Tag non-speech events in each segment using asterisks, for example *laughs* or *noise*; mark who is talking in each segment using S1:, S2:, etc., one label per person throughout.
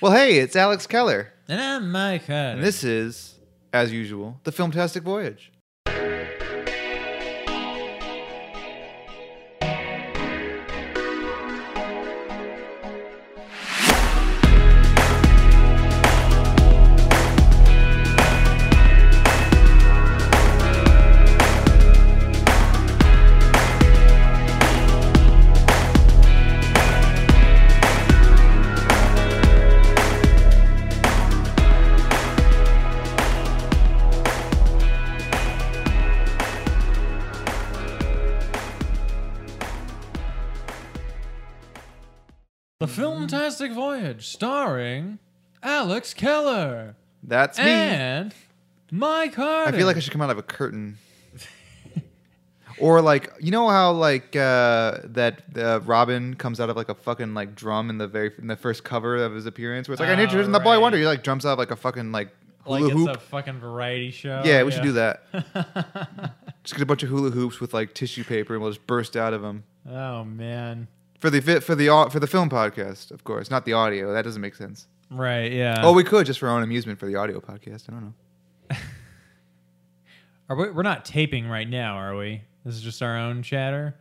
S1: Well, hey, it's Alex Keller,
S2: And I'm Mike Hyde.
S1: and this is, as usual, the Filmtastic Voyage.
S2: the Filmtastic Voyage, starring Alex Keller
S1: That's me.
S2: and Mike
S1: I
S2: Hyde.
S1: feel like I should come out of a curtain. or like, you know how like uh, that uh, Robin comes out of like a fucking like drum in the very in the first cover of his appearance, where it's like, "I'm
S2: Oh,
S1: interested in the boy
S2: right.
S1: wonder." He like jumps out of like a fucking like hula
S2: like it's
S1: hoop.
S2: a fucking variety show.
S1: yeah, we should do that. just get a bunch of hula hoops with like tissue paper, and we'll just burst out of them
S2: *laughs* oh man.
S1: for the fi- for the au- for the film podcast, of course, not the audio. That doesn't make sense.
S2: Right. Yeah.
S1: Oh, we could just for our own amusement for the audio podcast. I don't know.
S2: are we, we're not taping right now, are we? This is just our own chatter.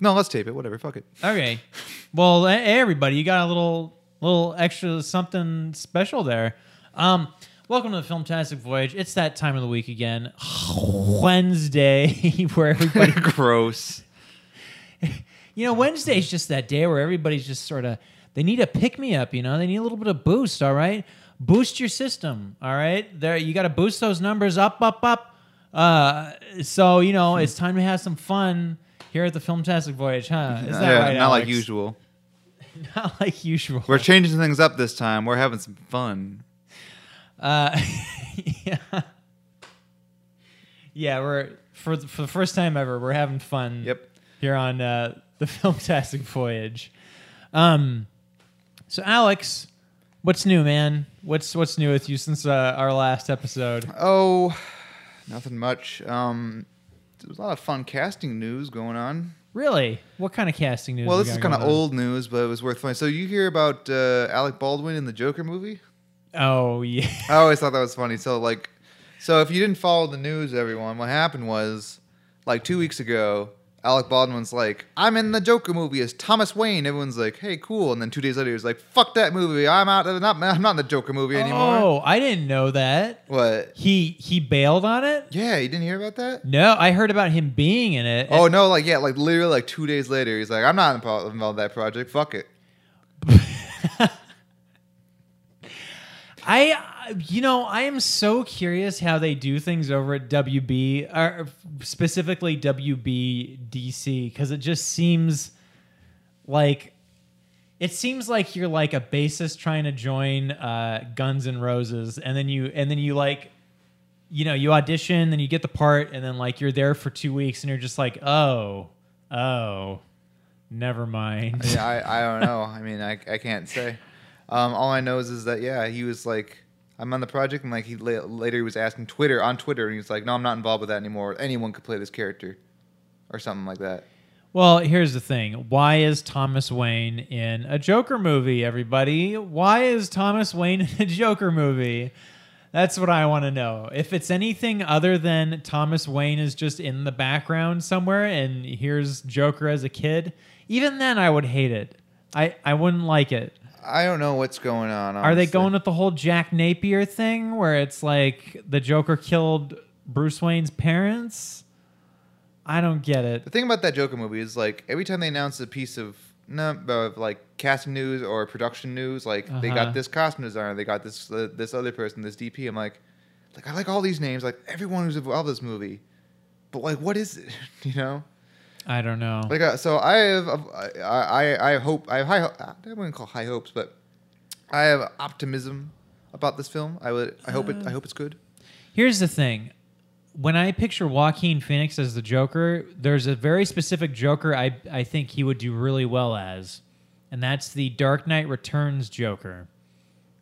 S1: No, let's tape it. Whatever. Fuck *laughs* it.
S2: Okay. Well, e- everybody, you got a little little extra something special there. Um, welcome to the Filmtastic Voyage. It's that time of the week again, *sighs* Wednesday, *laughs* where everybody
S1: Gross.
S2: You know, Wednesday's just that day where everybody's just sort of they need a pick me up, you know, they need a little bit of boost, all right? Boost your system, all right? There you gotta boost those numbers up, up, up. Uh so, you
S1: Hmm.
S2: know, it's time to have some fun here at the Filmtastic Voyage, huh? Is that
S1: Yeah,
S2: right?
S1: not like
S2: Alex?
S1: usual.
S2: *laughs* Not like usual.
S1: We're changing things up this time. We're having some fun.
S2: Uh, *laughs* yeah. Yeah, we're for the, for the first time ever, we're having fun.
S1: Yep.
S2: Here on uh, the *laughs* Filmtastic Voyage. Um, so Alex, what's new, man? What's what's new with you since uh, our last episode?
S1: Oh, *sighs* nothing much. Um, there's a lot of fun casting news going on.
S2: Really? What kind of casting news?
S1: Well,
S2: we
S1: this is
S2: got
S1: kind of
S2: going on?
S1: old news, but it was worth finding. So you hear about uh, Alec Baldwin in the Joker movie?
S2: Oh yeah.
S1: I always thought that was funny. So like, so if you didn't follow the news, everyone, what happened was, like two weeks ago, Alec Baldwin's like, "I'm in the Joker movie as Thomas Wayne." Everyone's like, "Hey, cool." And then two days later, he's like, "Fuck that movie. I'm out. I'm not. I'm not in the Joker movie anymore."
S2: Oh, I didn't know that.
S1: What?
S2: He he bailed on it.
S1: Yeah, you didn't hear about that?
S2: No, I heard about him being in it.
S1: Oh no! Like yeah, like literally like two days later, he's like, "I'm not involved involved in that project. Fuck it."
S2: I, uh, you know, I am so curious how they do things over at WB, or specifically WBDC, because it just seems like it seems like you're like a bassist trying to join uh, Guns N' Roses, and then you and then you like, you know, you audition, then you get the part, and then like you're there for two weeks, and you're just like, oh, oh, never mind. *laughs*
S1: Yeah, I, I don't know. I mean, I, I can't say. Um, all I know is, is that yeah, he was like, I'm on the project, and like he la- later he was asking Twitter on Twitter, and he was like, No, I'm not involved with that anymore. Anyone could play this character, or something like that.
S2: Well, here's the thing. Why is Thomas Wayne in a Joker movie, everybody? Why is Thomas Wayne *laughs* in a Joker movie? That's what I want to know. If it's anything other than Thomas Wayne is just in the background somewhere and here's Joker as a kid, even then I would hate it. I, I wouldn't like it.
S1: I don't know what's going on.
S2: Are they
S1: honestly.
S2: going with the whole Jack Napier thing where it's like the Joker killed Bruce Wayne's parents? I don't get it.
S1: The thing about that Joker movie is like every time they announce a piece of no, of like casting news or production news, like they
S2: Uh-huh.
S1: got this costume designer, they got this uh, this other person, this DP. I'm like, like I like all these names, like everyone who's involved in this movie, but like what is it, *laughs* you know?
S2: I don't know.
S1: Like uh, so, I have I I, I hope I have high ho- I wouldn't call high hopes, but I have optimism about this film. I would I hope it I hope it's good.
S2: Here's the thing. When I picture Joaquin Phoenix as the Joker, there's a very specific Joker I, I think he would do really well as, and that's the Dark Knight Returns Joker.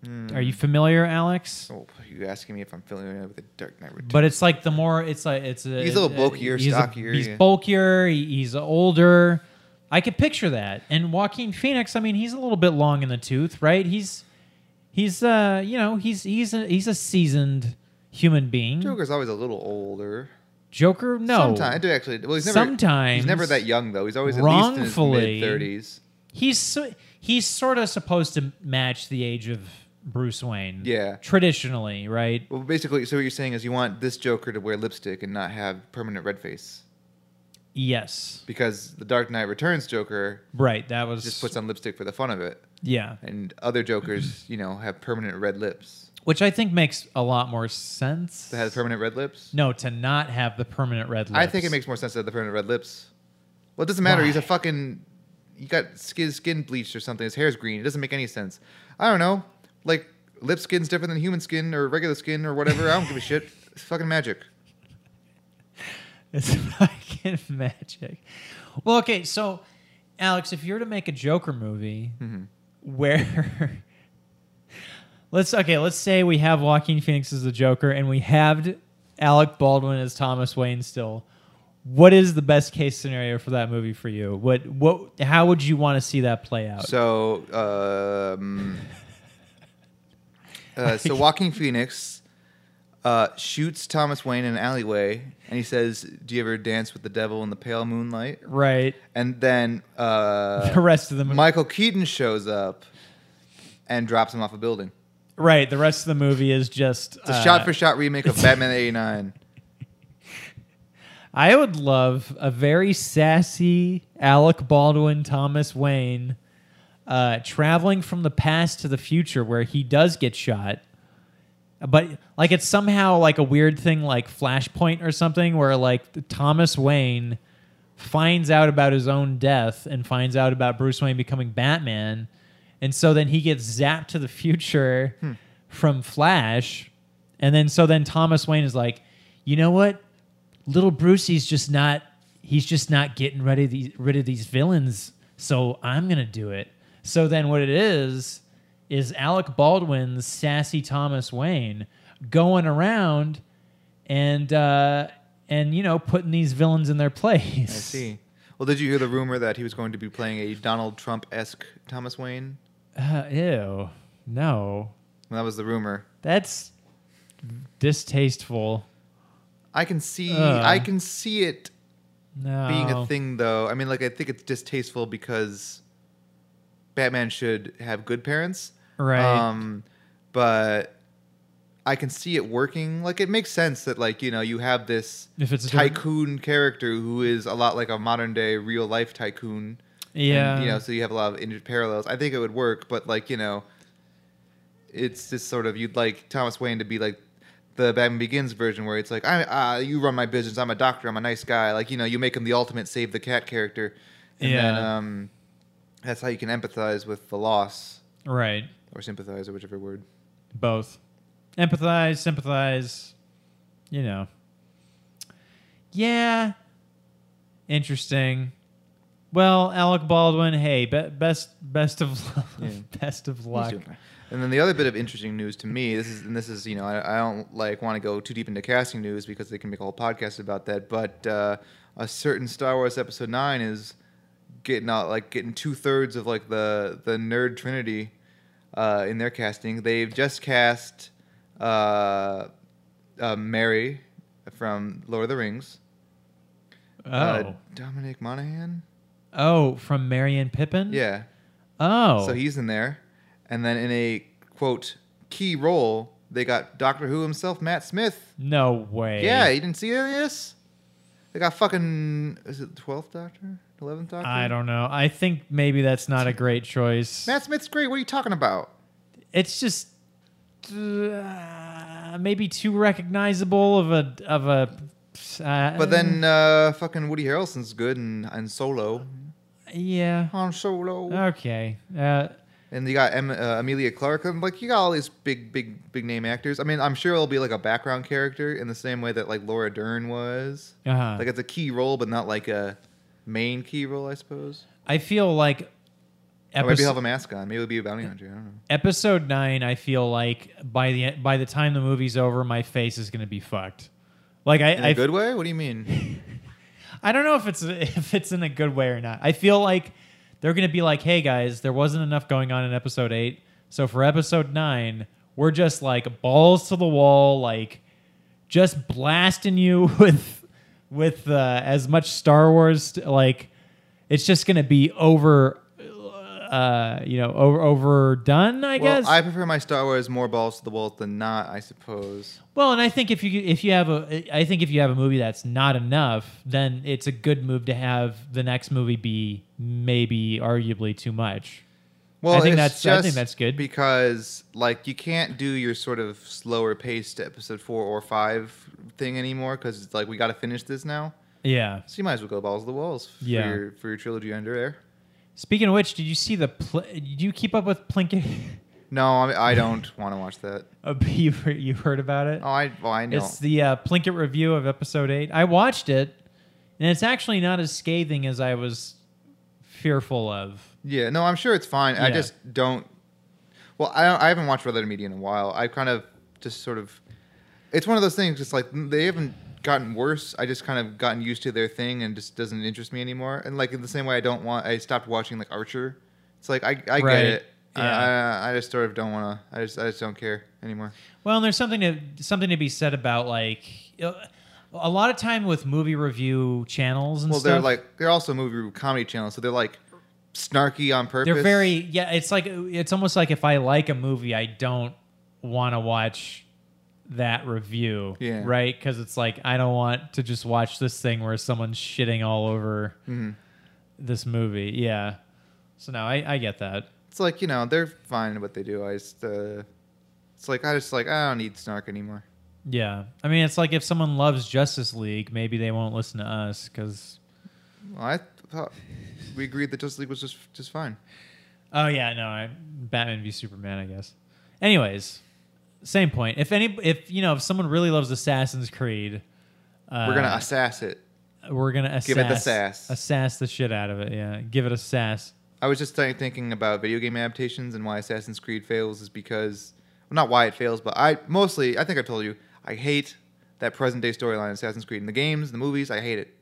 S1: Hmm.
S2: Are you familiar, Alex?
S1: Oh, you asking me if I'm familiar with the Dark Knight Returns?
S2: But it's like the more it's like it's a,
S1: He's a little bulkier,
S2: he's
S1: stockier,
S2: He's
S1: yeah.
S2: bulkier. He, he's older. I could picture that. And Joaquin Phoenix, I mean, he's a little bit long in the tooth, right? He's he's uh, you know, he's he's a, he's a seasoned human being.
S1: Joker's always a little older.
S2: Joker, no.
S1: Sometimes, I do actually. Well, he's never,
S2: Sometimes.
S1: he's never that young though. He's always at least in his
S2: Wrongfully.
S1: mid thirties.
S2: He's so, he's sort of supposed to match the age of Bruce Wayne.
S1: Yeah.
S2: Traditionally, right?
S1: Well, basically, so what you're saying is you want this Joker to wear lipstick and not have permanent red face
S2: Yes.
S1: because the Dark Knight Returns Joker
S2: Right. That was
S1: just puts on lipstick for the fun of it,
S2: Yeah.
S1: and other
S2: *clears throat*
S1: Jokers, you know, have permanent red lips.
S2: Which I think makes a lot more sense.
S1: That has permanent red lips.
S2: No, to not have the permanent red lips.
S1: I think it makes more sense to have the permanent red lips. Well, it doesn't matter. He's a
S2: Why?
S1: fucking. You got skin skin bleached or something. His hair's green. It doesn't make any sense. I don't know. Like lip skin's different than human skin or regular skin or whatever. I don't give a shit. It's fucking magic.
S2: It's *laughs* fucking magic. Well, okay, so Alex, if you were to make a Joker movie
S1: Mm-hmm.
S2: where *laughs* let's okay, let's say we have Joaquin Phoenix as the Joker and we have Alec Baldwin as Thomas Wayne still. What is the best case scenario for that movie for you? What what how would you want to see that play out?
S1: So, um,
S2: *laughs*
S1: uh, so Walking Phoenix uh, shoots Thomas Wayne in an alleyway, and he says, "Do you ever dance with the devil in the pale moonlight?"
S2: right.
S1: And then uh,
S2: the *laughs* rest of the movie.
S1: Michael Keaton shows up and drops him off a building.
S2: right, the rest of the movie is just uh,
S1: It's a shot-for-shot remake of Batman '89.
S2: I would love a very sassy Alec Baldwin, Thomas Wayne, uh, traveling from the past to the future where he does get shot. But like it's somehow like a weird thing like Flashpoint or something where like Thomas Wayne finds out about his own death and finds out about Bruce Wayne becoming Batman. And so then he gets zapped to the future from Flash. And then so then Thomas Wayne is like, you know what? little Brucey's just not he's just not getting rid of these rid of these villains. So I'm gonna do it. So then what it is is Alec Baldwin's sassy Thomas Wayne going around and uh and you know putting these villains in their place.
S1: I see. Well, did you hear the rumor that he was going to be playing a Donald Trump-esque Thomas Wayne?
S2: *laughs* Uh, ew. No.
S1: Well, that was the rumor.
S2: That's distasteful.
S1: I can see,
S2: Ugh.
S1: I can see it
S2: No.
S1: being a thing though i mean like i think it's distasteful because batman should have good parents
S2: Right.
S1: um but i can see it working like it makes sense that like you know you have this
S2: If it's a different-
S1: tycoon character who is a lot like a modern day real life tycoon
S2: Yeah.
S1: and, you know so you have a lot of inter- parallels i think it would work but like you know it's just sort of you'd like thomas wayne to be like the batman begins version where it's like i uh, you run my business i'm a doctor i'm a nice guy like you know you make him the ultimate save the cat character and then
S2: Yeah.
S1: um that's how you can empathize with the loss
S2: right.
S1: or sympathize or whichever word
S2: both empathize sympathize you know yeah interesting well alec baldwin hey be- best best of *laughs* luck
S1: Yeah.
S2: best of
S1: He's
S2: luck
S1: doing fine. And then the other bit of interesting news to me, this is, and this is, you know, I, I don't like want to go too deep into casting news because they can make a whole podcast about that. But uh, a certain Star Wars Episode Nine is getting out, like getting two thirds of like the the nerd trinity uh, in their casting. They've just cast uh, uh, Mary from Lord of the Rings.
S2: oh
S1: Uh, Dominic Monaghan.
S2: oh from marion pippin
S1: Yeah.
S2: oh
S1: So he's in there. And then in a quote key role, they got Doctor Who himself, Matt Smith.
S2: no way
S1: Yeah, you didn't see this? They got fucking is it the twelfth Doctor? Eleventh Doctor?
S2: i don't know i think maybe that's not a great choice
S1: Matt Smith's great. What are you talking about?
S2: it's just uh, maybe too recognizable of a of a uh,
S1: But then uh, fucking Woody Harrelson's good and, and Solo.
S2: yeah
S1: Han Solo.
S2: Okay. Uh,
S1: and you got em- uh, Amelia Clark. And like you got all these big, big, big name actors. I mean, I'm sure it'll be like a background character in the same way that like Laura Dern was.
S2: uh
S1: Like it's a key role, but not like a main key role, I suppose.
S2: I feel like
S1: Or maybe he'll have
S2: episode,
S1: a mask on. Maybe it'll be a bounty hunter. I don't know.
S2: episode nine. I feel like by the by the time the movie's over, my face is gonna be fucked. Like
S1: In
S2: I,
S1: a
S2: *laughs* I,
S1: good way? What do you mean?
S2: I don't know if it's *laughs* if it's in a good way or not. I feel like they're going to be like, "Hey guys, there wasn't enough going on in episode 8. So for episode 9, we're just like balls to the wall like just blasting you *laughs* with with uh, as much Star Wars like it's just going to be over uh, you know, over overdone, I
S1: well,
S2: guess.
S1: I prefer my Star Wars more balls to the walls than not, I suppose.
S2: Well, and I think if you if you have a I think if you have a movie that's not enough, then it's a good move to have the next movie be maybe arguably too much.
S1: Well,
S2: I think
S1: it's
S2: that's- I
S1: just
S2: think that's good.
S1: because like you can't do your sort of slower paced episode four or five thing anymore because it's like we got to finish this now.
S2: Yeah.
S1: So you might as well go balls to the walls for
S2: Yeah.
S1: your for your trilogy under air.
S2: Speaking of which, did you see the pl- did you keep up with Plinkett? *laughs*
S1: No, I, I don't want to watch that.
S2: Uh, you heard- you heard about it?
S1: Oh, I well, I know.
S2: It's the uh, Plinkett review of episode 8. I watched it and it's actually not as scathing as I was fearful of.
S1: yeah, no, I'm sure it's fine. I
S2: Yeah.
S1: just don't. Well, I don't, I haven't watched Red Letter Media in a while. I kind of just sort of. It's one of those things. It's like they haven't gotten worse. I just kind of gotten used to their thing and just doesn't interest me anymore. And like in the same way, I don't want. I stopped watching like Archer. It's like I I
S2: Right.
S1: get it.
S2: Yeah.
S1: I, I I just sort of don't want to. I just I just don't care anymore.
S2: Well, and there's something to something to be said about like uh, a lot of time with movie review channels and
S1: Well,
S2: stuff.
S1: they're like they're also movie review comedy channels, so they're like snarky on purpose.
S2: they're very yeah. It's like it's almost like if I like a movie, I don't want to watch that review,
S1: Yeah.
S2: right? Because it's like I don't want to just watch this thing where someone's shitting all over
S1: Mm-hmm.
S2: this movie. Yeah. So no, I, I get that.
S1: It's like you know they're fine at what they do. I just uh, it's like I just like I don't need snark anymore.
S2: Yeah, I mean, it's like if someone loves Justice League, maybe they won't listen to us because
S1: Well, I thought we agreed that Justice League was just just fine.
S2: Oh yeah, no, I, Batman v Superman, I guess. Anyways, same point. If any, if you know, if someone really loves Assassin's Creed, uh,
S1: We're gonna assass it.
S2: we're gonna assass,
S1: give it the sass.
S2: assass the shit out of it. Yeah, give it a sass.
S1: I was just starting thinking about video game adaptations and why Assassin's Creed fails is because well, not why it fails, but I mostly I think I told you I hate that present day storyline in Assassin's Creed in the games, the movies. I hate it.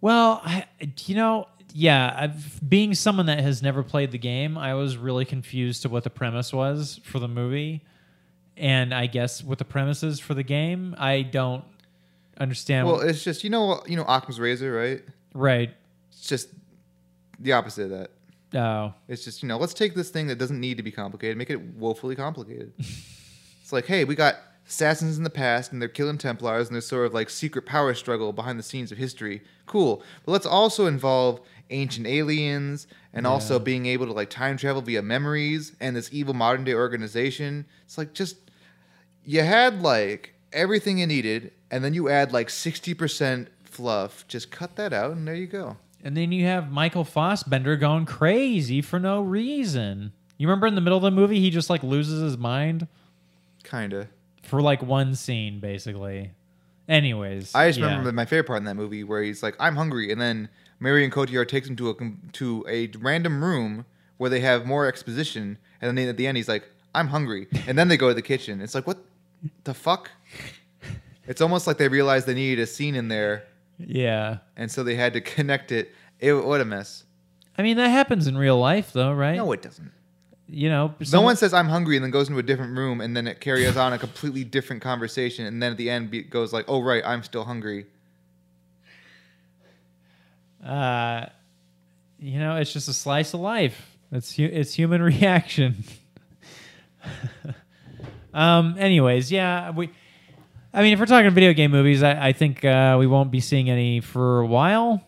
S2: Well, I, you know, yeah, I've, being someone that has never played the game, I was really confused to what the premise was for the movie, and I guess what the premise is for the game, I don't understand.
S1: Well, it's just you know you know Occam's Razor, right?
S2: right?
S1: It's just the opposite of that.
S2: Oh,
S1: It's just, you know, let's take this thing that doesn't need to be complicated, make it woefully complicated. it's like, hey, we got assassins in the past and they're killing Templars and there's sort of like secret power struggle behind the scenes of history. Cool. But let's also involve ancient aliens and also being able to like time travel via memories and this evil modern day organization. It's like just you had like everything you needed and then you add like 60% fluff. Just cut that out and there you go.
S2: And then you have Michael Fossbender going crazy for no reason. You remember in the middle of the movie, he just like loses his mind
S1: Kind of.
S2: for like one scene, basically. Anyways,
S1: I just
S2: yeah.
S1: remember my favorite part in that movie where he's like, "I'm hungry," and then Marion Cotillard takes him to a com- to a random room where they have more exposition, and then at the end he's like, "I'm
S2: *laughs*
S1: hungry," and then they go to the kitchen. It's like, what the fuck? It's almost like they realized they needed a scene in there,
S2: Yeah,
S1: and so they had to *laughs* connect it. It what a mess.
S2: I mean that happens in real life, though, right?
S1: No, it doesn't.
S2: you know,
S1: No
S2: some-
S1: one says I'm hungry and then goes into a different room and then it carries on a completely different conversation and then at the end be- goes like, "Oh right, I'm still hungry."
S2: Uh, you know, it's just a slice of life. It's hu- it's human *laughs* reaction. um. Anyways, yeah. We. I mean, if we're talking video game movies, I, I think uh, we won't be seeing any for a while.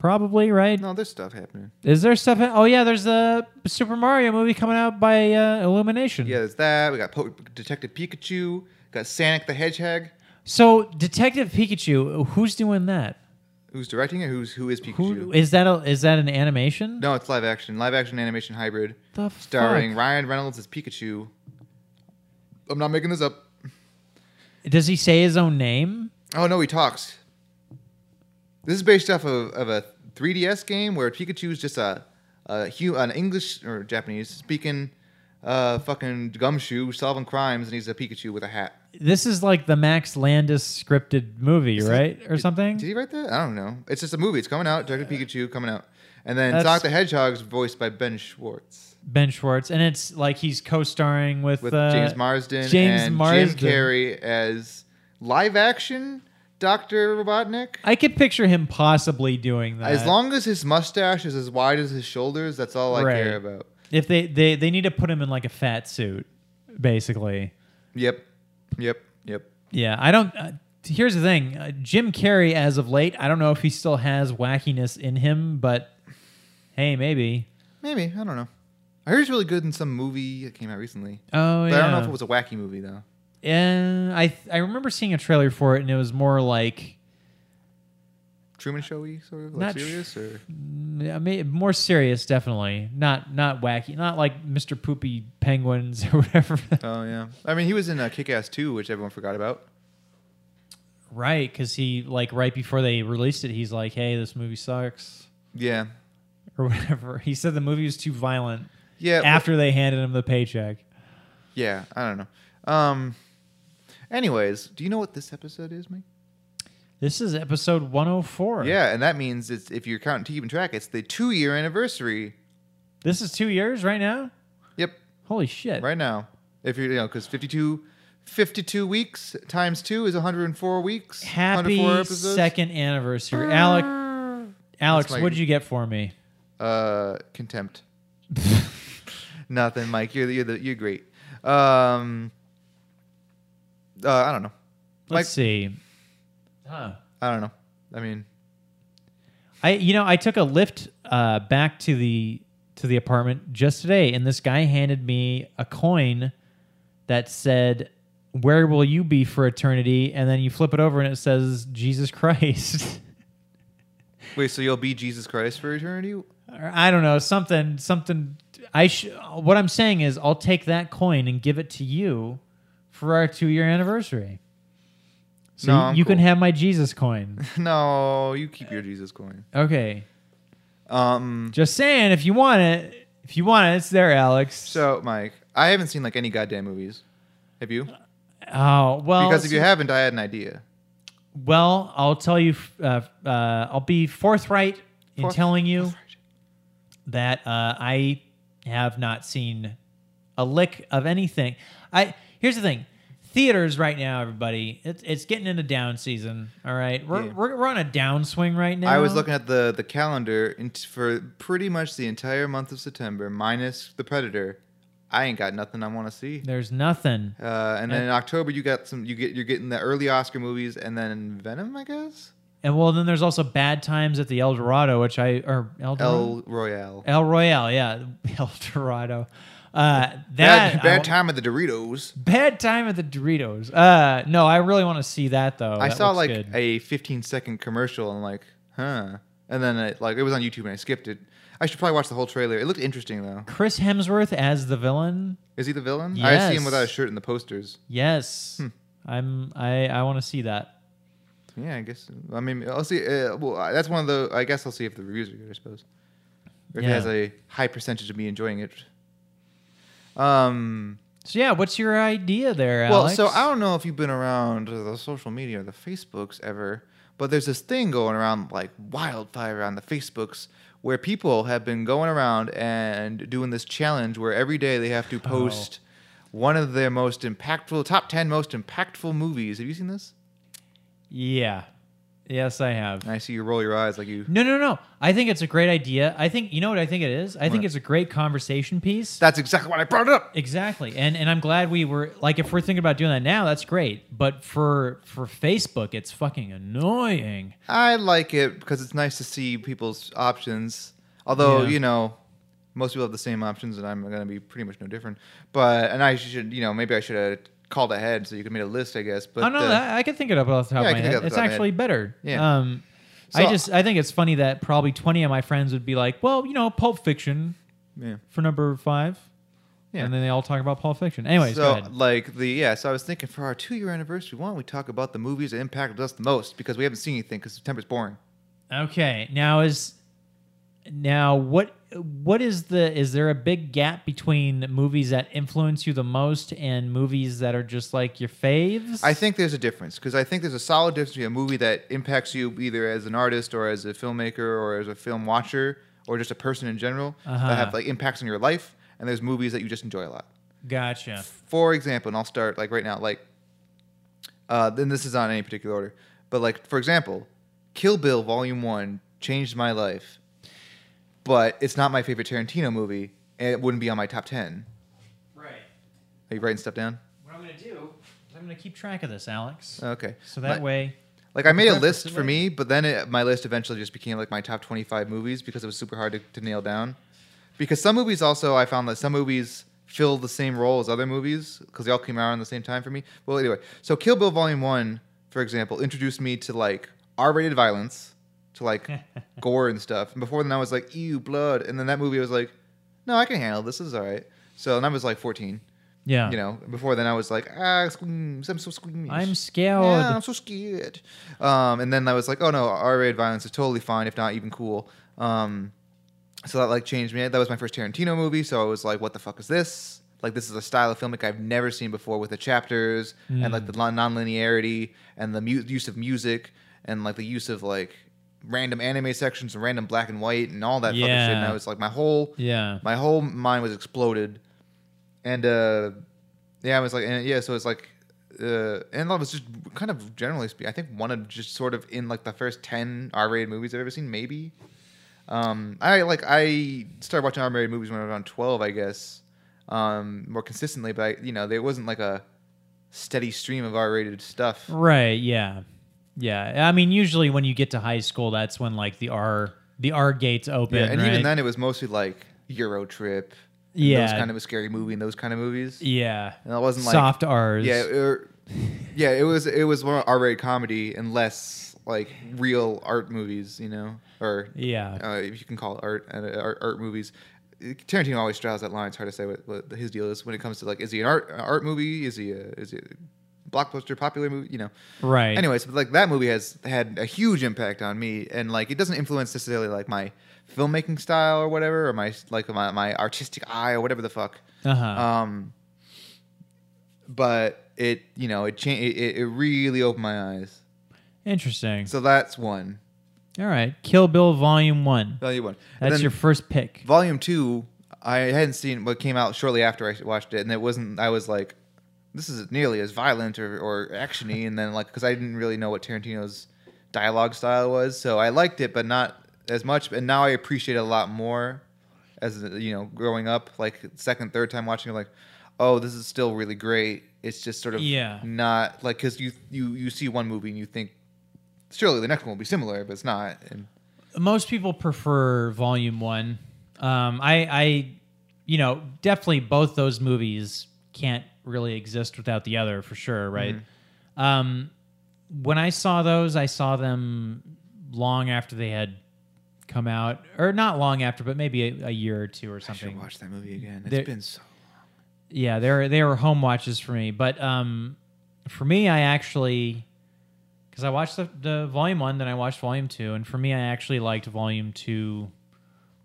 S2: Probably right.
S1: No, there's stuff happening.
S2: Is there stuff? Oh yeah, there's a Super Mario movie coming out by uh, Illumination.
S1: Yeah, there's that. We got po- Detective Pikachu. Got Sonic the Hedgehog.
S2: So Detective Pikachu, who's doing that?
S1: Who's directing it? Who's who is Pikachu?
S2: Who is that? A, is that an animation?
S1: no, it's live action. Live action animation hybrid
S2: The
S1: starring
S2: fuck?
S1: Ryan Reynolds as Pikachu. I'm not making this up.
S2: Does he say his own name?
S1: Oh no, he talks. This is based off of, of a 3DS game where Pikachu is just a, a hu- an English or Japanese speaking uh, fucking gumshoe solving crimes, and he's a Pikachu with a hat.
S2: this is like the Max Landis scripted movie, right, or something?
S1: Did he write that? I don't know. It's just a movie. It's coming out. Detective Pikachu coming out. And then
S2: That's-
S1: Sonic the Hedgehog's voiced by Ben Schwartz
S2: ben Schwartz, and it's like he's co-starring with,
S1: with
S2: uh,
S1: James Marsden
S2: James
S1: and
S2: Marsden.
S1: Jim Carrey as live action Doctor Robotnik.
S2: I could picture him possibly doing that.
S1: As long as his mustache is as wide as his shoulders, that's all I
S2: Right.
S1: care about.
S2: if they, they they need to put him in like a fat suit, basically.
S1: Yep. Yep. Yep.
S2: Yeah, I don't. Uh, here's the thing, uh, Jim Carrey. As of late, I don't know if he still has wackiness in him, but hey, maybe.
S1: Maybe. I don't know. I heard he's really good in some movie that came out recently.
S2: Oh
S1: But
S2: yeah.
S1: I don't know if it was a wacky movie, though.
S2: And I I remember seeing a trailer for it, and it was more like
S1: Truman Showy, sort of?
S2: Not
S1: Like
S2: tr-
S1: serious? Or?
S2: mm, I mean, more serious, definitely not not wacky, not like Mr. Poopy Penguins *laughs* or whatever.
S1: Oh, yeah. I mean, he was in uh, Kick Ass 2, which everyone forgot about.
S2: right, because he like right before they released it, he's like, "Hey, this movie sucks."
S1: Yeah.
S2: Or whatever. He said the movie was too violent
S1: Yeah.
S2: after they handed him the paycheck.
S1: Yeah, I don't know. Um. Anyways, do you know what this episode is, Mike?
S2: This is episode 104.
S1: Yeah, and that means it's if you're counting keeping track, it's the two year anniversary.
S2: This is two years right now?
S1: Yep,
S2: Holy shit.
S1: right now. If you're you know because 52, 52 weeks times two is 104 weeks.
S2: Happy second anniversary. Alec, Alex,
S1: That's my-
S2: what did you get for me?
S1: Uh, contempt. Nothing, Mike. You're the, you're the, you're great. Um. Uh, I don't know. Mike-
S2: Let's see. Huh.
S1: I don't know. I mean,
S2: I you know, I took a lift uh, back to the to the apartment just today and this guy handed me a coin that said where will you be for eternity? And then you flip it over and it says Jesus Christ. *laughs*
S1: wait. So you'll be Jesus Christ for eternity?
S2: or I don't know something something. I sh- what I'm saying is I'll take that coin and give it to you for our two year anniversary. So
S1: No,
S2: you-
S1: I'm
S2: you can
S1: cool.
S2: have my Jesus coin. *laughs*
S1: *laughs* No, you keep your Jesus coin.
S2: Okay,
S1: Um.
S2: just saying if you want it, if you want it, it's there, Alex.
S1: So, Mike, I haven't seen like any goddamn movies. Have
S2: Uh,
S1: you?
S2: oh well,
S1: Because if you haven't, I had an idea.
S2: well, I'll tell you. Uh, uh, I'll be forthright in
S1: Forth-
S2: telling you
S1: forthright.
S2: that uh, I have not seen a lick of anything. I here's the thing. Theaters right now, everybody, it's, it's getting into down season. All right, we're,
S1: Yeah.
S2: we're, we're on a downswing right now.
S1: I was looking at the the calendar and t- for pretty much the entire month of September, minus the Predator. I ain't got nothing I want to see.
S2: There's nothing.
S1: Uh, and then in October, you got some. You get you're getting the early Oscar movies, and then Venom, I guess.
S2: And well, then there's also bad times at the El Dorado, which I or El Dorado?
S1: El Royale.
S2: El Royale, yeah, *laughs* El Dorado. Uh, that
S1: Bad,
S2: I
S1: bad
S2: wa-
S1: time of the Doritos.
S2: Bad time at the Doritos. Uh, no, I really want to see that though.
S1: I
S2: That
S1: saw
S2: looks
S1: like
S2: good.
S1: a 15 second commercial and like, huh. And then it, like it was on YouTube and I skipped it. I should probably watch the whole trailer. It looked interesting though.
S2: Chris Hemsworth as the villain.
S1: Is he the villain? I see him
S2: Yes.
S1: without a shirt in the posters.
S2: Yes.
S1: Hmm.
S2: I'm I I want to see that.
S1: Yeah, I guess. I mean, I'll see. Uh, well, I- that's one of the. I guess I'll see if the reviews are good. I suppose. Or if
S2: Yeah.
S1: it has a high percentage of me enjoying it. Um.
S2: So yeah, what's your idea there,
S1: Well,
S2: Alex?
S1: so I don't know if you've been around the social media or the Facebooks ever, but there's this thing going around like wildfire on the Facebooks where people have been going around and doing this challenge where every day they have to post one of their most impactful, top 10 most impactful movies. Have you seen this?
S2: Yeah. Yes, I have.
S1: And I see you roll your eyes like you.
S2: No, no, no. I think it's a great idea. I think you know what I think it is. I think
S1: What?
S2: it's a great conversation piece.
S1: That's exactly what I brought up.
S2: exactly. And and I'm glad we were like if we're thinking about doing that now, that's great. But for for Facebook, it's fucking annoying.
S1: I like it because it's nice to see people's options. Although
S2: Yeah.
S1: you know, most people have the same options, and I'm going to be pretty much no different. But and I should, you know, maybe I should have called ahead so you could make a list, I guess. But
S2: oh no,
S1: uh,
S2: I, I can think it up off the top
S1: Yeah, I
S2: of my
S1: can think
S2: head.
S1: off the
S2: It's
S1: top of my
S2: actually better.
S1: Yeah.
S2: Um,
S1: So-
S2: I just I think it's funny that probably twenty of my friends would be like, well, you know, Pulp Fiction
S1: yeah.
S2: for number five.
S1: Yeah.
S2: And then they all talk about Pulp Fiction. Anyways, go
S1: So
S2: ahead.
S1: like the yeah, so I was thinking for our two year anniversary, why don't we talk about the movies that impacted us the most because we haven't seen anything because September's boring.
S2: Okay. Now is now what what is the is there a big gap between movies that influence you the most and movies that are just like your faves?
S1: I think there's a difference because I think there's a solid difference between a movie that impacts you either as an artist or as a filmmaker or as a film watcher or just a person in general
S2: Uh-huh.
S1: that have like impacts on your life, and there's movies that you just enjoy a lot.
S2: gotcha.
S1: For example, and I'll start like right now, like uh, then this is not in any particular order, but like for example, Kill Bill Volume One changed my life, but it's not my favorite Tarantino movie, and it wouldn't be on my top ten.
S2: Right.
S1: Are you writing stuff down?
S2: What I'm gonna do is I'm gonna keep track of this, Alex.
S1: Okay.
S2: so that
S1: My-
S2: way,
S1: Like I made a
S2: Preference
S1: list
S2: is
S1: for me, but then it, my list eventually just became like my top 25 movies because it was super hard to, to nail down. Because some movies also I found that some movies fill the same role as other movies because they all came out around the same time for me. Well, anyway, so Kill Bill Volume One, for example, introduced me to like R-rated violence, to like gore and stuff. And before then, I was like, "Ew, blood!" And then that movie I was like, "No, I can handle this. This is all right." So and I was like 14,
S2: yeah.
S1: you know. Before then, I was like, "Ah, screams, I'm so squeamish.
S2: I'm scared.
S1: Yeah, I'm so scared. Um, and then I was like, oh no, R-rated violence is totally fine, if not even cool. Um, so that like changed me. That was my first Tarantino movie, so I was like, what the fuck is this? Like this is a style of filmic I've never seen before with the chapters and like the lon- non-linearity and the mu- use of music and like the use of like random anime sections and random black and white and all that fucking shit. And
S2: Yeah.
S1: I was like, my whole
S2: yeah.
S1: my whole mind was exploded and uh yeah i was like and yeah so it's like uh and that was just kind of generally speaking i think one of just sort of in like the first 10 r-rated movies i've ever seen maybe um i like i started watching r-rated movies when i was around 12 i guess um more consistently but I, you know there wasn't like a steady stream of r-rated stuff
S2: Right. Yeah. Yeah. I mean, usually when you get to high school, that's when like the R the R gates open.
S1: yeah, and
S2: right?
S1: even then it was mostly like euro trip and those
S2: Yeah.
S1: kind of a scary movie and those kind of movies
S2: Yeah.
S1: and it wasn't like
S2: Soft R's.
S1: Yeah, er, yeah, it was it was more R-rated comedy and less like real art movies, you know, or
S2: Yeah.
S1: uh, if you can call it art and uh, art, art movies. Tarantino always draws that line. It's hard to say what, what his deal is when it comes to like, is he an art uh, art movie? Is he a is he a blockbuster popular movie? You know.
S2: Right.
S1: Anyways, but like that movie has had a huge impact on me, and like it doesn't influence necessarily like my filmmaking style or whatever, or my like my, my artistic eye or whatever the fuck.
S2: Uh huh.
S1: Um, but it, you know, it changed. It, it really opened my eyes.
S2: Interesting.
S1: So that's one.
S2: All right. Kill Bill Volume One.
S1: Volume one. And
S2: That's
S1: then
S2: your first pick.
S1: volume two. I hadn't seen what came out shortly after I watched it, and it wasn't. I was like, this is nearly as violent or or actiony, and then like because I didn't really know what Tarantino's dialogue style was, so I liked it, but not as much. And now I appreciate it a lot more. As you know, growing up, like second, third time watching, it, like, oh, this is still really great. It's just sort of
S2: Yeah.
S1: not like because you you you see one movie and you think surely the next one will be similar, but it's not. And
S2: Most people prefer Volume One. Um, I, I, you know, definitely both those movies can't really exist without the other for sure, right? Um, when I saw those, I saw them long after they had come out, or not long after, but maybe a, a year or two or
S1: I should
S2: something.
S1: watch that movie again. It's
S2: There-
S1: been so.
S2: yeah, they were they were home watches for me. But um, for me, I actually because I watched the, the volume one, then I watched volume two, and for me, I actually liked volume two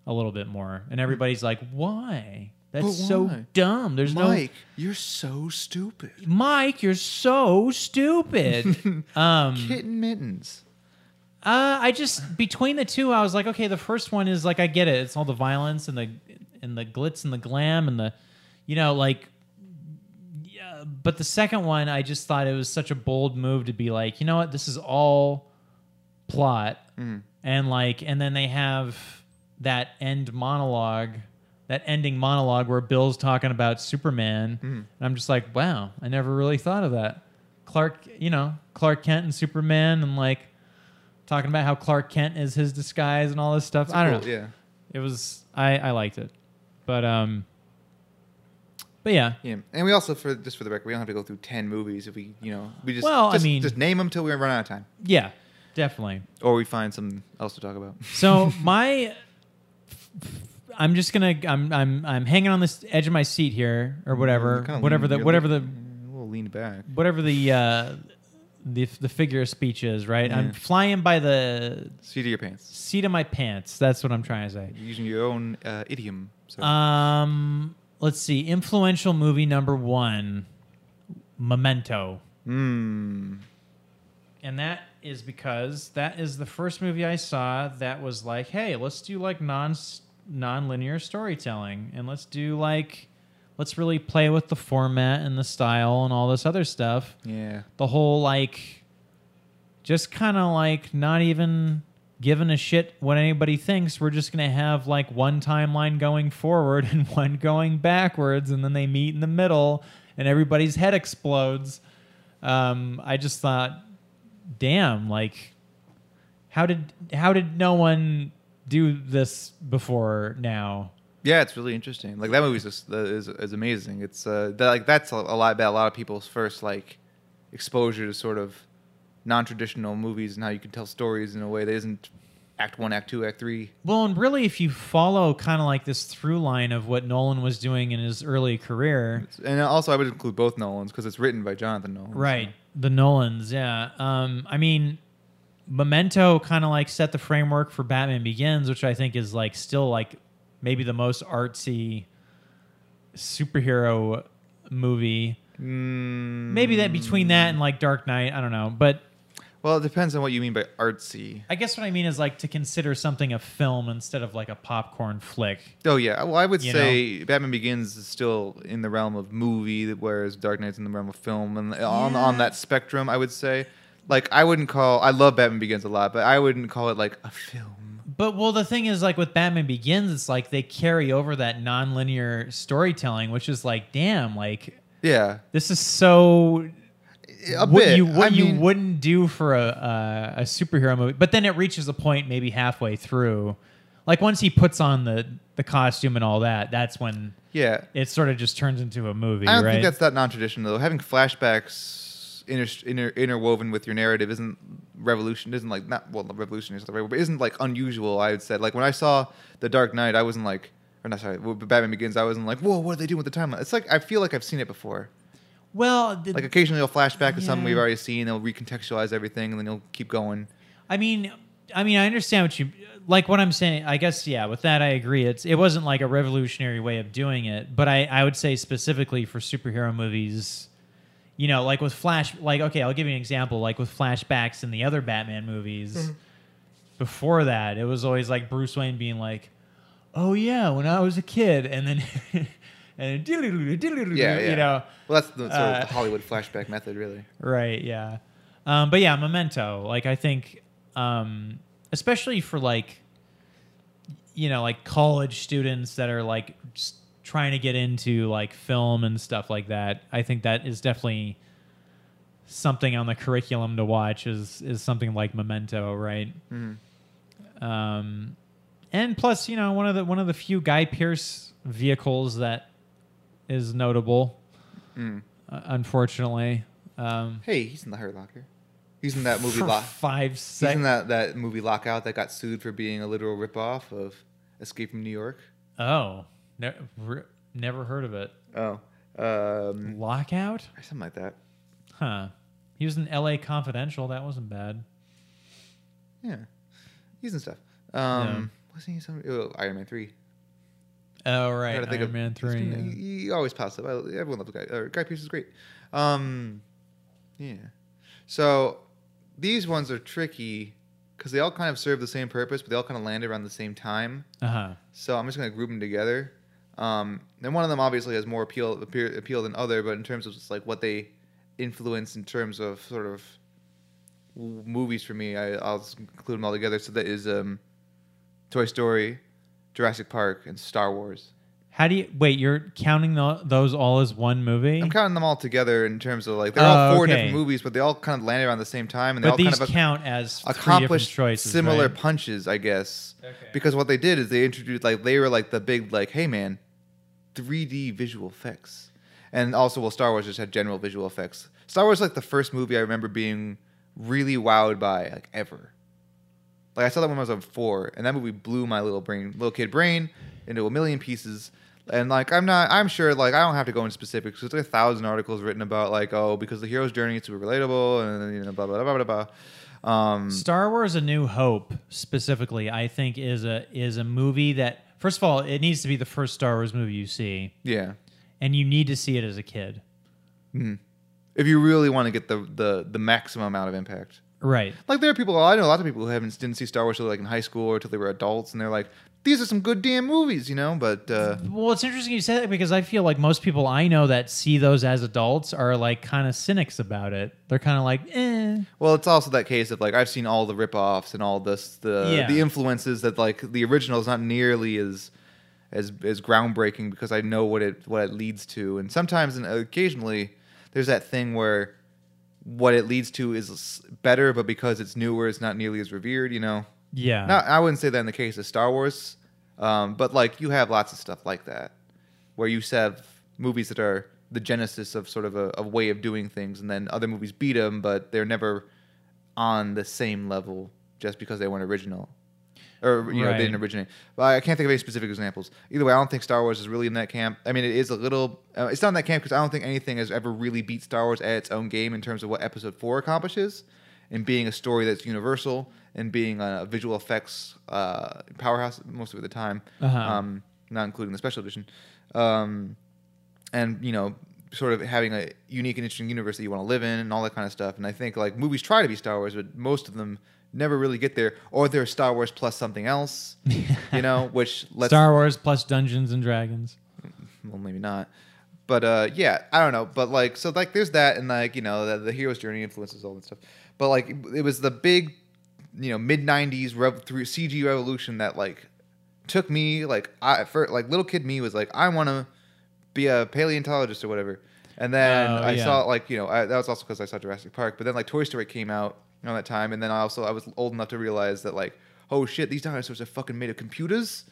S2: a little bit more. And everybody's like, "Why? That's
S1: But
S2: so
S1: why?
S2: dumb." There's
S1: Mike, you're so stupid.
S2: no Mike. You're so stupid.
S1: *laughs*
S2: um,
S1: Kitten mittens.
S2: Uh, I just between the two, I was like, okay, the first one is like I get it. It's all the violence and the and the glitz and the glam and the, you know, like. Yeah, but the second one, I just thought it was such a bold move to be like, you know what, this is all plot, and like, and then they have that end monologue, that ending monologue where Bill's talking about Superman, and I'm just like, wow, I never really thought of that. Clark, you know, Clark Kent and Superman, and like talking about how Clark Kent is his disguise and all this stuff. I don't know.
S1: Yeah.
S2: It was I I liked it, but um, but yeah,
S1: Yeah. And we also for just for the record, we don't have to go through ten movies if we you know we just
S2: Well, I
S1: just,
S2: mean-
S1: just name them till we run out of time.
S2: yeah, definitely.
S1: Or we find something else to talk about. *laughs*
S2: So my, I'm just gonna I'm I'm I'm hanging on this edge of my seat here or *laughs* whatever,
S1: Kinda lean-
S2: whatever the
S1: you're
S2: whatever the
S1: lean- We'll lean back.
S2: whatever the uh, the the figure of speech is, right? I'm flying by the
S1: Seat of your pants.
S2: seat of my pants. That's what I'm trying to say.
S1: Using your own uh, idiom. So.
S2: Um, let's see. Influential movie number one, Memento,
S1: Mm.
S2: and that is because that is the first movie I saw that was like, hey, let's do like non non-linear storytelling, and let's do like, let's really play with the format and the style and all this other stuff.
S1: Yeah.
S2: the whole like just kind of like not even giving a shit what anybody thinks we're just going to have like one timeline going forward *laughs* and one going backwards and then they meet in the middle and everybody's head explodes um, i just thought damn like how did how did no one do this before now
S1: Yeah, it's really interesting. Like that movie is just- that is, is amazing. It's uh, that, like that's a, a lot that a lot of people's first like exposure to sort of non-traditional movies and how you can tell stories in a way that isn't act 1, act 2, act 3.
S2: Well, and really, if you follow kind of like this through line of what Nolan was doing in his early career,
S1: And also I would include both Nolans cuz it's written by Jonathan Nolan. so-
S2: Right. The Nolans, yeah. Um, I mean, Memento kind of like set the framework for Batman Begins, which I think is like still like maybe the most artsy superhero movie.
S1: Mm,
S2: Maybe that between that and like Dark Knight, I don't know. But
S1: well, it depends on what you mean by artsy.
S2: I guess what I mean is like to consider something a film instead of like a popcorn flick.
S1: Oh yeah. Well, I would
S2: You
S1: say Batman Begins is still in the realm of movie, whereas Dark Knight's in the realm of film, and on on
S2: Yeah.
S1: that spectrum, I would say. Like I wouldn't call. I love Batman Begins a lot, but I wouldn't call it like a film.
S2: But well, the thing is, like with Batman Begins, it's like they carry over that nonlinear storytelling, which is like, damn, like
S1: Yeah,
S2: this is so
S1: a
S2: what
S1: bit.
S2: you what
S1: I
S2: you
S1: mean,
S2: wouldn't do for a, a a superhero movie, but then it reaches a point maybe halfway through, like once he puts on the the costume and all that, that's when
S1: Yeah,
S2: it sort of just turns into a movie,
S1: I don't
S2: right?
S1: think that's that non-traditional though. Having flashbacks inter, inter, interwoven with your narrative isn't revolution. Isn't like not well, revolution is the right word, but isn't like unusual. I would say like when I saw The Dark Knight, I wasn't like, or not sorry, when Batman Begins. I wasn't like, whoa, what are they doing with the timeline? It's like I feel like I've seen it before.
S2: well, th-
S1: Like occasionally you'll flash back to something
S2: Yeah.
S1: we've already seen. They'll recontextualize everything, and then you'll keep going.
S2: I mean, I mean, I understand what you like. What I'm saying, I guess, yeah. With that, I agree. It's it wasn't like a revolutionary way of doing it, but I I would say specifically for superhero movies, you know, like with flash, like okay, I'll give you an example, like with flashbacks in the other Batman movies.
S1: Mm-hmm.
S2: Before that, it was always like Bruce Wayne being like, "Oh yeah, when I was a kid," and then *laughs* and doodle doodle
S1: Yeah, yeah.
S2: you know.
S1: Well, that's the, sort of
S2: Uh,
S1: the Hollywood flashback method, really.
S2: Right, yeah. Um, but yeah, Memento. Like I think um especially for like you know, like college students that are like just trying to get into like film and stuff like that. I think that is definitely something on the curriculum to watch is is something like Memento, right?
S1: Mm-hmm.
S2: Um and plus, you know, one of the one of the few Guy Pierce vehicles that is notable,
S1: Mm.
S2: uh, unfortunately. Um,
S1: Hey, he's in the Hurt Locker. He's in that
S2: *laughs*
S1: movie.
S2: for
S1: Lo-
S2: five
S1: he's in
S2: seconds.
S1: that, that movie Lockout that got sued for being a literal ripoff of Escape from New York.
S2: Oh, ne- re- never heard of it.
S1: Oh,
S2: Mm.
S1: um,
S2: Lockout?
S1: or something like that.
S2: Huh. He was in L.A. Confidential. That wasn't bad.
S1: Yeah, he's in stuff. Um, Wasn't he in some oh, Iron Man three?
S2: Oh
S1: I
S2: right,
S1: gotta think
S2: Iron
S1: of-
S2: Man
S1: he's been-
S2: three. yeah.
S1: He, he always pops up. I, everyone loves Guy. Or Guy Pearce is great. Um, yeah. So these ones are tricky because they all kind of serve the same purpose, but they all kind of land around the same time.
S2: Uh huh.
S1: So I'm just gonna group them together. Um, and one of them obviously has more appeal appear, appeal than other, but in terms of just like what they influence in terms of sort of w- movies for me, I, I'll just include them all together. So that is um, Toy Story, Jurassic Park, and Star Wars.
S2: How do you wait? You're counting tho- those all as one movie,
S1: I'm counting them all together in terms of like they're
S2: Oh,
S1: all four
S2: okay.
S1: different movies, but they all kind of landed around the same time, and they
S2: but
S1: all
S2: these
S1: kind of ac-
S2: count as three different
S1: accomplished
S2: choices,
S1: similar
S2: right?
S1: punches, I guess.
S2: Okay.
S1: Because what they did is they introduced like they were like the big like, hey man, 3D visual effects, and also well, Star Wars just had general visual effects. Star Wars like the first movie I remember being really wowed by like ever. Like I saw that when I was on four, and that movie blew my little brain, little kid brain, into a million pieces. And like I'm not, I'm sure like I don't have to go into specifics. There's like a thousand articles written about like oh because the hero's journey is super relatable and you know blah blah blah blah blah. blah. Um,
S2: Star Wars: A New Hope specifically, I think is a is a movie that first of all it needs to be the first Star Wars movie you see,
S1: yeah,
S2: and you need to see it as a kid.
S1: if you really want to get the the the maximum amount of impact.
S2: Right.
S1: Like there are people I know a lot of people who haven't didn't see Star Wars till like in high school or till they were adults, and they're like, these are some good damn movies, you know. But uh,
S2: Well, it's interesting you said that because I feel like most people I know that see those as adults are like kind of cynics about it. They're kind of like, eh.
S1: well, it's also that case of like I've seen all the ripoffs and all this the
S2: Yeah.
S1: the influences that like the original is not nearly as as as groundbreaking because I know what it what it leads to, and sometimes and occasionally there's that thing where what it leads to is s- better, but because it's newer, it's not nearly as revered, you know.
S2: Yeah.
S1: Not, I wouldn't say that in the case of Star Wars, um, but like you have lots of stuff like that, where you have movies that are the genesis of sort of a, a way of doing things, and then other movies beat them, but they're never on the same level just because they weren't original, or you know
S2: Right.
S1: they didn't originate. But I can't think of any specific examples. Either way, I don't think Star Wars is really in that camp. I mean, it is a little. Uh, it's not in that camp because I don't think anything has ever really beat Star Wars at its own game in terms of what Episode Four accomplishes, and being a story that's universal and being a visual effects uh, powerhouse most of the time,
S2: Uh-huh.
S1: um, not including the special edition. Um, and you know sort of having a unique and interesting universe that you want to live in and all that kind of stuff and i think like movies try to be star wars but most of them never really get there or they're star wars plus something else you know which lets
S2: Star Wars plus Dungeons and Dragons.
S1: well maybe not but uh yeah i don't know but like so like there's that and like you know the, the hero's journey influences all that stuff but like it was the big you know mid 90s rev- through cg revolution that like took me like i for like little kid me was like i want to be a paleontologist or whatever and then
S2: Oh,
S1: i
S2: yeah.
S1: saw like you know I, that was also because i saw jurassic park but then like toy story came out around that time and then i also i was old enough to realize that like oh shit these dinosaurs are fucking made of computers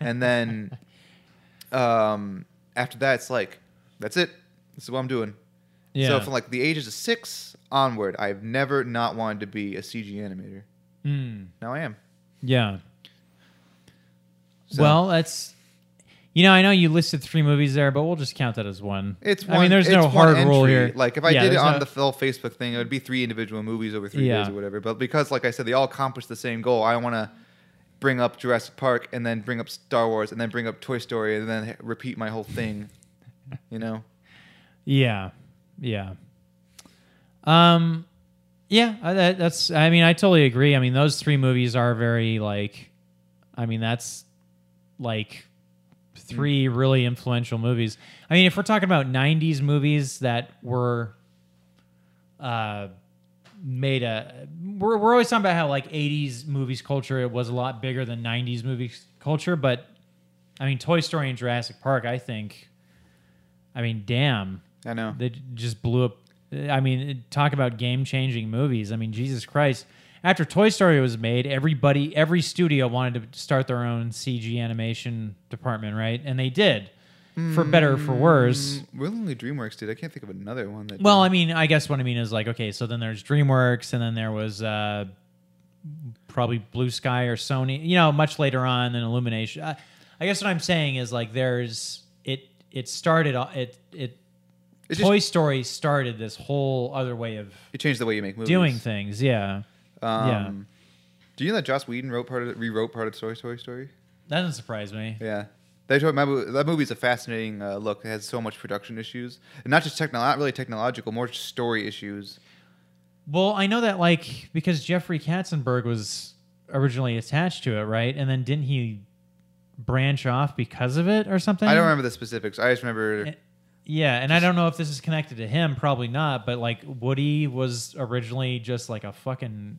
S1: and then
S2: *laughs*
S1: um, after that, it's like, that's it. This is what I'm doing.
S2: Yeah.
S1: So from like the ages of six onward, I've never not wanted to be a CG animator.
S2: Mm,
S1: Now I am.
S2: yeah.
S1: So-
S2: Well, that's. You know, I know you listed three movies there, but we'll just count that as one.
S1: It's one,
S2: I mean, there's
S1: it's
S2: no
S1: one
S2: hard
S1: entry.
S2: rule here.
S1: Like if I
S2: Yeah,
S1: did it
S2: there's
S1: on
S2: no-
S1: the full Facebook thing, it would be three individual movies over three
S2: Yeah.
S1: days or whatever. But because, like I said, they all accomplish the same goal. I want to bring up Jurassic Park and then bring up Star Wars and then bring up Toy Story and then repeat my whole thing. You know.
S2: Yeah, yeah. Um, yeah. I, that, that's. I mean, I totally agree. I mean, those three movies are very like. I mean, that's like three really influential movies. I mean, if we're talking about '90s movies that were uh, made a, we're we're always talking about how like '80s movies culture was a lot bigger than '90s movies culture, but I mean, Toy Story and Jurassic Park, I think. I mean, damn,
S1: I know.
S2: they j- just blew up. I mean, it- talk about game changing movies. I mean, Jesus Christ. After Toy Story was made, everybody, every studio wanted to start their own CG animation department, right? And they did, for better or for worse.
S1: Mm, Really, only DreamWorks did. I can't think of another one that.
S2: Well, I mean, I guess what I mean is like, okay, so then there's DreamWorks, and then there was uh, probably Blue Sky or Sony, you know, much later on than Illumination. I, I guess what I'm saying is like, there's it. It started. o- It it.
S1: It just-
S2: Toy Story started this whole other way of
S1: it changed the way you make movies.
S2: doing things. Yeah,
S1: Um,
S2: Yeah.
S1: Do you know that Joss Whedon wrote part of it, rewrote part of Toy Story Story?
S2: that doesn't surprise me.
S1: Yeah. They told my, mo- that movie's a fascinating uh, look. It has so much production issues, and not just techno, not really technological, more just story issues.
S2: Well, I know that like because Jeffrey Katzenberg was originally attached to it, right? And then didn't he branch off because of it or something?
S1: I don't remember the specifics. I just remember.
S2: Mm. Eh. Yeah, and I don't know if this is connected to him, probably not, but like Woody was originally just like a fucking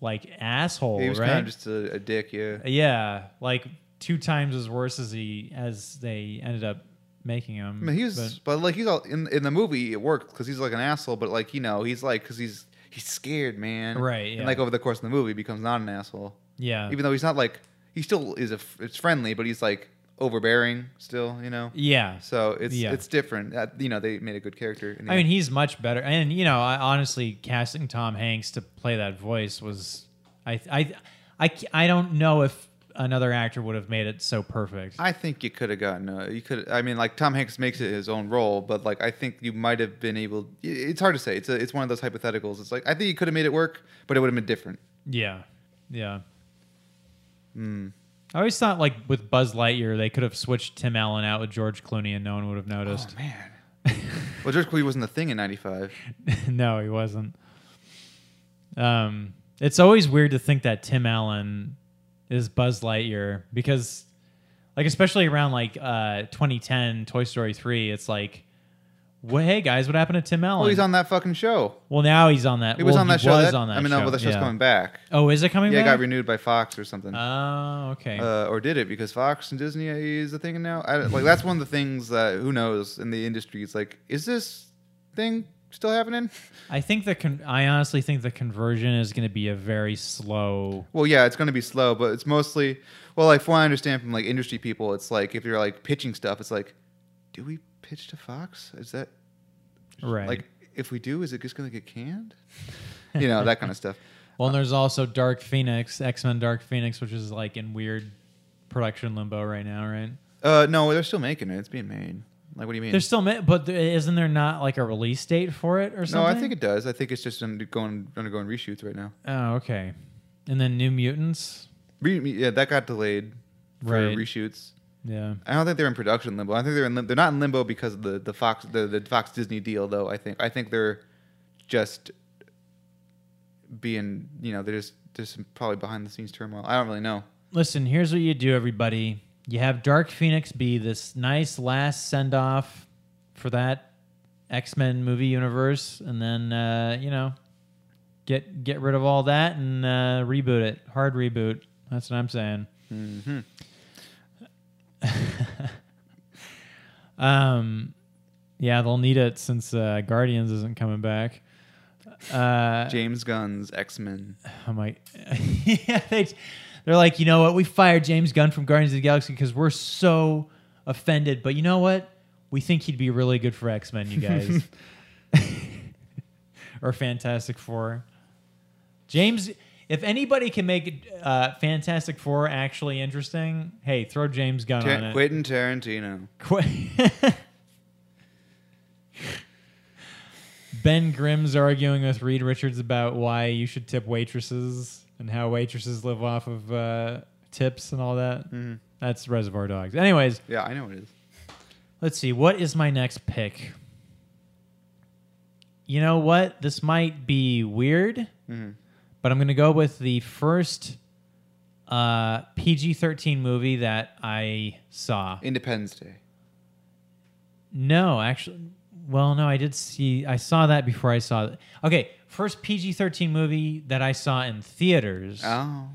S2: like asshole,
S1: He was
S2: right?
S1: kind of just a, a dick, yeah.
S2: Eh, yeah, like two times as worse as he as they ended up making him.
S1: I mean, he was, but, like he's all in in the movie. It worked because he's like an asshole, but like you know, he's like because he's he's scared, man.
S2: Right, yeah.
S1: And like over the course of the movie, he becomes not an asshole,
S2: yeah.
S1: even though he's not like he still is a f- it's friendly, but he's like overbearing still, you know.
S2: yeah.
S1: So it's
S2: Yeah.
S1: it's different. Uh, you know, they made a good character. in the
S2: I mean,
S1: end.
S2: he's much better. And you know, I, honestly, casting Tom Hanks to play that voice was, I, I, I, I don't know if another actor would have made it so perfect.
S1: I think you could have gotten. Uh, you could. I mean, like Tom Hanks makes it his own role, but like I think you might have been able. i- It's hard to say. It's a, It's one of those hypotheticals. It's like I think you could have made it work, but it would have been different.
S2: yeah, yeah. I always thought like with Buzz Lightyear, they could have switched Tim Allen out with George Clooney, and no one would have
S1: Oh
S2: noticed. *laughs*
S1: man. well, George Clooney wasn't the thing in '95.
S2: no, he wasn't. Um, it's always weird to think that Tim Allen is Buzz Lightyear because, like, especially around like uh 2010, Toy Story three, it's like, well, hey guys, what happened to Tim Allen?
S1: Well, he's on that fucking show.
S2: Well, now he's on that.
S1: He was
S2: well,
S1: on that
S2: he
S1: show.
S2: Was
S1: that,
S2: on that
S1: I mean,
S2: show.
S1: no, but that show's
S2: yeah.
S1: coming back.
S2: Oh, is it coming
S1: Yeah, it
S2: back?
S1: got renewed by Fox or something.
S2: oh, okay.
S1: uh, or did it because Fox and Disney is a thing now? I, don't- like that's one of the things that who knows in the industry. It's like, is this thing still happening?
S2: I think the con- I honestly think the conversion is going to be a very slow.
S1: Well, yeah, it's going to be slow, but it's mostly well, like from what I understand from like industry people, it's like if you're like pitching stuff, it's like, do we pitch to Fox? Is that
S2: Right.
S1: like if we do, is it just going to get canned? You know that kind of stuff. *laughs*
S2: well, and there's also Dark Phoenix, X Men Dark Phoenix, which is like in weird production limbo right now, right?
S1: Uh, no, they're still making it. It's being made. Like, what do you mean?
S2: There's still, ma- but there, isn't there not like a release date for it or
S1: no,
S2: something?
S1: I think it does. I think it's just under- going undergoing reshoots right now.
S2: oh, okay. And then New Mutants.
S1: Re- yeah, that got delayed for
S2: Right.
S1: reshoots.
S2: Yeah.
S1: I don't think they're in production limbo. I think they're in lim- they're not in limbo because of the the Fox the, the Fox Disney deal though. I think I think they're just being you know they're just there's some probably behind the scenes turmoil. I don't really know.
S2: listen, here's what you do, everybody. You have Dark Phoenix be this nice last send off for that X Men movie universe, and then uh, you know, get get rid of all that and uh, reboot it, hard reboot. That's what I'm saying. *laughs* um, yeah, they'll need it since uh, Guardians isn't coming back. Uh,
S1: James Gunn's X Men.
S2: I'm like, *laughs* yeah, they, they're like, you know what? We fired James Gunn from Guardians of the Galaxy because we're so offended. But you know what? We think he'd be really good for X Men, you guys, *laughs* or Fantastic Four. James, if anybody can make uh, Fantastic Four actually interesting, hey, throw James Gunn on
S1: Tar-
S2: it.
S1: Quentin Tarantino.
S2: Qu- *laughs* ben Grimm's arguing with Reed Richards about why you should tip waitresses and how waitresses live off of uh, tips and all that.
S1: Mhm.
S2: That's Reservoir Dogs. Anyways,
S1: Yeah, I know it is.
S2: let's see. What is my next pick? You know what? This might be weird,
S1: Mhm.
S2: but I'm going to go with the first uh, PG 13 movie that I saw.
S1: Independence Day.
S2: No, actually, well, no, I did see. I saw that before I saw. It. Okay, first PG thirteen movie that I saw in theaters.
S1: Oh,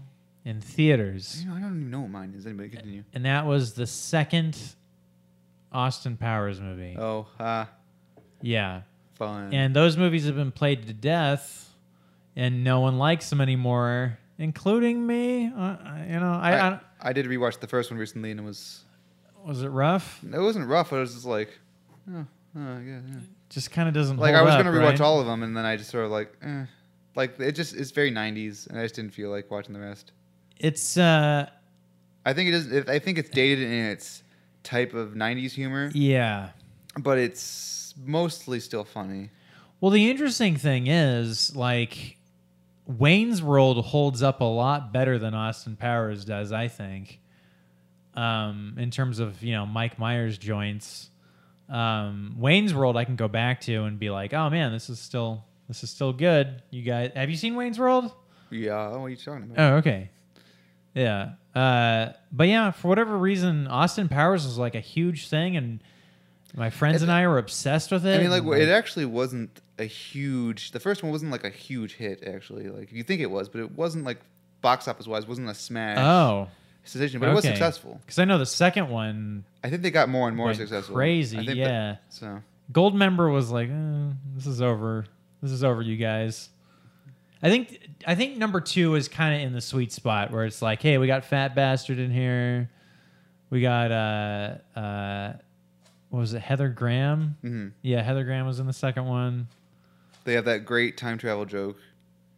S2: In theaters,
S1: you know, I don't even know what mine is. Anybody continue?
S2: and that was the second Austin Powers movie.
S1: Oh, Uh-huh. ha,
S2: Yeah,
S1: fun.
S2: and those movies have been played to death, and no one likes them anymore, including me. Uh, I- you know, I, I,
S1: I, I did rewatch the first one recently, and it was
S2: was it rough.
S1: it wasn't rough. It was just like, oh, oh yeah. yeah.
S2: Just kind of doesn't
S1: like
S2: hold
S1: I was
S2: up,
S1: gonna rewatch
S2: right?
S1: all of them, and then I just sort of like, eh. like it just it's very '90s, and I just didn't feel like watching the rest.
S2: It's uh,
S1: I think it is. it- I think it's dated in its type of '90s humor,
S2: yeah.
S1: but it's mostly still funny.
S2: Well, the interesting thing is, like, Wayne's World holds up a lot better than Austin Powers does, I think, um, in terms of, you know, Mike Myers joints. Um, Wayne's World, I can go back to and be like, oh man, this is still. This is still good. You guys, have you seen Wayne's World?
S1: Yeah, what are you talking about?
S2: Oh, okay. Yeah. Uh, but yeah, for whatever reason, Austin Powers was like a huge thing, and my friends and I were obsessed with it.
S1: I mean, like
S2: and,
S1: it actually wasn't a huge. The first one wasn't like a huge hit, actually. Like you think it was, but it wasn't like box office wise, wasn't a smash
S2: oh,
S1: sensation, but it was
S2: Okay.
S1: successful.
S2: Because I know the second one,
S1: I think they got more and more
S2: Went
S1: successful.
S2: crazy,
S1: I think that-
S2: yeah.
S1: so
S2: Gold Member was like, eh, "This is over. This is over, you guys." I think I think number two is kind of in the sweet spot where it's like, "Hey, we got Fat Bastard in here. We got uh uh, what was it? Heather Graham?
S1: mhm.
S2: Yeah, Heather Graham was in the second one.
S1: They have that great time travel joke.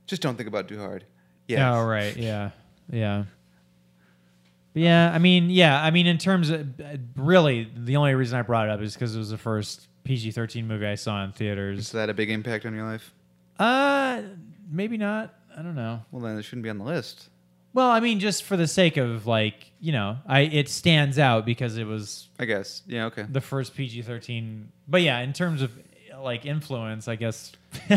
S1: Just don't think about it too hard. Yes.
S2: Yeah, oh, right. Yeah, yeah. But yeah, I mean, yeah, I mean, in terms of uh, really, the only reason I brought it up is because it was the first PG thirteen movie I saw in
S1: Is
S2: theaters.
S1: that a big impact on your life?
S2: Uh, maybe not. I don't know.
S1: Well, then it shouldn't be on the list.
S2: Well, I mean, just for the sake of like, you know, I it stands out because it was
S1: I guess. Yeah. Okay.
S2: the first PG thirteen. But yeah, in terms of like influence, I guess. *laughs*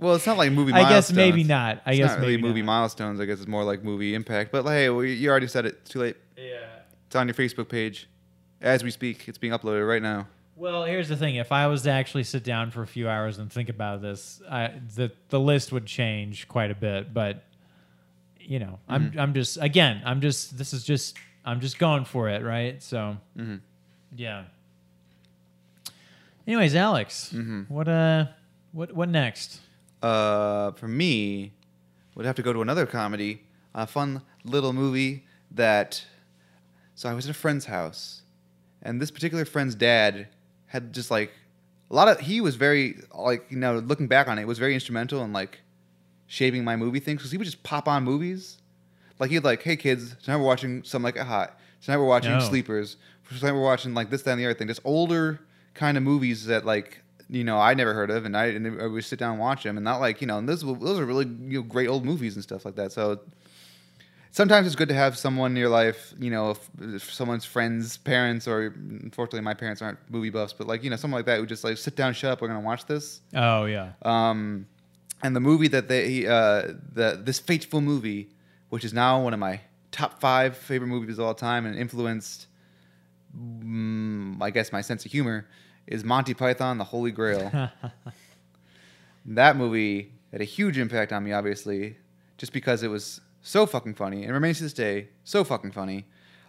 S1: Well, it's not like movie.
S2: I guess
S1: milestones.
S2: maybe not. I
S1: it's
S2: guess
S1: not really
S2: maybe
S1: movie
S2: not.
S1: milestones. I guess it's more like movie impact. But hey, well, you already said it. It's Too late.
S2: yeah.
S1: It's on your Facebook page, as we speak. It's being uploaded right now.
S2: Well, here's the thing: if I was to actually sit down for a few hours and think about this, I, the the list would change quite a bit. But you know, I'm
S1: Mm-hmm.
S2: I'm just again, I'm just this is just I'm just going for it, right? So,
S1: Mhm.
S2: yeah. Anyways, Alex,
S1: Mhm.
S2: what uh, what what next?
S1: Uh, for me, would have to go to another comedy, a fun little movie that. So I was at a friend's house, and this particular friend's dad had just like a lot of. He was very like you know looking back on it, was very instrumental in like shaping my movie things because he would just pop on movies. Like he'd like, hey kids, tonight we're watching some like a hot. Tonight we're watching
S2: No.
S1: Sleepers. Tonight we're watching like this, that, and the other thing. Just older kind of movies that like you know I never heard of, and I and I would sit down and watch them, and not like you know, and those those are really you know, great old movies and stuff like that. So sometimes it's good to have someone in your life, you know, if, if someone's friends, parents, or unfortunately my parents aren't movie buffs, but like you know, someone like that who just like sit down, shut up, we're gonna watch this.
S2: Oh yeah,
S1: Um, and the movie that they, uh, the this fateful movie, which is now one of my top five favorite movies of all time, and influenced, mm, I guess, my sense of humor, is Monty Python: The Holy Grail. that movie had a huge impact on me, obviously, just because it was so fucking funny, and remains to this day so fucking funny.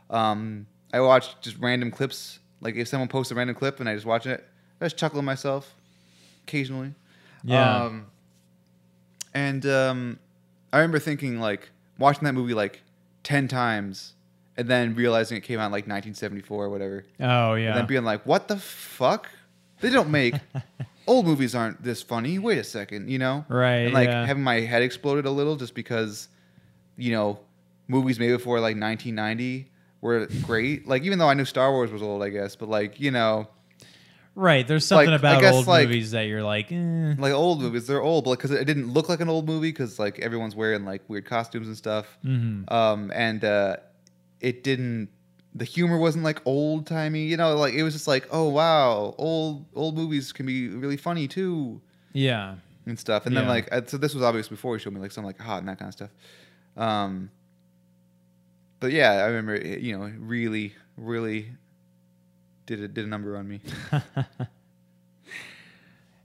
S1: Um, I watched just random clips, like if someone posts a random clip and I just watch it, I just chuckle to myself occasionally.
S2: yeah.
S1: Um, and um, I remember thinking, like, watching that movie like 10 times and then realizing it came out in like 1974 or whatever.
S2: oh
S1: And
S2: yeah.
S1: then being like, what the fuck? They don't
S2: *laughs*
S1: make old movies aren't this funny. Wait a second, you know?
S2: Right,
S1: And like
S2: yeah.
S1: having my head exploded a little just because, you know, movies made before like 1990 were great. like, even though I knew Star Wars was old, I guess, but like, you know.
S2: right. There's
S1: like,
S2: something
S1: I
S2: about
S1: guess,
S2: old
S1: like-
S2: movies that you're like, eh.
S1: like old movies they're old because it didn't look like an old movie because like everyone's wearing like weird costumes and stuff
S2: Mhm.
S1: um and uh it didn't the humor wasn't like old timey you know like it was just like oh wow old old movies can be really funny too
S2: yeah.
S1: and stuff and then
S2: Yeah.
S1: like I, so this was obvious before he showed me like something like hot and that kind of stuff um but yeah i remember it, you know it really really did a, did a number on me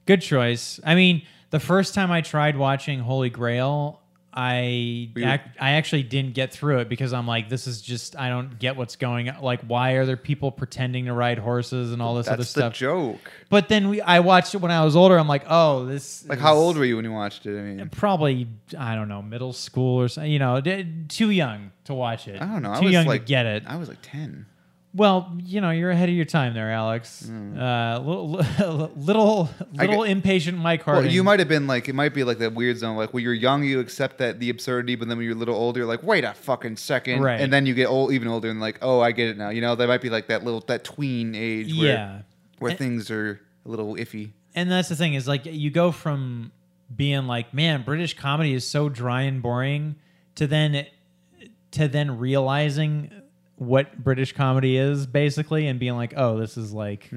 S2: Good choice. I mean, the first time I tried watching Holy Grail, I
S1: Were you-
S2: ac- I actually didn't get through it because I'm like, this is just I don't get what's going. on. Like, why are there people pretending to ride horses and all this other
S1: that's the
S2: stuff?
S1: joke
S2: but then we, I watched it when I was older. I'm like, oh, this.
S1: like
S2: is
S1: how old were you when you watched it i mean
S2: Probably I don't know, middle school or something. You know, d- too young to watch it.
S1: I don't know. I
S2: Too
S1: was
S2: young
S1: like,
S2: to get it.
S1: I was like ten.
S2: Well, you know, you're ahead of your time there, Alex. Uh, *laughs* little, little,
S1: Hmm. I
S2: little impatient Mike Harding.
S1: Well, you might have been like, it might be like that weird zone, like when you're young, you accept that the absurdity, but then when you're a little older, you're like, wait a fucking second,
S2: Right.
S1: and then you get old, even older, and like, oh, I get it now. You know, that might be like that little that tween age, where,
S2: yeah.
S1: where things are a little iffy.
S2: and that's the thing is like you go from being like man british comedy is so dry and boring to then to then realizing what british comedy is basically and being like oh this is like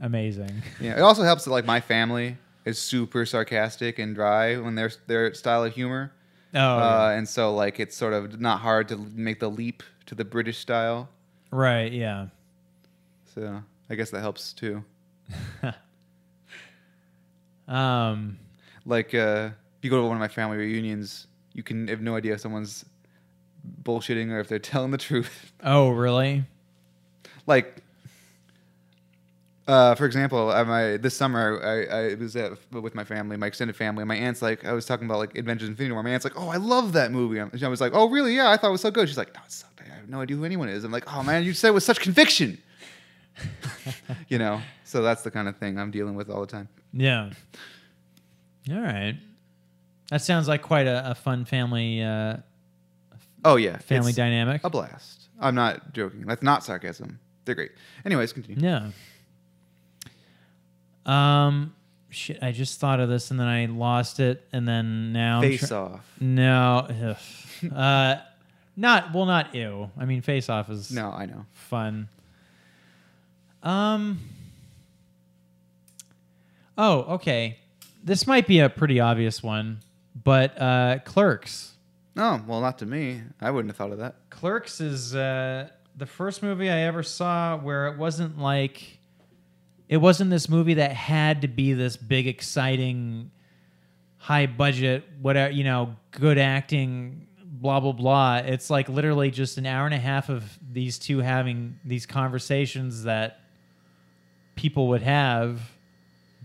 S2: amazing
S1: Yeah. It also helps that like my family is super sarcastic and dry when their their style of humor,
S2: oh
S1: uh, and so like it's sort of not hard to make the leap to the British style.
S2: right yeah
S1: So I guess that helps too.
S2: um
S1: like uh, if you go to one of my family reunions, you can have no idea if someone's bullshitting or if they're *laughs* telling the truth.
S2: oh really
S1: like, uh, for example, I, my this summer I, I was at, with my family, my extended family. My aunt's like, I was talking about like Adventures in Infinity War. My aunt's like, oh, I love that movie. I'm- I was like, oh, really? Yeah, I thought it was so good. She's like, no, it sucked. I have no idea who anyone is. I'm like, oh man, you said it with such conviction. *laughs* you know, so that's the kind of thing I'm dealing with all the time.
S2: yeah all right that sounds like quite a, a fun family uh
S1: Oh yeah,
S2: family
S1: it's
S2: dynamic.
S1: a blast. I'm not joking. That's not sarcasm. They're great. Anyways, continue.
S2: No. Um, shit. I just thought of this and then I lost it, and then now. I'm
S1: Face
S2: tr-
S1: off.
S2: No. ugh. *laughs* uh, not well. Not ew. I mean, face off is
S1: No, I know.
S2: fun. Um. Oh, okay. This might be a pretty obvious one, but uh, Clerks.
S1: No, Oh, well, not to me. I wouldn't have thought of that.
S2: Clerks is uh, the first movie I ever saw where it wasn't like it wasn't this movie that had to be this big, exciting, high budget, whatever you know, good acting, blah blah blah. It's like literally just an hour and a half of these two having these conversations that people would have,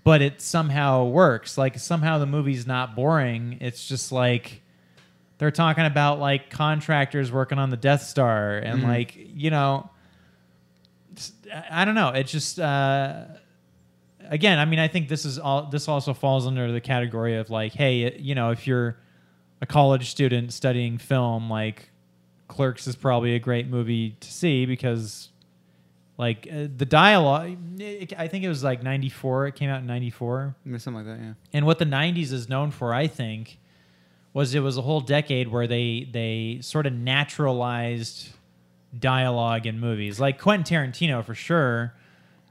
S2: but it somehow works. Like somehow the movie's not boring. It's just like they're talking about like contractors working on the Death Star and like you know, it's- I I don't know. It just uh, again, I mean, I think this is all. This also falls under the category of like, hey, it, you know, if you're a college student studying film, like Clerks is probably a great movie to see because. Like uh, the dialogue, it, I think it was like '94. It came out in '94
S1: Something like that. Yeah.
S2: and what the 90s is known for i think was it was a whole decade where they they sort of naturalized dialogue in movies like quentin tarantino for sure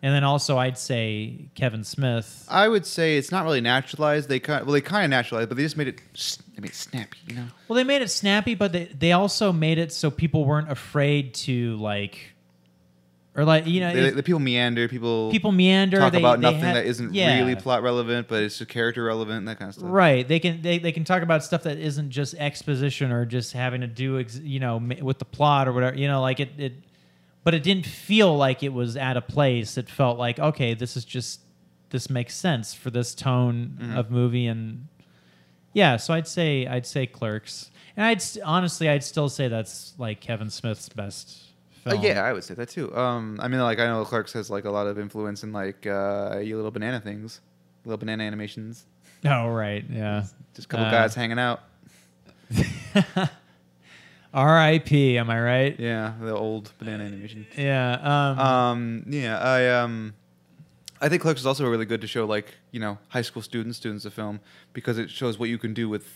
S2: and then also i'd say kevin smith
S1: I would say it's not really naturalized. They kind well, they kind of naturalized, but they just made it. s- They made it snappy, you know.
S2: well they made it snappy but they, they also made it so people weren't afraid to like or like you know
S1: They,
S2: it-
S1: the people meander. People
S2: people meander
S1: talk
S2: they-
S1: about
S2: they
S1: nothing
S2: had-
S1: that isn't
S2: yeah.
S1: really plot relevant, but it's just character relevant and that kind of stuff.
S2: Right. They can they, they can talk about stuff that isn't just exposition or just having to do ex, you know ma- with the plot or whatever. You know, like it it, but it didn't feel like it was out of place. It felt like okay, this is just this makes sense for this tone
S1: Mm-hmm.
S2: of movie and yeah. So I'd say I'd say Clerks, and I'd st- honestly I'd still say that's like Kevin Smith's best
S1: Uh,
S2: film.
S1: yeah, I would say that too. Um, I mean, like I know Clark's has like a lot of influence in like uh, you little banana things, little banana animations,
S2: Oh right. Yeah.
S1: just a couple
S2: Uh,
S1: guys hanging out.
S2: R.I.P. Am I right?
S1: Yeah, the old banana animation.
S2: Yeah. Um,
S1: Um, yeah, I um, I think Clerks is also really good to show like you know high school students, students of film because it shows what you can do with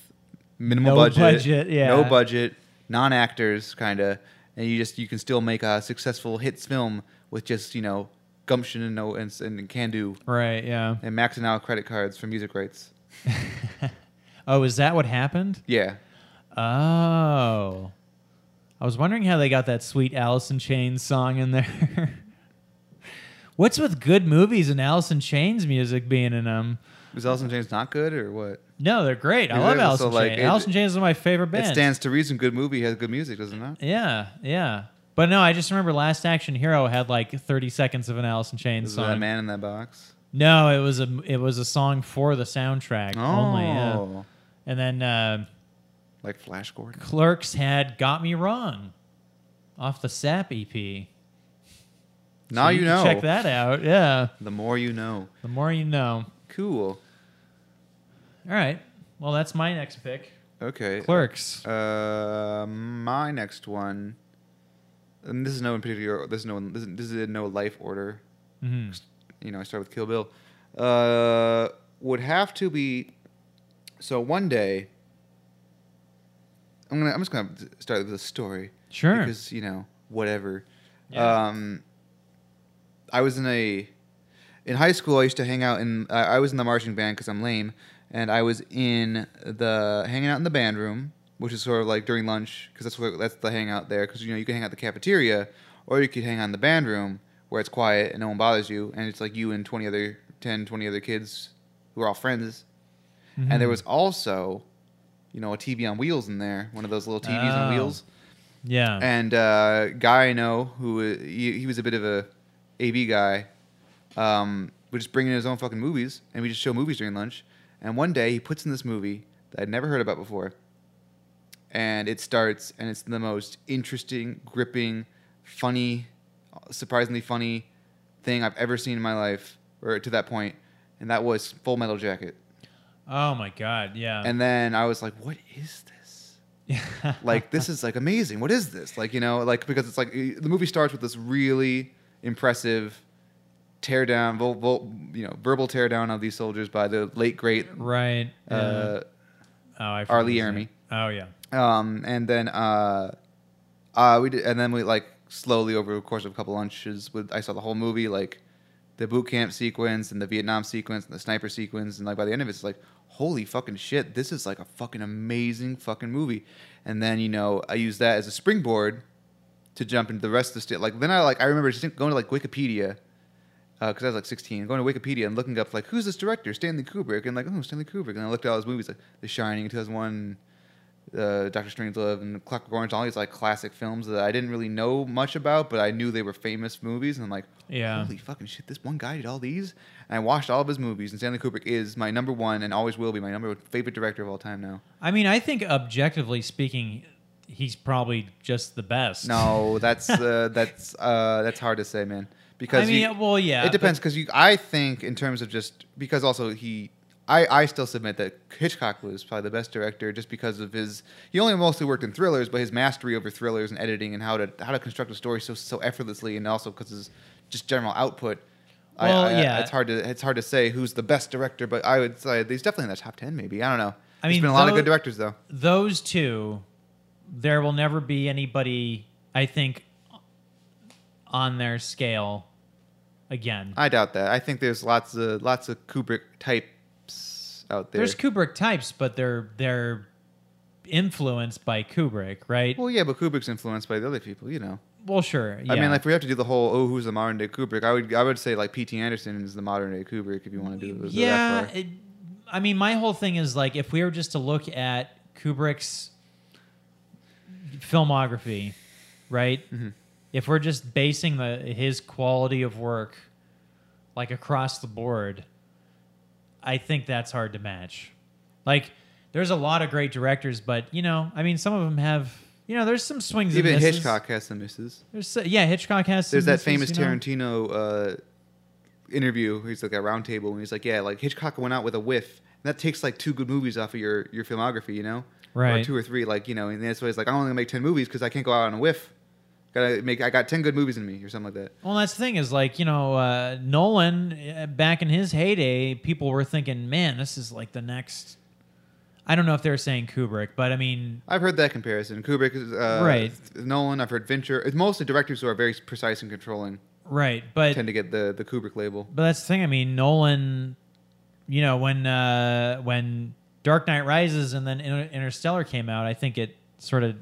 S1: minimal
S2: No
S1: budget,
S2: budget, yeah.
S1: no budget, non actors kind of, and you just you can still make a successful hits film with just you know gumption and no and, and can do
S2: right. Yeah.
S1: and maxing out credit cards for music rights.
S2: oh, is that what happened?
S1: Yeah,
S2: Oh. I was wondering how they got that sweet Alice in Chains song in there. *laughs* What's with good movies and Alice in Chains music being in them?
S1: was Alice in Chains not good or what?
S2: No, they're great. I
S1: Yeah,
S2: love
S1: they're
S2: Alice
S1: also
S2: in
S1: like-
S2: Chains.
S1: it-
S2: Alice in Chains is one of my favorite
S1: It
S2: bands.
S1: stands to reason good movie has good music, does it not?
S2: yeah, yeah. But no, I just remember Last Action Hero had like 30 seconds of an Alice in Chains
S1: Is that
S2: song.
S1: man in that box?
S2: No, it was a it was a song for the soundtrack
S1: Oh,
S2: only. Yeah. And then uh,
S1: like Flash Gordon.
S2: Clerks had Got Me Wrong off the SAP E EP.
S1: Now
S2: So
S1: you,
S2: can
S1: know.
S2: Check that out. Yeah.
S1: The more you know.
S2: The more you know.
S1: Cool.
S2: All right. Well, that's my next pick.
S1: Okay.
S2: Clerks.
S1: Uh, my next one, and this is no in particular. This is no. This is, this is in no life order.
S2: Mhm.
S1: You know, I start with Kill Bill. Uh, would have to be. So one day, I'm gonna. I'm just gonna start with a story.
S2: Sure.
S1: Because you know, whatever.
S2: Yeah.
S1: Um, I was in a in high school. I used to hang out in. I I was in the marching band because I'm lame, and I was in the hanging out in the band room, which is sort of like during lunch because that's where that's the hangout there. Because you know you can hang out in the cafeteria, or you could hang out in the band room where it's quiet and no one bothers you, and it's like you and 20 other 10, 20 other kids who are all friends. And there
S2: Mm-hmm.
S1: was also, you know, a TV on wheels in there, one of those little TVs on
S2: Oh.
S1: wheels.
S2: yeah.
S1: And uh, guy I know who uh, he, he was a bit of a AV guy, um, would just bring in his own fucking movies, and we just show movies during lunch. And one day he puts in this movie that I'd never heard about before, and it starts, and it's the most interesting, gripping, funny, surprisingly funny thing I've ever seen in my life, or to that point, and that was Full Metal Jacket.
S2: oh my God. Yeah.
S1: And then I was like, "What is this?" like this is like amazing. What is this? Like you know, like because it's like eh, the movie starts with this really impressive teardown, vul, vul, you know, verbal teardown of these soldiers by the late great
S2: *laughs* right.
S1: uh,
S2: oh, I forget
S1: Arlie
S2: his name.
S1: Ermey.
S2: Oh yeah.
S1: Um, and then uh, uh, we did, and then we like slowly over the course of a couple lunches, with I saw the whole movie like the boot camp sequence and the Vietnam sequence and the sniper sequence, and like by the end of it, it's like holy fucking shit, this is like a fucking amazing fucking movie. And then you know I use that as a springboard to jump into the rest of the state. Like then I like I remember just going to like Wikipedia because I was like 16, going to Wikipedia and looking up like who's this director, Stanley Kubrick, and like oh Stanley Kubrick, and I looked at all his movies like The Shining, 2001, uh, Doctor Strangelove, and Clockwork Orange, all these like classic films that I didn't really know much about, but I knew they were famous movies, and I'm like
S2: Yeah.
S1: holy fucking shit, this one guy did all these, and I watched all of his movies, and Stanley Kubrick is my number one and always will be my number one favorite director of all time now.
S2: I mean, I think objectively speaking, he's probably just the best. *laughs*
S1: No, that's uh, that's uh, that's hard to say, man, because
S2: I mean, uh,
S1: you-
S2: well, yeah.
S1: it depends because you. I think in terms of just because also he. I, I still submit that Hitchcock was probably the best director just because of his. He only mostly worked in thrillers, but his mastery over thrillers and editing and how to how to construct a story so so effortlessly, and also because his just general output. I-
S2: Well,
S1: I-
S2: yeah.
S1: it's hard to it's hard to say who's the best director, but I would say he's definitely in the top ten, maybe. I don't know.
S2: I
S1: There's
S2: mean,
S1: been a lot of
S2: though-
S1: good directors though.
S2: But those two, there will never be anybody. I think on their scale again.
S1: I doubt that. I think there's lots of lots of Kubrick types out there.
S2: There's Kubrick types, but they're they're influenced by Kubrick, right? Well,
S1: well, yeah, but Kubrick's influenced by the other people, you know.
S2: sure.
S1: I
S2: yeah.
S1: mean, like, if we have to do the whole "Oh, who's the modern day Kubrick?" I would, I would say like P.T. Anderson is the modern day Kubrick if you want to do it.
S2: yeah.
S1: that far.
S2: it- I mean, my whole thing is like if we were just to look at Kubrick's filmography, right?
S1: Mm-hmm.
S2: If we're just basing the his quality of work like across the board, I think that's hard to match. Like, there's a lot of great directors, but you know, I mean, some of them have. You know, there's some swings.
S1: even
S2: and misses.
S1: Hitchcock has some misses.
S2: There's so, yeah, Hitchcock has. some
S1: There's that
S2: misses,
S1: famous
S2: you know?
S1: Tarantino uh, interview. Where he's like at round table, and he's like, "Yeah, like Hitchcock went out with a whiff." And that takes like two good movies off of your your filmography, you know, Or
S2: Right.
S1: two or three, like you know. And that's why he's like, "I'm only gonna make ten movies because I can't go out on a whiff. Gotta make. I got ten good movies in me, or something like that."
S2: Well, that's the thing is like you know uh, Nolan uh, back in his heyday, people were thinking, man, this is like the next. I don't know if they were saying Kubrick, but I mean,
S1: I've heard that comparison. Kubrick, is, uh,
S2: Right.
S1: Nolan. I've heard Venture. It's mostly directors who are very precise and controlling.
S2: right? But
S1: tend to get the the Kubrick label.
S2: but that's the thing. I mean, Nolan, you know, when uh, when Dark Knight Rises and then Inter- Interstellar came out, I think it sort of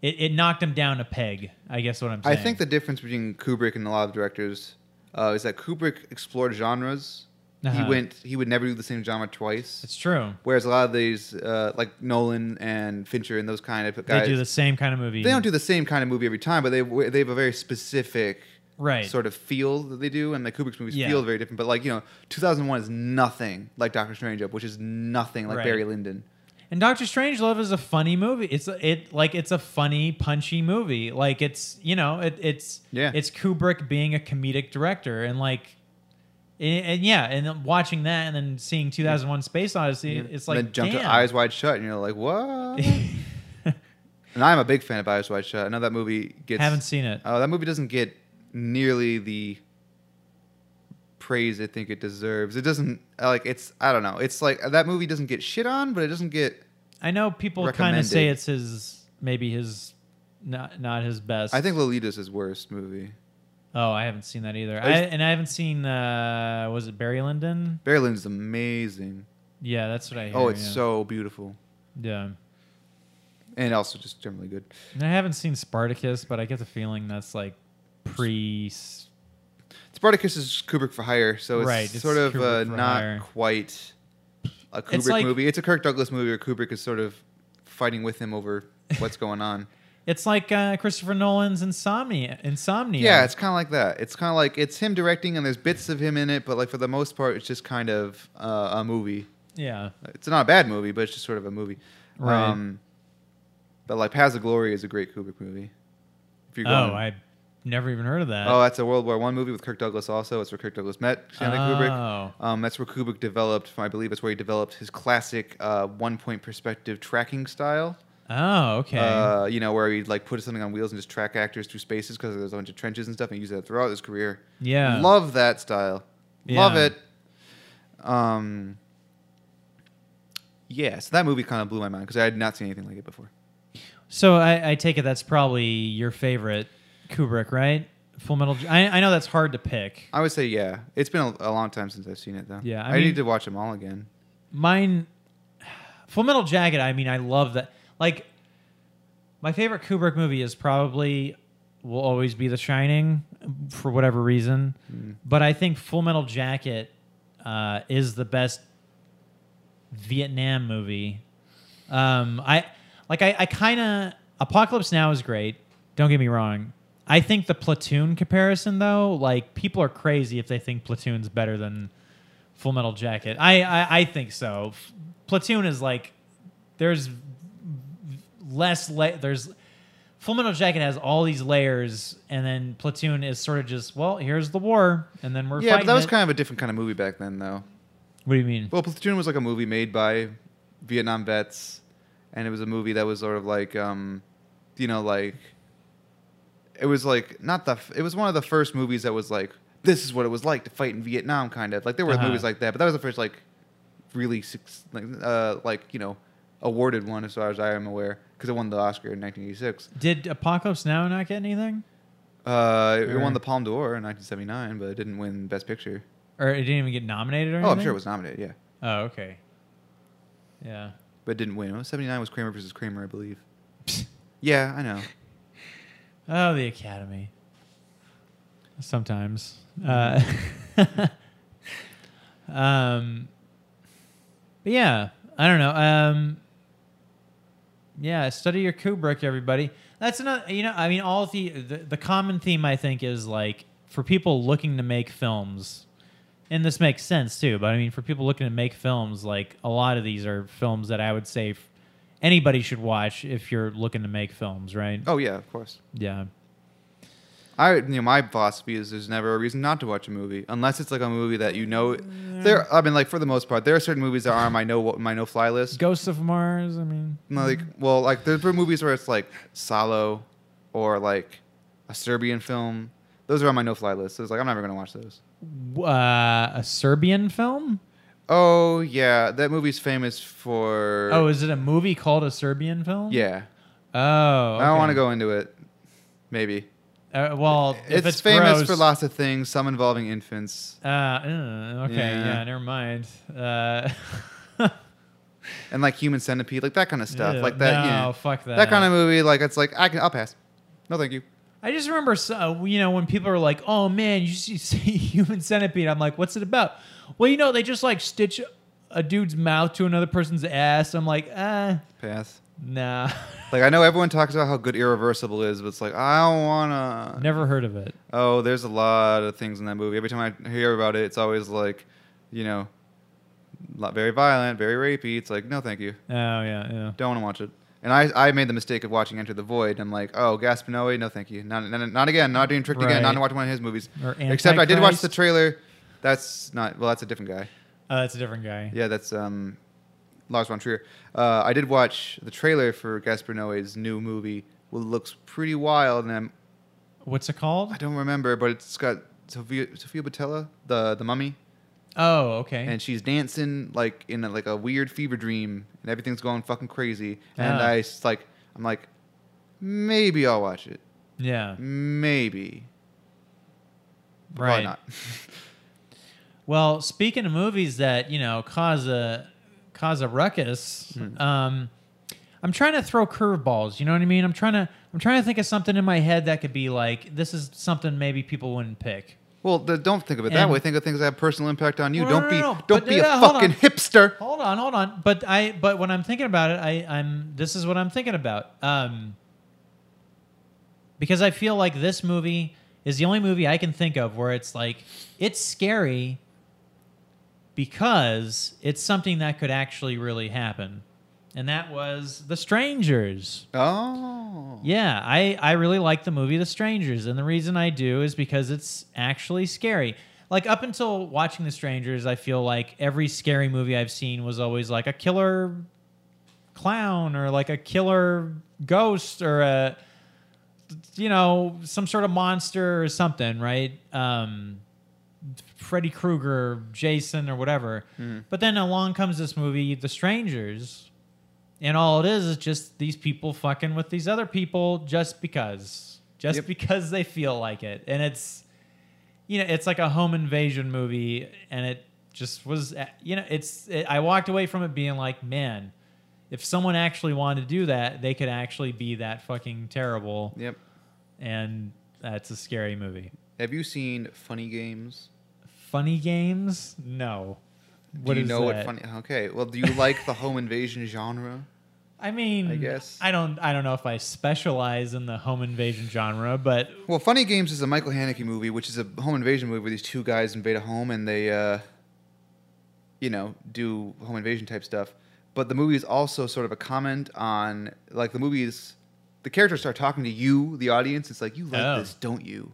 S2: it, it knocked him down a peg. I guess what I'm
S1: I
S2: saying.
S1: think the difference between Kubrick and a lot of directors uh, is that Kubrick explored genres. He
S2: Uh-huh.
S1: went. He would never do the same genre twice.
S2: it's true.
S1: Whereas a lot of these, uh, like Nolan and Fincher and those kind of
S2: they
S1: guys,
S2: do the same kind of movie.
S1: they don't do the same kind of movie every time, but they they have a very specific
S2: right.
S1: sort of feel that they do, and the Kubrick's movies
S2: Yeah.
S1: feel very different. But like you know, 2001 is nothing like Doctor Strange up, which is nothing like
S2: Right.
S1: Barry Lyndon.
S2: And Doctor Strangelove is a funny movie. It's it like it's a funny, punchy movie. Like it's you know it, it's
S1: Yeah.
S2: it's Kubrick being a comedic director and like and, and yeah and then watching that and then seeing 2001: Space Odyssey, it's like
S1: and then jump
S2: damn.
S1: to
S2: *laughs*
S1: Eyes Wide Shut, and you're like, what? And I'm a big fan of Eyes Wide Shut. I know that movie gets.
S2: Haven't seen it.
S1: Uh, that movie doesn't get nearly the praise I think it deserves. It doesn't uh, like it's. I don't know. It's like that movie doesn't get shit on, but it doesn't get.
S2: I know people kind of say
S1: recommended.
S2: it's his maybe his not not his best.
S1: I think Lolita's his worst movie.
S2: Oh, I haven't seen that either.
S1: I
S2: I,
S1: just-
S2: and I haven't seen uh was it Barry Lyndon?
S1: Barry Lyndon's amazing.
S2: Yeah, that's what I. Hear,
S1: oh, it's
S2: yeah.
S1: so beautiful,
S2: yeah.
S1: and also just generally good.
S2: And I haven't seen Spartacus, but I get the feeling that's like pre.
S1: Spartacus is Kubrick for hire, so it's
S2: Right, it's
S1: sort of
S2: Kubrick
S1: uh,
S2: for
S1: not
S2: hire.
S1: quite a Kubrick
S2: It's like-
S1: movie. It's a Kirk Douglas movie where Kubrick is sort of fighting with him over what's going on.
S2: It's like uh, Christopher Nolan's Insomnia. Insomnia.
S1: Yeah, it's kind of like that. It's kind of like it's him directing, and there's bits of him in it, but like for the most part, it's just kind of uh, a movie.
S2: yeah.
S1: It's not a bad movie, but it's just sort of a movie. Um,
S2: Right.
S1: but like Paths of Glory is a great Kubrick movie. If you're
S2: Oh, I never even heard of that.
S1: oh, that's a World War One movie with Kirk Douglas. Also, it's where Kirk Douglas met Stanley Kubrick.
S2: Oh.
S1: Um, that's where Kubrick developed. I believe that's where he developed his classic uh, one-point perspective tracking style.
S2: Oh, okay.
S1: uh, you know, where he like put something on wheels and just track actors through spaces because there's a bunch of trenches and stuff, and he used that throughout his career.
S2: yeah.
S1: Love that style. Love
S2: Yeah.
S1: it. Um, yeah, so that movie kind of blew my mind because I had not seen anything like it before.
S2: so I, I take it that's probably your favorite Kubrick, right? Full Metal. J- I, I know that's hard to pick.
S1: I would say, yeah, it's been a, a long time since I've seen it though.
S2: Yeah, I
S1: I,
S2: mean-
S1: need to watch them all again.
S2: Mine, Full Metal Jacket. I mean, I love that. Like, my favorite Kubrick movie is probably will always be The Shining for whatever reason, but I think Full Metal Jacket uh, is the best Vietnam movie. Um, I like. I, I kind of Apocalypse Now is great. Don't get me wrong. I think the Platoon comparison, though, like people are crazy if they think Platoon's better than Full Metal Jacket. I I, I think so. F- Platoon is like there's v- less la- there's Full Metal Jacket has all these layers, and then Platoon is sort of just well, here's the war, and then we're
S1: yeah, but
S2: fighting
S1: that was
S2: it.
S1: kind of a different kind of movie back then, though.
S2: what do you mean?
S1: Well, Platoon was like a movie made by Vietnam vets, and it was a movie that was sort of like, um, you know, like it was like not the. It was one of the first movies that was like this is what it was like to fight in Vietnam, kind of like there were
S2: Uh-huh.
S1: movies like that, but that was the first like really suc- like uh like you know awarded one as far as I am aware because it won the Oscar in 1986.
S2: Did Apocalypse Now not get anything,
S1: Uh, it- it
S2: Sure.
S1: won the Palme d'Or in 1979, but it didn't win Best Picture.
S2: or it didn't even get nominated? Or
S1: Oh,
S2: anything?
S1: I'm sure it was nominated, yeah,
S2: Oh, okay. Yeah.
S1: but it didn't win. It was 79 was Kramer versus Kramer, I
S2: *laughs*
S1: believe. Yeah, I know.
S2: Oh, the Academy. Sometimes. Uh, *laughs* um, but yeah, I don't know. Um, yeah, study your Kubrick, everybody. That's another. You know, I mean, all the, the the common theme I think is like for people looking to make films, and this makes sense too. But I mean, for people looking to make films, like a lot of these are films that I would say f- anybody should watch if you're looking to make films, right?
S1: Oh yeah, of course.
S2: Yeah.
S1: I you know my philosophy is there's never a reason not to watch a movie unless it's like a movie that you know. There, I mean, like for the most part, there are certain movies that are on my no my no fly list.
S2: Ghosts of Mars. I mean,
S1: And, Like
S2: mm-hmm.
S1: well, like there are movies where it's like Salo or like a Serbian film. Those are on my no fly list. So it's like I'm never gonna watch those.
S2: w- uh, a Serbian film.
S1: Oh yeah, that movie's famous for.
S2: Oh, is it a movie called a Serbian film?
S1: yeah.
S2: Oh,
S1: I don't want to
S2: okay.
S1: go into it. Maybe
S2: Uh, well,
S1: it's,
S2: if it's
S1: famous
S2: gross-
S1: for lots of things, some involving infants.
S2: Uh, uh, okay, yeah.
S1: Yeah.
S2: never mind. Uh, *laughs*
S1: and like Human Centipede, like that kind of stuff,
S2: ew,
S1: like that.
S2: No,
S1: yeah.
S2: fuck Oh, that.
S1: that kind of movie, like it's like I can, I'll pass. No, thank you.
S2: I just remember, so- uh, you know, when people are like, "Oh man, you *laughs* see see Human Centipede," I'm like, "What's it about?" Well, you know, they just like stitch a dude's mouth to another person's ass. I'm like, ah,
S1: Pass.
S2: nah, *laughs*
S1: Like I know everyone talks about how good Irreversible is, but it's like I don't wanna.
S2: never heard of it.
S1: Oh, there's a lot of things in that movie. Every time I hear about it, it's always like, you know, lo- very violent, very rapey. It's like no, thank you.
S2: Oh yeah, yeah.
S1: Don't want to watch it. And I, I made the mistake of watching Enter the Void. I'm like, oh, Gaspinoe, no, thank you. Not, not, not again. Not doing tricked again.
S2: Right.
S1: Not watching one of his movies.
S2: Or
S1: Except I did watch the
S2: Antichrist.
S1: trailer. That's not well. That's a different guy.
S2: Oh, that's a different guy.
S1: Yeah, that's um, Lars von Trier. Uh, I did watch the trailer for Gaspar Noé's new movie. Well, it looks pretty wild, and I'm,
S2: What's it called?
S1: I don't remember, but it's got Sophia, Sophia Botella, the the mummy,
S2: Oh, okay.
S1: and she's dancing like in a, like a weird fever dream, and everything's going fucking crazy. And
S2: Ah.
S1: I s- like, I'm like, maybe I'll watch it,
S2: yeah,
S1: maybe, But
S2: right.
S1: probably not.
S2: Well, speaking of movies that you know cause a cause a ruckus,
S1: Hmm.
S2: um, I'm trying to throw curveballs. You know what I mean? I'm trying to I'm trying to think of something in my head that could be like this is something maybe people wouldn't pick.
S1: Well, th- don't think of it that
S2: And-
S1: way. Think of things that have personal impact on you.
S2: Well, no,
S1: don't
S2: no,
S1: be
S2: no, no,
S1: don't
S2: but-
S1: be
S2: yeah,
S1: a
S2: hold on.
S1: fucking hipster.
S2: Hold on, hold on. But I but when I'm thinking about it, I I'm this is what I'm thinking about. Um because I feel like this movie is the only movie I can think of where it's like it's scary because it's something that could actually really happen. And that was The Strangers.
S1: Oh,
S2: Yeah, I, I really like the movie The Strangers, and the reason I do is because it's actually scary. Like up until watching The Strangers, I feel like every scary movie I've seen was always like a killer clown or like a killer ghost or a you know some sort of monster or something, right? Um, Freddy Krueger, Jason, or whatever. But then along comes this movie, The Strangers, and all it is is just these people fucking with these other people just because, just
S1: Yep.
S2: because they feel like it, and it's you know it's like a home invasion movie, and it just was eh, you know it's it, I walked away from it being like man. If someone actually wanted to do that, they could actually be that fucking terrible,
S1: Yep.
S2: and that's a scary movie.
S1: Have you seen Funny Games?
S2: Funny games? No. What
S1: do you
S2: is
S1: know
S2: that?
S1: what funny? Okay, well, do you like the home invasion genre?
S2: I mean,
S1: I guess.
S2: I don't. I don't know if I specialize in the home invasion genre, but
S1: Well, Funny Games is a Michael Haneke movie, which is a home invasion movie where these two guys invade a home and they, uh, you know, do home invasion type stuff. But the movie is also sort of a comment on, like, the movies, the characters start talking to you, the audience. It's like, you like
S2: Oh.
S1: this, don't you?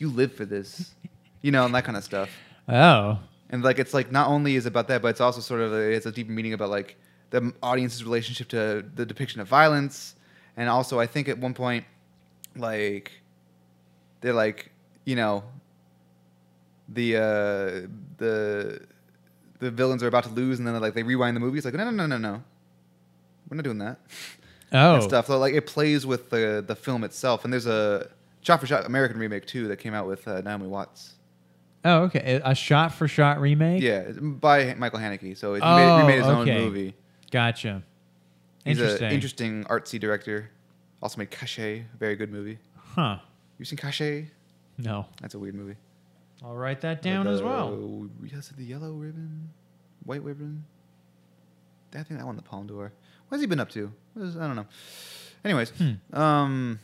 S1: You live for this, you know, and that kind of stuff.
S2: oh,
S1: And like, it's like not only is it about that, but it's also sort of a, it's a deeper meaning about like the m- audience's relationship to the depiction of violence, and also I think at one point, like, they're like you know, the uh, the the villains are about to lose, and then like they rewind the movie. It's like no, no, no, no, no, we're not doing that
S2: oh,
S1: and stuff. So like it plays with the the film itself, and there's a shot for shot American remake too that came out with uh, Naomi Watts.
S2: oh, okay. A shot for shot remake.
S1: Yeah, by Michael Haneke. So he
S2: Oh,
S1: made, he made his
S2: okay.
S1: own movie.
S2: Gotcha.
S1: He's
S2: interesting.
S1: an interesting artsy director. Also made Cachet, a very good movie.
S2: huh?
S1: You've seen Cachet?
S2: No.
S1: That's a weird movie.
S2: I'll write that down as well.
S1: The- Yes, the Yellow Ribbon, White Ribbon. I think that won the Palme d'Or. What has he been up to? What is, I don't know. Anyways,
S2: Hmm.
S1: um,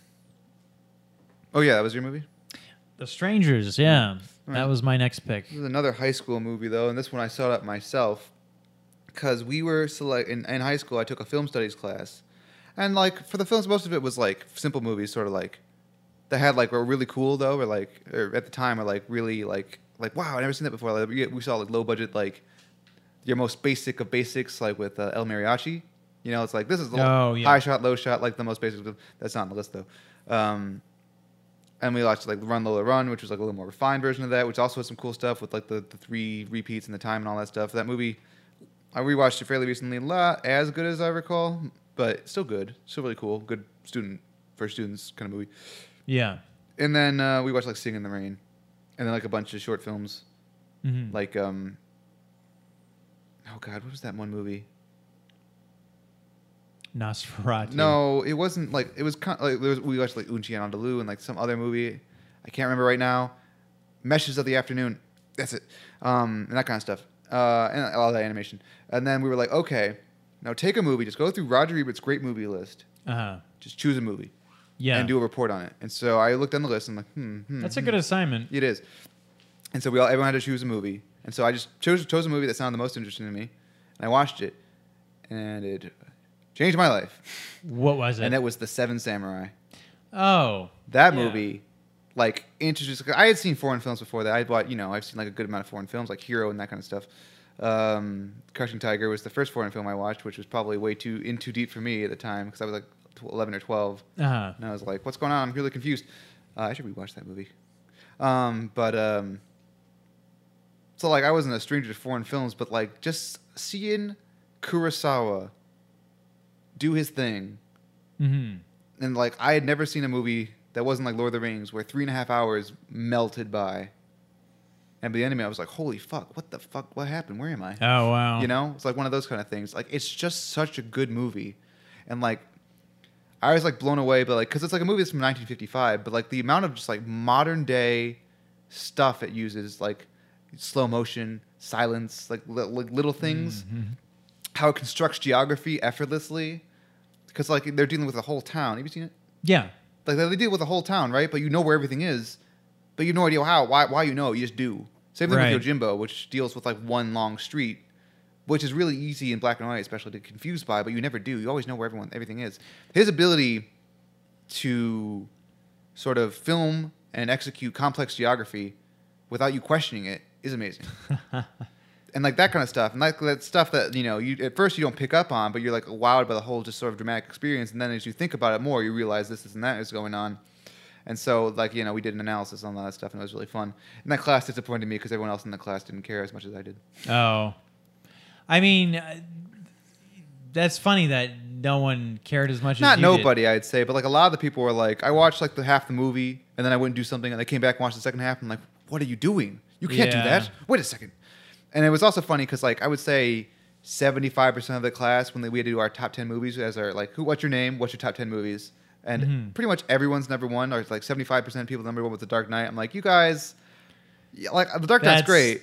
S1: oh yeah, that was your movie.
S2: The Strangers. Yeah, that
S1: Right.
S2: was my next pick.
S1: This is another high school movie though, and this one I saw it myself because we were select in, in high school. I took a film studies class, and like for the films, most of it was like simple movies, sort of like that had like were really cool though, or like or at the time were like really like like wow, I never seen that before. Like we, we saw like low budget like your most basic of basics, like with uh, El Mariachi. You know, it's like this is the
S2: Oh, yeah.
S1: high shot, low shot, like the most basic. That's not on the list though. Um, and we watched like Run Lola Run, which was like a little more refined version of that, which also had some cool stuff with like the, the three repeats and the time and all that stuff. That movie, I rewatched it fairly recently, not as good as I recall, but still good, still really cool, good student for students kind of movie.
S2: Yeah.
S1: And then uh, we watched like Sing in the Rain, and then like a bunch of short films,
S2: Mhm.
S1: like um, oh god, what was that one movie?
S2: Nosferatu.
S1: No, it wasn't like it was kind of, like there was, we watched like Unchi and Andalou and like some other movie. I can't remember right now. Meshes of the Afternoon. That's it. Um, and that kind of stuff. Uh, and all that animation. And then we were like, okay, now take a movie. Just go through Roger Ebert's great movie list.
S2: Uh huh.
S1: Just choose a movie
S2: Yeah.
S1: and do a report on it. And so I looked on the list and I'm like, hmm, hmm.
S2: That's
S1: hmm.
S2: a good assignment.
S1: It is. And so we all everyone had to choose a movie. And so I just chose chose a movie that sounded the most interesting to me. And I watched it, and it changed my life.
S2: What was it?
S1: And it was the Seven Samurai.
S2: oh.
S1: That
S2: Yeah.
S1: movie, like, introduced. 'cause I had seen foreign films before that. I bought, you know, I've seen like a good amount of foreign films, like Hero and that kind of stuff. Um, Crushing Tiger was the first foreign film I watched, which was probably way too in too deep for me at the time because I was like tw- eleven or twelve,
S2: Uh huh.
S1: and I was like, "What's going on? I'm really confused." Uh, I should rewatch that movie. Um, but um, so like, I wasn't a stranger to foreign films, but like, just seeing Kurosawa do his thing
S2: Mm-hmm.
S1: and like I had never seen a movie that wasn't like Lord of the Rings where three and a half hours melted by. And by the end of it, I was like, holy fuck, what the fuck, what happened? Where am I?
S2: Oh wow.
S1: You know, it's like one of those kind of things. Like it's just such a good movie, and like I was like blown away, but like because it's like a movie that's from 1955, but like the amount of just like modern day stuff it uses, like slow motion, silence, like li- like little things, how it constructs geography effortlessly, because like they're dealing with a whole town. Have you seen it?
S2: Yeah.
S1: Like they deal with the whole town, right? But you know where everything is, but you have no idea how. Why? Why you know? You just do. Same thing
S2: Right.
S1: with Yojimbo, which deals with like one long street, which is really easy in black and white, especially to get confused by. But you never do. You always know where everyone everything is. His ability to sort of film and execute complex geography without you questioning it is amazing. and like that kind of stuff, and like that stuff that you know you at first you don't pick up on, but you're like wowed by the whole just sort of dramatic experience, and then as you think about it more, you realize this, this, and that is going on. And so, like you know, we did an analysis on all that stuff, and it was really fun. And that class disappointed me because everyone else in the class didn't care as much as I did.
S2: Oh, I mean, uh, that's funny that no one cared as much
S1: Not
S2: as you did.
S1: nobody, I'd say, but like a lot of the people were like, I watched like the half the movie, and then I wouldn't do something, and I came back and watched the second half, and I'm like, what are you doing? You can't
S2: Yeah.
S1: do that. Wait a second. And it was also funny because like I would say. 75% of the class when they, we had to do our top 10 movies as our like who what's your name what's your top 10 movies and
S2: Mm-hmm.
S1: pretty much everyone's number one or it's like 75% of people number one with the dark knight i'm like you guys yeah, like the dark knight's great
S2: That's-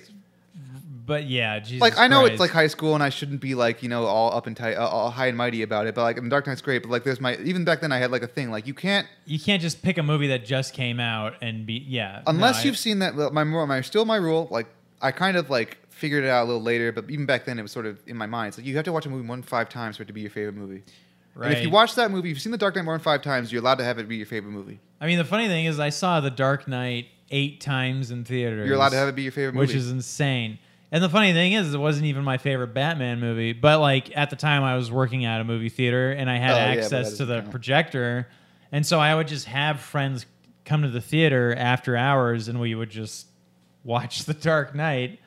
S2: But yeah, Jesus
S1: like I know it's
S2: Christ.
S1: like high school, and I shouldn't be like you know all up and tight, uh, all high and mighty about it. But like, and Dark Knight's great. But like, there's my even back then I had like a thing like you can't
S2: you can't just pick a movie that just came out and be yeah. no,
S1: unless
S2: I-
S1: you've seen that. My rule- my still my rule. Like I kind of like figured it out a little later, but even back then it was sort of in my mind. It's like you have to watch a movie more than five times for it to be your favorite movie.
S2: right.
S1: And if you watch that movie, if you've seen the Dark Knight more than five times, you're allowed to have it be your favorite movie.
S2: I mean, the funny thing is, I saw The Dark Knight eight times in theaters.
S1: You're allowed to have it be your favorite
S2: which
S1: movie.
S2: is insane. And the funny thing is, it wasn't even my favorite Batman movie. But like at the time, I was working at a movie theater and I had
S1: Oh, yeah, but that
S2: access to
S1: doesn't
S2: the
S1: count.
S2: projector, and so I would just have friends come to the theater after hours, and we would just watch *laughs* The Dark Knight